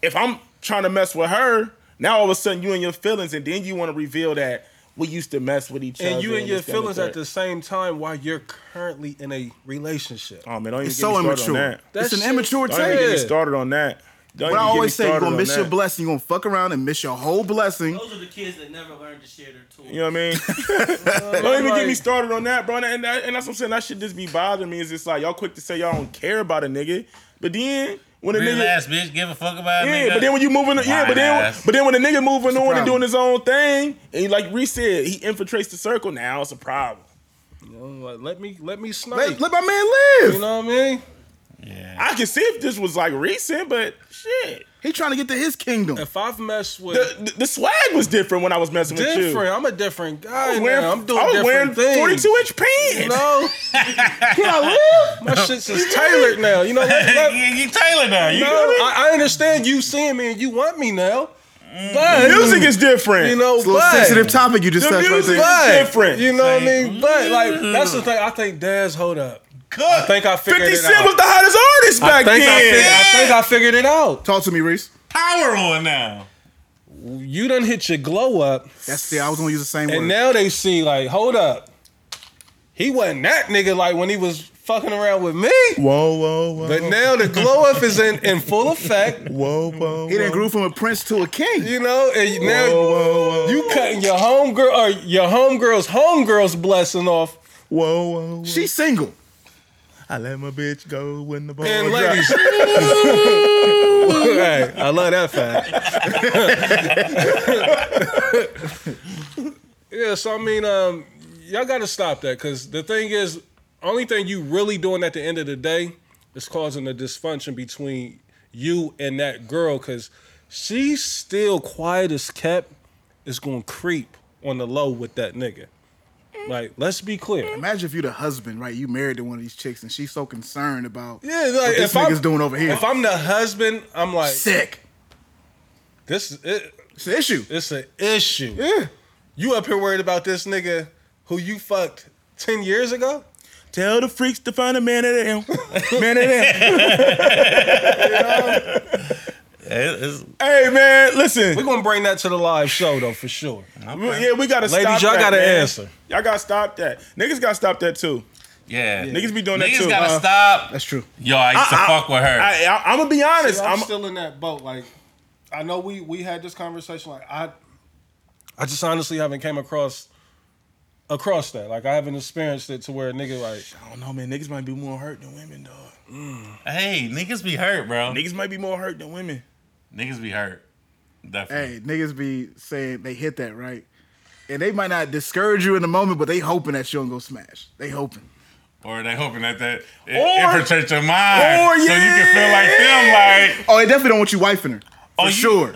if I'm trying to mess with her, now all of a sudden you and your feelings, and then you want to reveal that. We used to mess with each other.
and you and your
this, that, and the
feelings
third.
at the same time while you're currently in a relationship.
Oh man, don't even
It's
get
so
me started on
immature.
that.
That
It's an
shit-
immature
Don't even get me
take.
Yeah.
started on that. Don't
But I
even get me
always say you're
started
gonna
on
miss your
that.
blessing, you're gonna fuck around and miss your whole blessing.
Those are the kids that never learned to share their tools.
You know what I mean? don't even get me
Like-
started on that, bro. And, and, that- and that's what I'm saying. That shit just be bothering me. Is just like y'all quick to say y'all don't care about a nigga, but then when a
Real
nigga,
ass bitch, give a fuck about a
yeah,
nigga.
but then when you moving, yeah,
Lying
but then
ass.
but then when a nigga moving on and
problem?
doing his own thing, and he, like Reese said, he infiltrates the circle. Now it's a problem.
You know, like, let me let me snipe.
Let, let my man live.
you know what I mean?
yeah.
I can see if this was like recent, but shit,
He trying to get to his kingdom.
If I've messed with
the, the, the swag was different when I was messing with you.
different. I'm a different guy
I was wearing-
now. I'm doing
I was
different
wearing
things.
42 inch pants.
You know,
Can I live?
my shit's is tailored now. You know, let, let,
yeah, you Taylor now. You
no, I, I understand you seeing me and you want me now. But
Mm. Music is different.
you know,
It's a little
but
sensitive topic you just
The
touched right
music-
there.
but,
different. mm.
You know what I mean? But like that's the thing. I think Dez, hold up. I think I figured
50
it
Cent
out.
was the hottest artist
I
back
think I,
then.
figured, I think I figured it out.
Talk to me, Reese.
Power on now.
You done hit your glow up,
That's the I was gonna use the same
and
word.
now they see like, hold up, he wasn't that nigga like when he was fucking around with me.
Whoa, whoa, whoa.
But now the glow up is in, in full effect,
whoa, whoa.
he didn't grew from a prince to a king.
you know. And now
whoa,
you cutting your homegirl or your homegirl's homegirl's blessing off.
whoa, whoa.
She's single.
I let my bitch go when the ball
And
dropped.
ladies, Hey, I love that fact. yeah, so I mean, um, y'all got to stop that because the thing is, only thing you really doing at the end of the day is causing a dysfunction between you and that girl because she's still quiet as kept is going to creep on the low with that nigga. Like, let's be clear.
Imagine if you the husband, right? You married to one of these chicks, and she's so concerned about
Yeah, like
what this
if I'm
nigga's doing over here.
if I'm the husband, I'm like
sick.
this. is It,
It's an issue.
It's an issue. Yeah. You up here worried about this nigga who you fucked 10 years ago?
Tell the freaks to find a man of them. Man of them.
It- it's-
hey, man, listen.
We're going to bring that to the live show, though, for sure.
Yeah, we gotta
Ladies,
stop
y'all
that,
gotta
man.
answer.
Y'all gotta stop that. Niggas gotta stop that too.
yeah.
Niggas be doing that
Niggas
too.
gotta
Uh,
stop.
That's true.
Yo, I used to
I-
fuck with her.
I, I, I'm gonna be honest.
I'm,
I'm,
still in that boat. Like, I know we we had this conversation. Like, I
I just honestly haven't came across across that. Like, I haven't experienced it to where a nigga, like,
I don't know, man. Niggas might be more hurt than women, dog.
hey, niggas be hurt, bro.
Niggas might be more hurt than women.
Niggas be hurt. Definitely.
Hey, niggas be saying they hit that right, and they might not discourage you in the moment, but they hoping that you don't go smash. They hoping.
Or they hoping that that it
Or-
infiltrates your mind,
or,
so you can feel like them, like
Oh, they definitely don't want you wifing her. For
Oh,
you-
sure.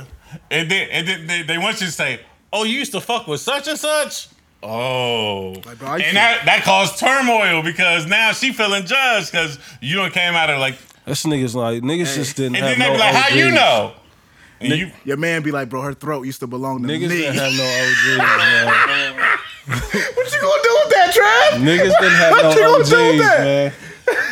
And then, and then they, they want you to say, "Oh, you used to fuck with such and such." Oh,
Like, bro, I used
and
to-
that, that caused turmoil because now she feeling judged because you don't came out of like,
this nigga's like, niggas just didn't
and
have
then they
no
be like, "How you
OGs.
know?" And you,
Your man be like, bro, her throat used to belong to
Niggas
me.
didn't have no OGs, man.
what you gonna do with that, Trav?
Niggas didn't have
What you
no
gonna
OGs,
do with that?
man.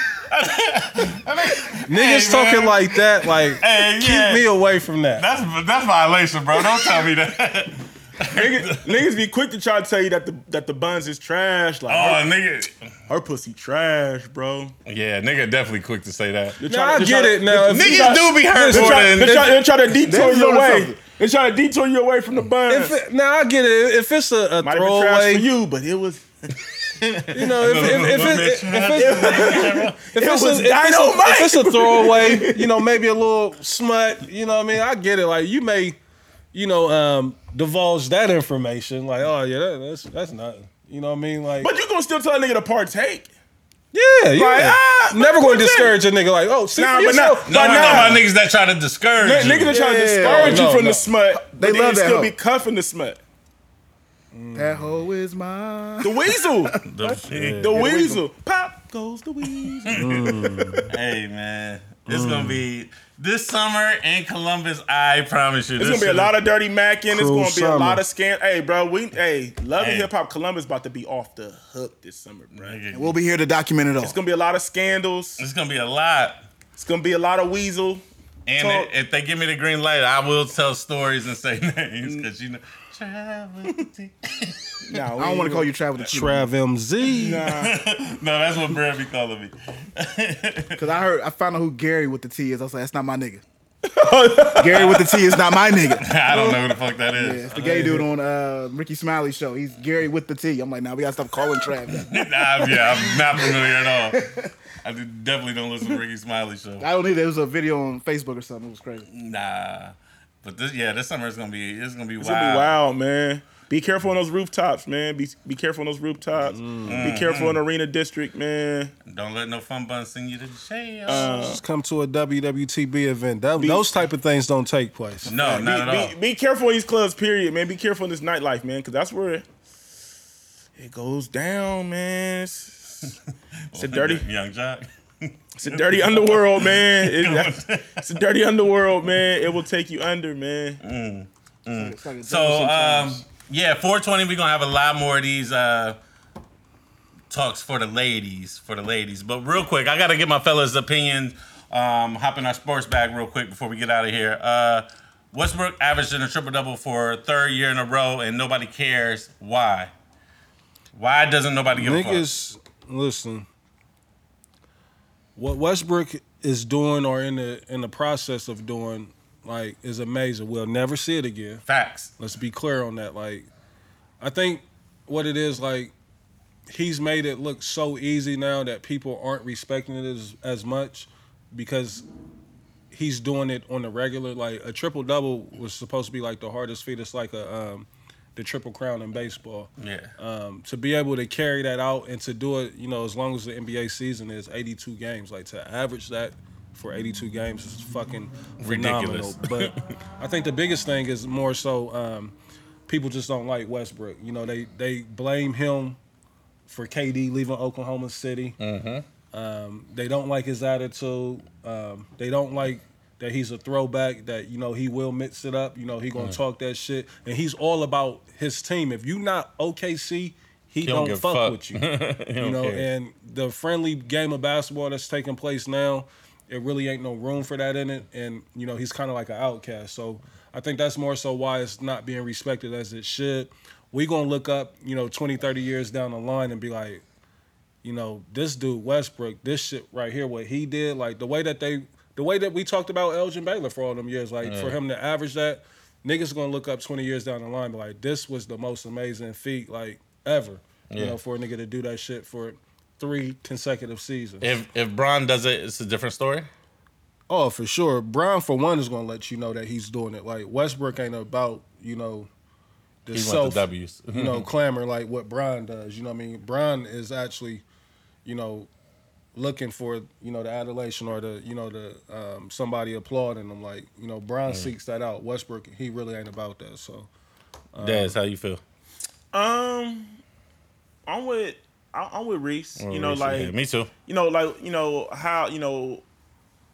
Hey,
Niggas talking
man.
like that, like,
hey,
keep
yeah,
me away from that.
that's that's violation, bro. Don't tell me that.
Niggas, niggas be quick to try to tell you that the that the buns is trash. Like
oh,
her-
nigga,
her, pussy trash, bro.
yeah, nigga, definitely quick to say that.
They're
Now, I
they're
get
to-
it now. If
Niggas do be hurt
They're
more than
trying, they're, trying, they're trying to detour
They're
you
doing
away.
something.
They're trying to detour you away from the buns.
If it, now I get it. If it's a, a
Might have been trash for
throwaway,
you, but it was
you know, if, if, if,
Little
it's-
bitch.
if it's- if it's
was
a- if it's
dynamite.
a- if it's a throwaway, you know, maybe a little smut, you know what I mean? I get it. Like you may, you know, um, divulge that information. Like, oh yeah, that, that's that's nothing. You know what I mean? Like,
But you gonna still tell a nigga to partake.
yeah, yeah.
Like, ah,
Never going
but
to discourage a nigga. Like, oh, see
Nah,
for
but
yourself.
not-
No, I'm
But nah.
talking about niggas that try to discourage
Niggas
you.
are trying to
Yeah.
discourage
No,
you from
no.
the smut.
They
They but
love
love
that
still
hoe.
be cuffing the smut.
That hoe is mine.
The weasel.
The-
the weasel. Pop goes the weasel.
Hey man, it's gonna be this summer in Columbus. I promise you,
It's gonna be a lot of dirty mac in. It's
Cruel
gonna be a lot
summer.
of scam. Hey, bro, we hey, love
Hey.
and hip hop Columbus about to be off the hook this summer, bro. It's
We'll be here to document it all.
gonna be a lot of scandals.
It's gonna be a lot.
It's gonna be a lot of weasel.
And
So-
if they give me the green light, I will tell stories and say names because you know. Travis T.
Nah,
I don't want to call you Travis the Cheetah
Trav MZ.
no, that's what Brad be calling me.
because I heard I found out who Gary with the T is. I was like, that's not my nigga. Gary with the T is not my nigga.
I don't know who the fuck that
Yeah,
is.
it's the gay dude on uh, Ricky Smiley show. He's Gary with the T. I'm like, now nah, we gotta stop calling Trav. that.
Nah, yeah, I'm not familiar at all. I did- definitely don't listen to Ricky Smiley show.
I don't need it. It was a video on Facebook or something. It was
Hmm.
crazy.
Nah, but this yeah, this summer is gonna be it's gonna be
It's gonna
wild.
be wild, man. Be careful on those rooftops, man. Be be careful on those rooftops.
Mm-hmm.
Be careful in Arena District, man.
Don't let no fun bun sing you to jail.
Uh,
Just come to a WWTB event. That, those type of things don't take place.
no, not at all.
Be, be careful in these clubs, period, man. Be careful in this nightlife, man, because that's where it goes down, man. It's, it's a dirty,
young jock.
it's a dirty underworld, man. It- it's a dirty underworld, man. It will take you under, man.
It's like a
So
uh,
double
um,
sometimes.
yeah, 420. We're gonna have a lot more of these uh, talks for the ladies, for the ladies. But real quick, I gotta get my fellas' opinion. Um, hop in our sports bag real quick before we get out of here. Uh, Westbrook averaging a triple double for third year in a row, and nobody cares why. Why doesn't nobody give a fuck?
Niggas, listen. What Westbrook is doing or in the in the process of doing, like, is amazing. We'll never see it again.
Facts.
Let's be clear on that. Like, I think what it is, like, he's made it look so easy now that people aren't respecting it as, as much because he's doing it on the regular. Like, a triple double was supposed to be like the hardest feat. It's like a um, the triple crown in baseball.
Yeah.
Um, to be able to carry that out and to do it, you know, as long as the NBA season is 82 games, like to average that for 82 games is fucking
Ridiculous.
phenomenal. But I think the biggest thing is more so um, people just don't like Westbrook. You know, they they blame him for KD leaving Oklahoma City.
Mm-hmm.
Um, they don't like his attitude. Um, they don't like that he's a throwback. That you know he will mix it up. You know he
Mm.
gonna talk that shit, and he's all about his team. If you not OKC, he
don't
don't,
give a
fuck,
fuck.
with you. you know,
care.
and the friendly game of basketball that's taking place now, it really ain't no room for that in it. And you know he's kind of like an outcast. So I think that's more so why it's not being respected as it should. We gonna look up, you know, 20, 30 years down the line and be like, you know, this dude Westbrook, this shit right here, what he did, like the way that they, the way that we talked about Elgin Baylor for all them years, like for him to average that, niggas gonna look up twenty years down the line, but like this was the most amazing feat like ever, you know, for a nigga to do that shit for three consecutive seasons.
If if Bron does it, it's a different story.
Oh, for sure. Brown for one is gonna let you know that he's doing it. Like Westbrook ain't about you know the
He went
self
to W's.
you know clamor like what Brian does. You know what I mean? Brian is actually you know looking for you know the adulation or the you know the um, somebody applauding him. Like you know Brian seeks that out. Westbrook he really ain't about that. So
Dez, how you feel?
Um, I'm with I- I'm with Reese. You know, like
Yeah, me too.
you know, like you know how you know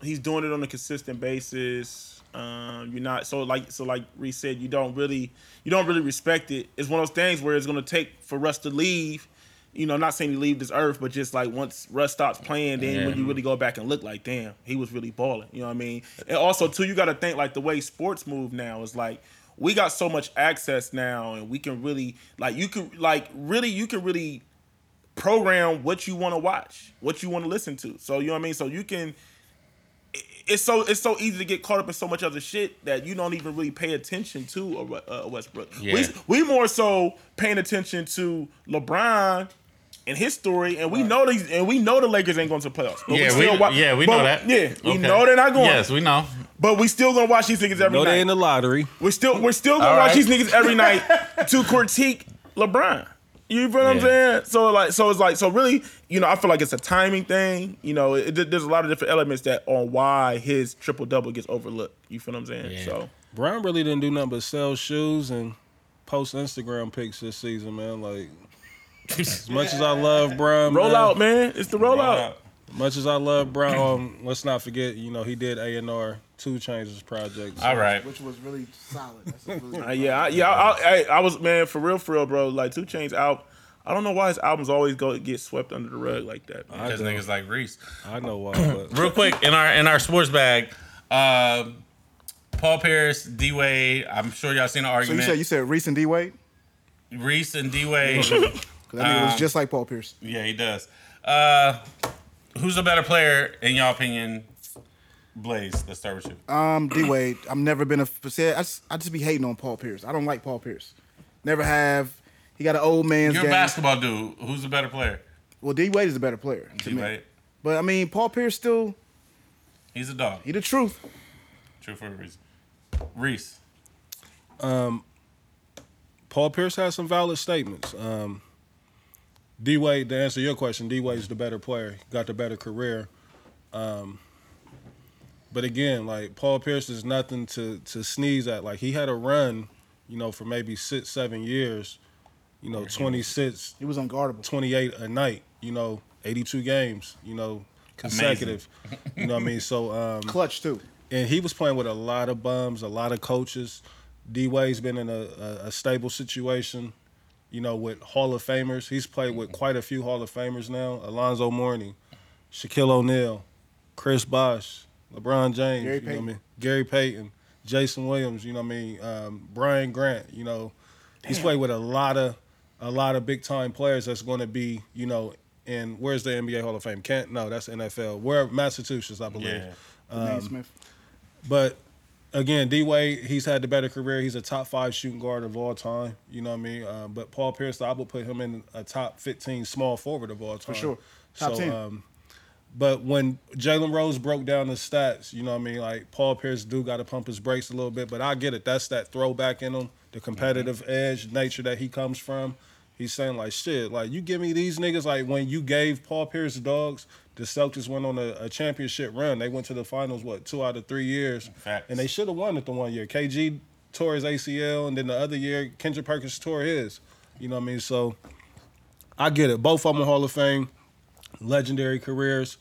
he's doing it on a consistent basis. Um, you're not so like so like Reese said, you don't really you don't really respect it. It's one of those things where it's gonna take for us to leave. You know, not saying he leave this earth, but just like once Russ stops playing, then when you really go back and look like, damn, he was really balling. You know what I mean? And also too, you got to think like the way sports move now is like we got so much access now, and we can really like you can like really you can really program what you want to watch, what you want to listen to. So you know what I mean. So you can. it- It's so it's so easy to get caught up in so much other shit that you don't even really pay attention to a, Ru- uh, a Westbrook.
Yeah.
We we more so paying attention to LeBron and his story, and we know these, and we know the Lakers ain't going to the playoffs. But
Yeah,
still
we,
wa-
yeah, we
but-
know that.
Yeah, we
Okay.
know they're not going.
Yes, we know.
but we still gonna watch these niggas every
no,
night.
they in the lottery.
We're still we're still gonna
All
watch
right.
these niggas every night to critique LeBron. You feel what I'm
Yeah.
saying? So like so it's like so really you know I feel like it's a timing thing. You know it, it- there's a lot of different elements that on why his triple double gets overlooked. You feel what I'm saying?
Yeah.
So
Brown really didn't do nothing but sell shoes and post Instagram pics this season, man. Like as much as I love Brown,
roll
man,
out, man. It's the rollout.
Much as I love Brown, um, let's not forget, you know, he did A and R two changes project.
All right.
which was really solid. That's a really
Uh, yeah, I, yeah. I, I, I was man for real, for real, bro. Like Two Chains out. I don't know why his albums always go get swept under the rug like that. man.
Because niggas like Reese.
I know why, but
Real quick in our in our sports bag, um, Paul Pierce, D Wade. I'm sure y'all seen the
So you
argument.
said you said Reese and D Wade?
Reese and D Wade.
'Cause that
Uh,
nigga was just like Paul Pierce.
yeah, he does. Uh, who's a better player in your opinion? Blaze, let's start with you.
Um, D Wade. I've never been a said. I just, I just be hating on Paul Pierce. I don't like Paul Pierce. Never have. He got an old man's
You're a
game.
basketball dude. Who's a better player?
Well, D Wade is a better player to
D
me.
Wade.
But I mean, Paul Pierce still
He's a dog.
he the truth.
True for a reason. Reese.
Paul Pierce has some valid statements. Um, D Wade, to answer your question, D Wade's the better player, got the better career. Um, but again, like Paul Pierce is nothing to to sneeze at. Like he had a run, you know, for maybe six, seven years, you know, twenty six,
He was unguardable.
28 a night, you know, 82 games, you know, consecutive. You know what I mean? So, um,
Clutch too.
and he was playing with a lot of bums, a lot of coaches. D Wade's been in a, a, a stable situation, you know, with Hall of Famers. He's played with quite a few Hall of Famers now: Alonzo Mourning, Shaquille O'Neal, Chris Bosh, LeBron
Gary
James, you know what I
Payton.
mean? Gary Payton, Jason Williams, you know what I mean? Um, Brian Grant, you know, he's played with a lot of a lot of big time players that's going to be, you know, in where's the NBA Hall of Fame? Kent? No, that's NFL. Where Massachusetts, I believe.
Yeah.
Um,
Smith.
But again, D Wade, he's had the better career. He's a top five shooting guard of all time. You know what I mean? Uh, but Paul Pierce, I would put him in a top 15 small forward of all time. For
sure. Top 10.
uh, Um, but when Jalen Rose broke down the stats, you know what I mean? Like Paul Pierce do got to pump his brakes a little bit, but I get it. That's that throwback in him, the competitive edge nature that he comes from. He's saying like shit, like you give me these niggas like when you gave Paul Pierce dogs, the Celtics went on a, a championship run. They went to the finals what two out of three years,
Facts.
and they should have won it the one year. KG tore his ACL, and then the other year Kendrick Perkins tore his. You know what I mean? So I get it. Both of them are Hall of Fame, legendary careers.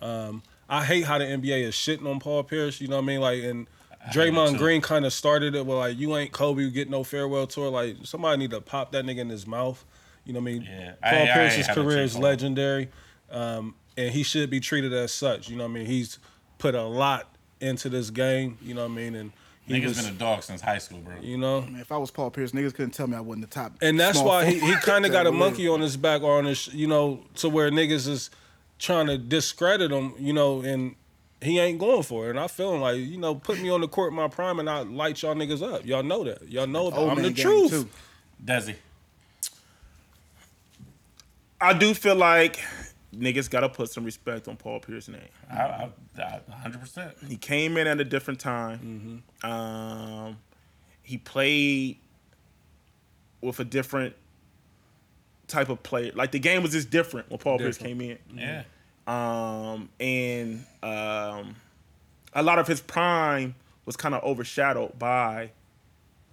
Um, I hate how the NBA is shitting on Paul Pierce. You know what I mean? Like, and Draymond Green kind of started it with like, "You ain't Kobe. You get no farewell tour." Like, somebody need to pop that nigga in his mouth. You know what I mean?
Yeah. I-
Paul
I- I
Pierce's
haven't
career
seen
is
Paul.
legendary, um, and he should be treated as such. You know what I mean? He's put a lot into this game. You know what I mean? And he
Nigga's
was,
been a dog since high school, bro.
you know,
Man, if I was Paul Pierce, niggas couldn't tell me I wasn't the top.
and that's
small
why he, he
forward.
kind of got a
Yeah.
monkey on his back or on his, you know, to where niggas is trying to discredit him, you know, and he ain't going for it. And I feeling like, you know, put me on the court in my prime and I light y'all niggas up. Y'all know that. Y'all know that.
Old
I'm
man
the
game,
truth.
too.
Desi.
I do feel like niggas gotta put some respect on Paul Pierce's name.
I, I, I, 100%.
He came in at a different time. Um, he played with a different type of player. Like the game was just different when Paul Pierce
Different.
came in.
Yeah.
um, and um, a lot of his prime was kind of overshadowed by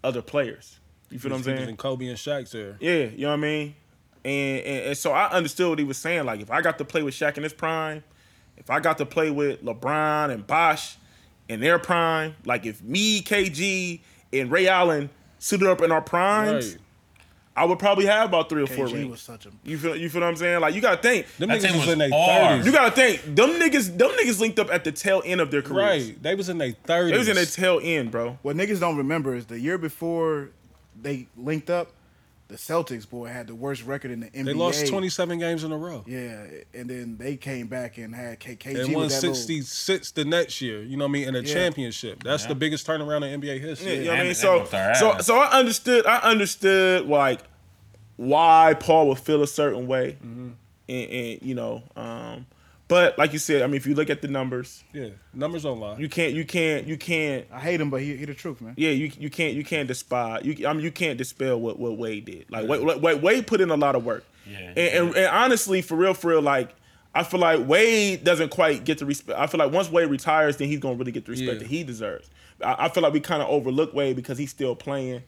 other players. You feel what I'm saying?
And Kobe and Shaq's there.
Yeah, you know what I mean? And, and and so I understood what he was saying. Like, if I got to play with Shaq in his prime, if I got to play with LeBron and Bosh in their prime, like if me, KG, and Ray Allen suited up in our primes,
Right.
I would probably have about three or four
KG was
rings.
such a.
You feel you feel what I'm saying? Like you gotta think.
Them
That
niggas
team
was,
was
in their
hard.
30s.
You gotta think. Them niggas, them niggas linked up at the tail end of their careers.
right. They was in their 30s.
It was in the tail end, bro.
What niggas don't remember is the year before they linked up, the Celtics boy had the worst record in the NBA.
they lost 27 games in a row.
Yeah, and then they came back and had KKG
And won
with that little,
66 the next year, you know what I mean, in a championship. That's the biggest turnaround in NBA
Yeah,
history.
you know what I
And
mean?
it
So,
whooped our
so,
ass.
so I understood. I understood like why Paul would feel a certain way, and, and you know, um, but like you said, I mean, if you look at the numbers,
Yeah. Numbers don't lie.
you can't, you can't, you can't.
I hate him, but he, he the truth, man.
Yeah, you you can't you can't despise you. I mean, you can't dispel what, what Wade did. Like Wade, Wade, Wade put in a lot of work.
Yeah,
and,
he
and and honestly, for real, for real, like I feel like Wade doesn't quite get the respect. I feel like once Wade retires, then he's gonna really get the respect
Yeah.
that he deserves. I, I feel like we kind of overlook Wade because he's still playing,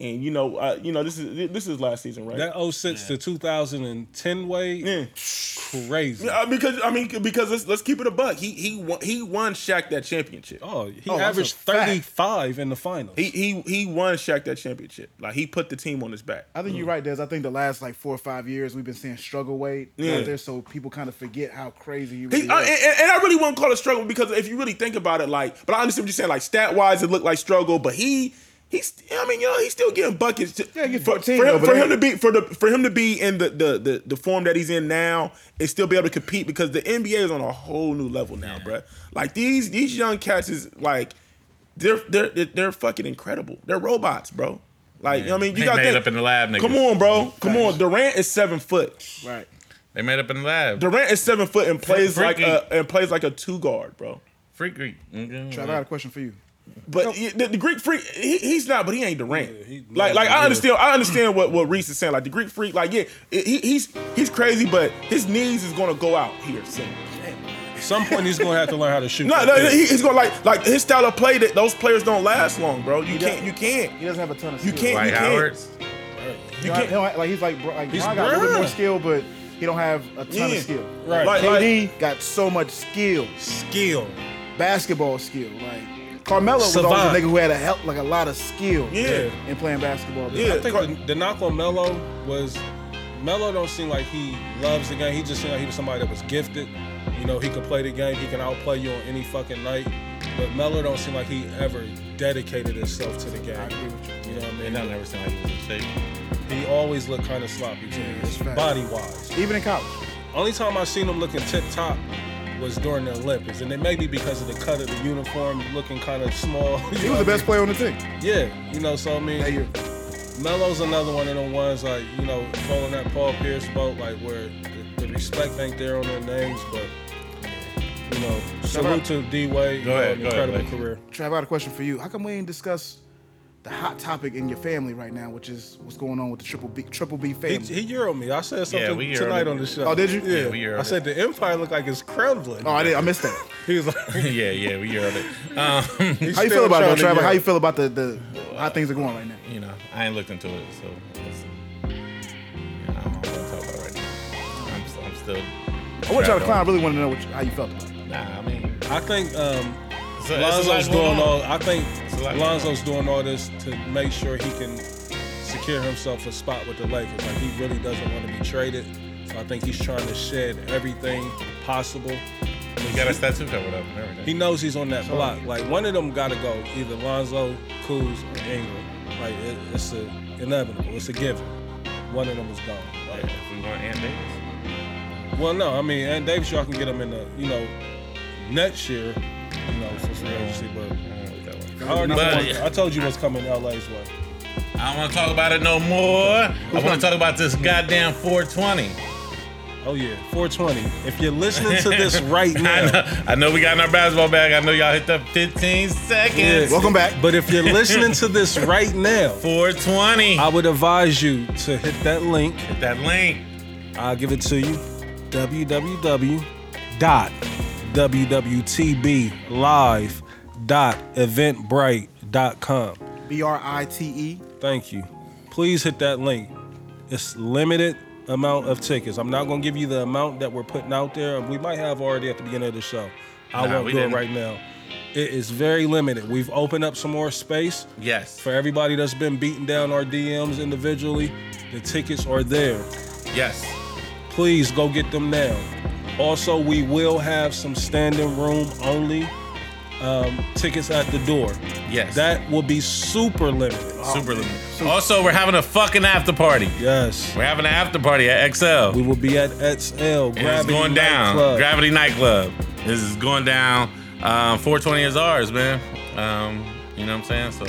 and you know, uh, you know, this is this is last season, right?
That 06 to 2010 way,
Yeah.
crazy.
Uh, because I mean, because let's, let's keep it a buck. He he won, he won Shaq that championship.
Oh, he
that's a
averaged
fact.
35 in the finals.
He he he won Shaq that championship. Like he put the team on his back.
I think you're right, Des. I think the last like four or five years we've been seeing struggle weight
Yeah.
out there, so people kind of forget how crazy he really
He,
is.
uh, and, and- and I really wouldn't call it struggle because if you really think about it, like, but I understand what you're saying. Like stat wise, it looked like struggle, but he, he's, I mean, you know, he's still getting buckets. To,
Yeah, he gets
for,
14
for him,
though,
for
but
him
they-
to be for the for him to be in the the, the the form that he's in now and still be able to compete because the NBA is on a whole new level now, bruh. Like these these young cats is like, they're they're they're, they're fucking incredible. They're robots, bro. Like you know what I mean, you
They
got
made
that.
up in the lab, nigga.
Come on, bro. Come on. Durant is seven foot.
right.
They made up in the lab.
Durant is seven foot and plays like
Freaky.
a and plays like a two guard, bro.
Freak Mm-hmm. Greek.
Trav, I got a question for you.
But he- the, the Greek freak, he, he's not, but he ain't Durant.
he-
like, like I
yeah.
understand, I understand what, what Reese is saying. Like the Greek freak, like yeah, he, he's he's crazy, but his knees is gonna go out here soon.
At some point, he's going to have to learn how to shoot.
No,
that
no,
thing.
he, he's gonna like like his style of play that those players don't last long, bro. You can't,
doesn't.
you can't,
He doesn't have a ton of.
you
Skill.
can't,
Dwight
you
Howard.
can't.
You
can't-
can't. Like he's like bro, like Bron got a little bit
Bron.
more skill, but he don't have a ton
Yeah.
of skill.
Right.
Like,
KD got so much skill,
Skill.
basketball skill. Like Carmelo was always a
Savant.
nigga who had a hell, like a lot of skill
Yeah.
in playing basketball.
I think the, the knock on Melo was Melo don't seem like he loves the game. He just seemed like he was somebody that was gifted. You know, he could play the game. He can outplay you on any fucking night. But Melo don't seem like he ever dedicated himself to the game. I agree with you. You know what I
And I
mean?
never seen like he was in shape.
He always looked kind of sloppy to
that's
me,
facts.
body wise.
Even in college.
Only time I seen him looking tip top was during the Olympics, and it may be because of the cut of the uniform, looking kind of small.
He was the best player on the team
Yeah, you know. So I mean,
that year.
Melo's another one of the ones like you know following that Paul Pierce boat, like where the, the respect ain't there on their names, but you know salute to D Wade, you know,
ahead,
an
go ahead,
incredible
Blake.
career.
Trav, I got a question for you. How come we ain't discuss the hot topic in your family right now, which is what's going on with the triple B triple B
He,
family?
he euro me. I said
Yeah,
something
we euroed
tonight
it.
on the show.
Oh, did you?
Yeah,
Yeah,
we euroed
I said the Empire looked like it's crumbling.
oh, I did. I missed that.
He was like,
yeah, yeah, we heard it. Um,
How you feel about it, though, Trav? How you feel about the, the how things are going right now?
you know, I ain't looked into it, so it's, yeah, I don't want to talk about it right now. I'm, s- I'm still.
I want y'all to clown. I really want to know what you, how you felt about it.
Nah, I mean,
I think um,
it's a- it's a lot
Lonzo's
going
doing
on.
all. I think
a lot going
Lonzo's doing all this to make sure he can secure himself a spot with the Lakers. Like he really doesn't want to be traded. So I think he's trying to shed everything possible.
He got his tattoo covered up and everything.
He knows he's on that block. Like one of them got to go. Either Lonzo, Kuz, or Ingram. Like it, it's a inevitable. It's a given. One of them is gone. Like,
Yeah, if we want Ant Davis.
well, no, I mean, and Davis, y'all can get him in the you know next year. You know, since free agency, but.
I don't know what that was.
I, already
But-
told you- I told you what's coming LA's way.
I don't want to talk about it no more. I want to talk about this goddamn 420.
Oh yeah, 420. If you're listening to this right
I know,
now,
I know we got in our basketball bag. I know y'all hit the 15 seconds.
Yeah.
Welcome back.
but if you're listening to this right now,
420.
I would advise you to hit that link.
Hit that link.
I'll give it to you. www.wwtblive.eventbrite.com.
B R I T E.
Thank you. Please hit that link. It's limited amount of tickets. I'm not gonna give you the amount that we're putting out there. We might have already at the beginning of the show. I
Nah,
won't
we
do
didn't.
it right now. It is very limited. We've opened up some more space
Yes.
for everybody that's been beating down our DMs individually. The tickets are there.
Yes.
Please go get them now. Also, we will have some standing room only um, tickets at the door.
Yes.
That will be super limited.
Super limited. Also, we're having a fucking after party.
Yes.
We're having an after party at XL.
We will be at XL. Gravity
It's going down.
Nightclub.
Gravity Nightclub. This is going down. Um, 420 is ours, man. Um, you know what I'm saying? So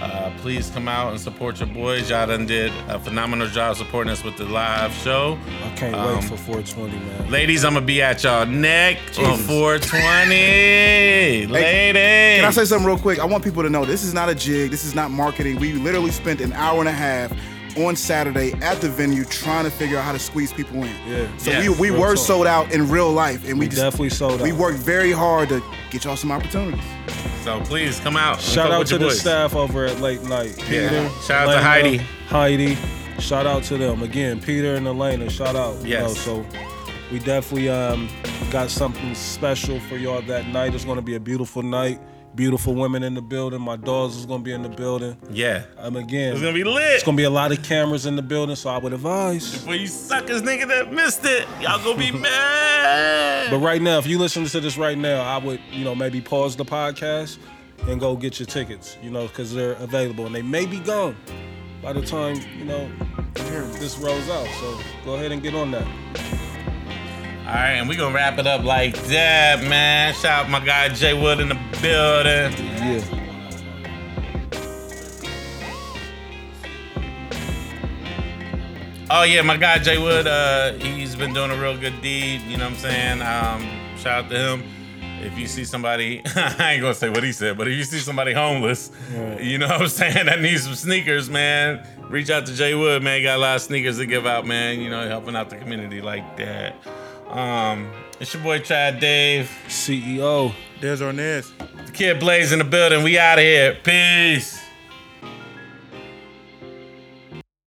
uh, please come out and support your boys. Y'all done did a phenomenal job supporting us with the live show.
I can't
Um,
wait for 420, man.
Ladies, I'm gonna be at y'all neck on 420. Ladies,
Can I say something real quick? I want people to know this is not a jig. This is not marketing. We literally spent an hour and a half on Saturday at the venue trying to figure out how to squeeze people in.
Yeah.
So
Yes,
we, we
real
were
talk.
sold out in real life, and we,
We
just
definitely sold
We
out.
worked very hard to get y'all some opportunities.
so please come out. and
Shout
fuck
out
with
to
your
the
boys.
staff over at Late Night.
Yeah.
Peter,
Shout out to Heidi.
Heidi. Shout out to them. Again, Peter and Elena, shout out. you
Yes.
know, so we definitely um, got something special for y'all that night. It's going to be a beautiful night. Beautiful women in the building. My dogs is going to be in the building.
Yeah.
Um, again,
It's gonna be lit.
it's going to be a lot of cameras in the building, so I would advise.
For you suckers, nigga, that missed it, y'all gonna be mad.
But right now, if you listen to this right now, I would, you know, maybe pause the podcast and go get your tickets, you know, because they're available and they may be gone by the time, you know, this rolls out. So go ahead and get on that.
All right, and we gonna wrap it up like that, man. Shout out my guy Jay Wood in the building.
Yeah.
Oh yeah, my guy Jay Wood. Uh, he's been doing a real good deed. You know what I'm saying? Um, shout out to him. If you see somebody, I ain't gonna say what he said, but if you see somebody homeless, you know what I'm saying, that needs some sneakers, man. Reach out to Jay Wood, man. He got a lot of sneakers to give out, man. You know, helping out the community like that. Um, it's your boy Chad Dave.
CEO.
There's our Nez.
Kid Blaze in the building. We out of here. Peace.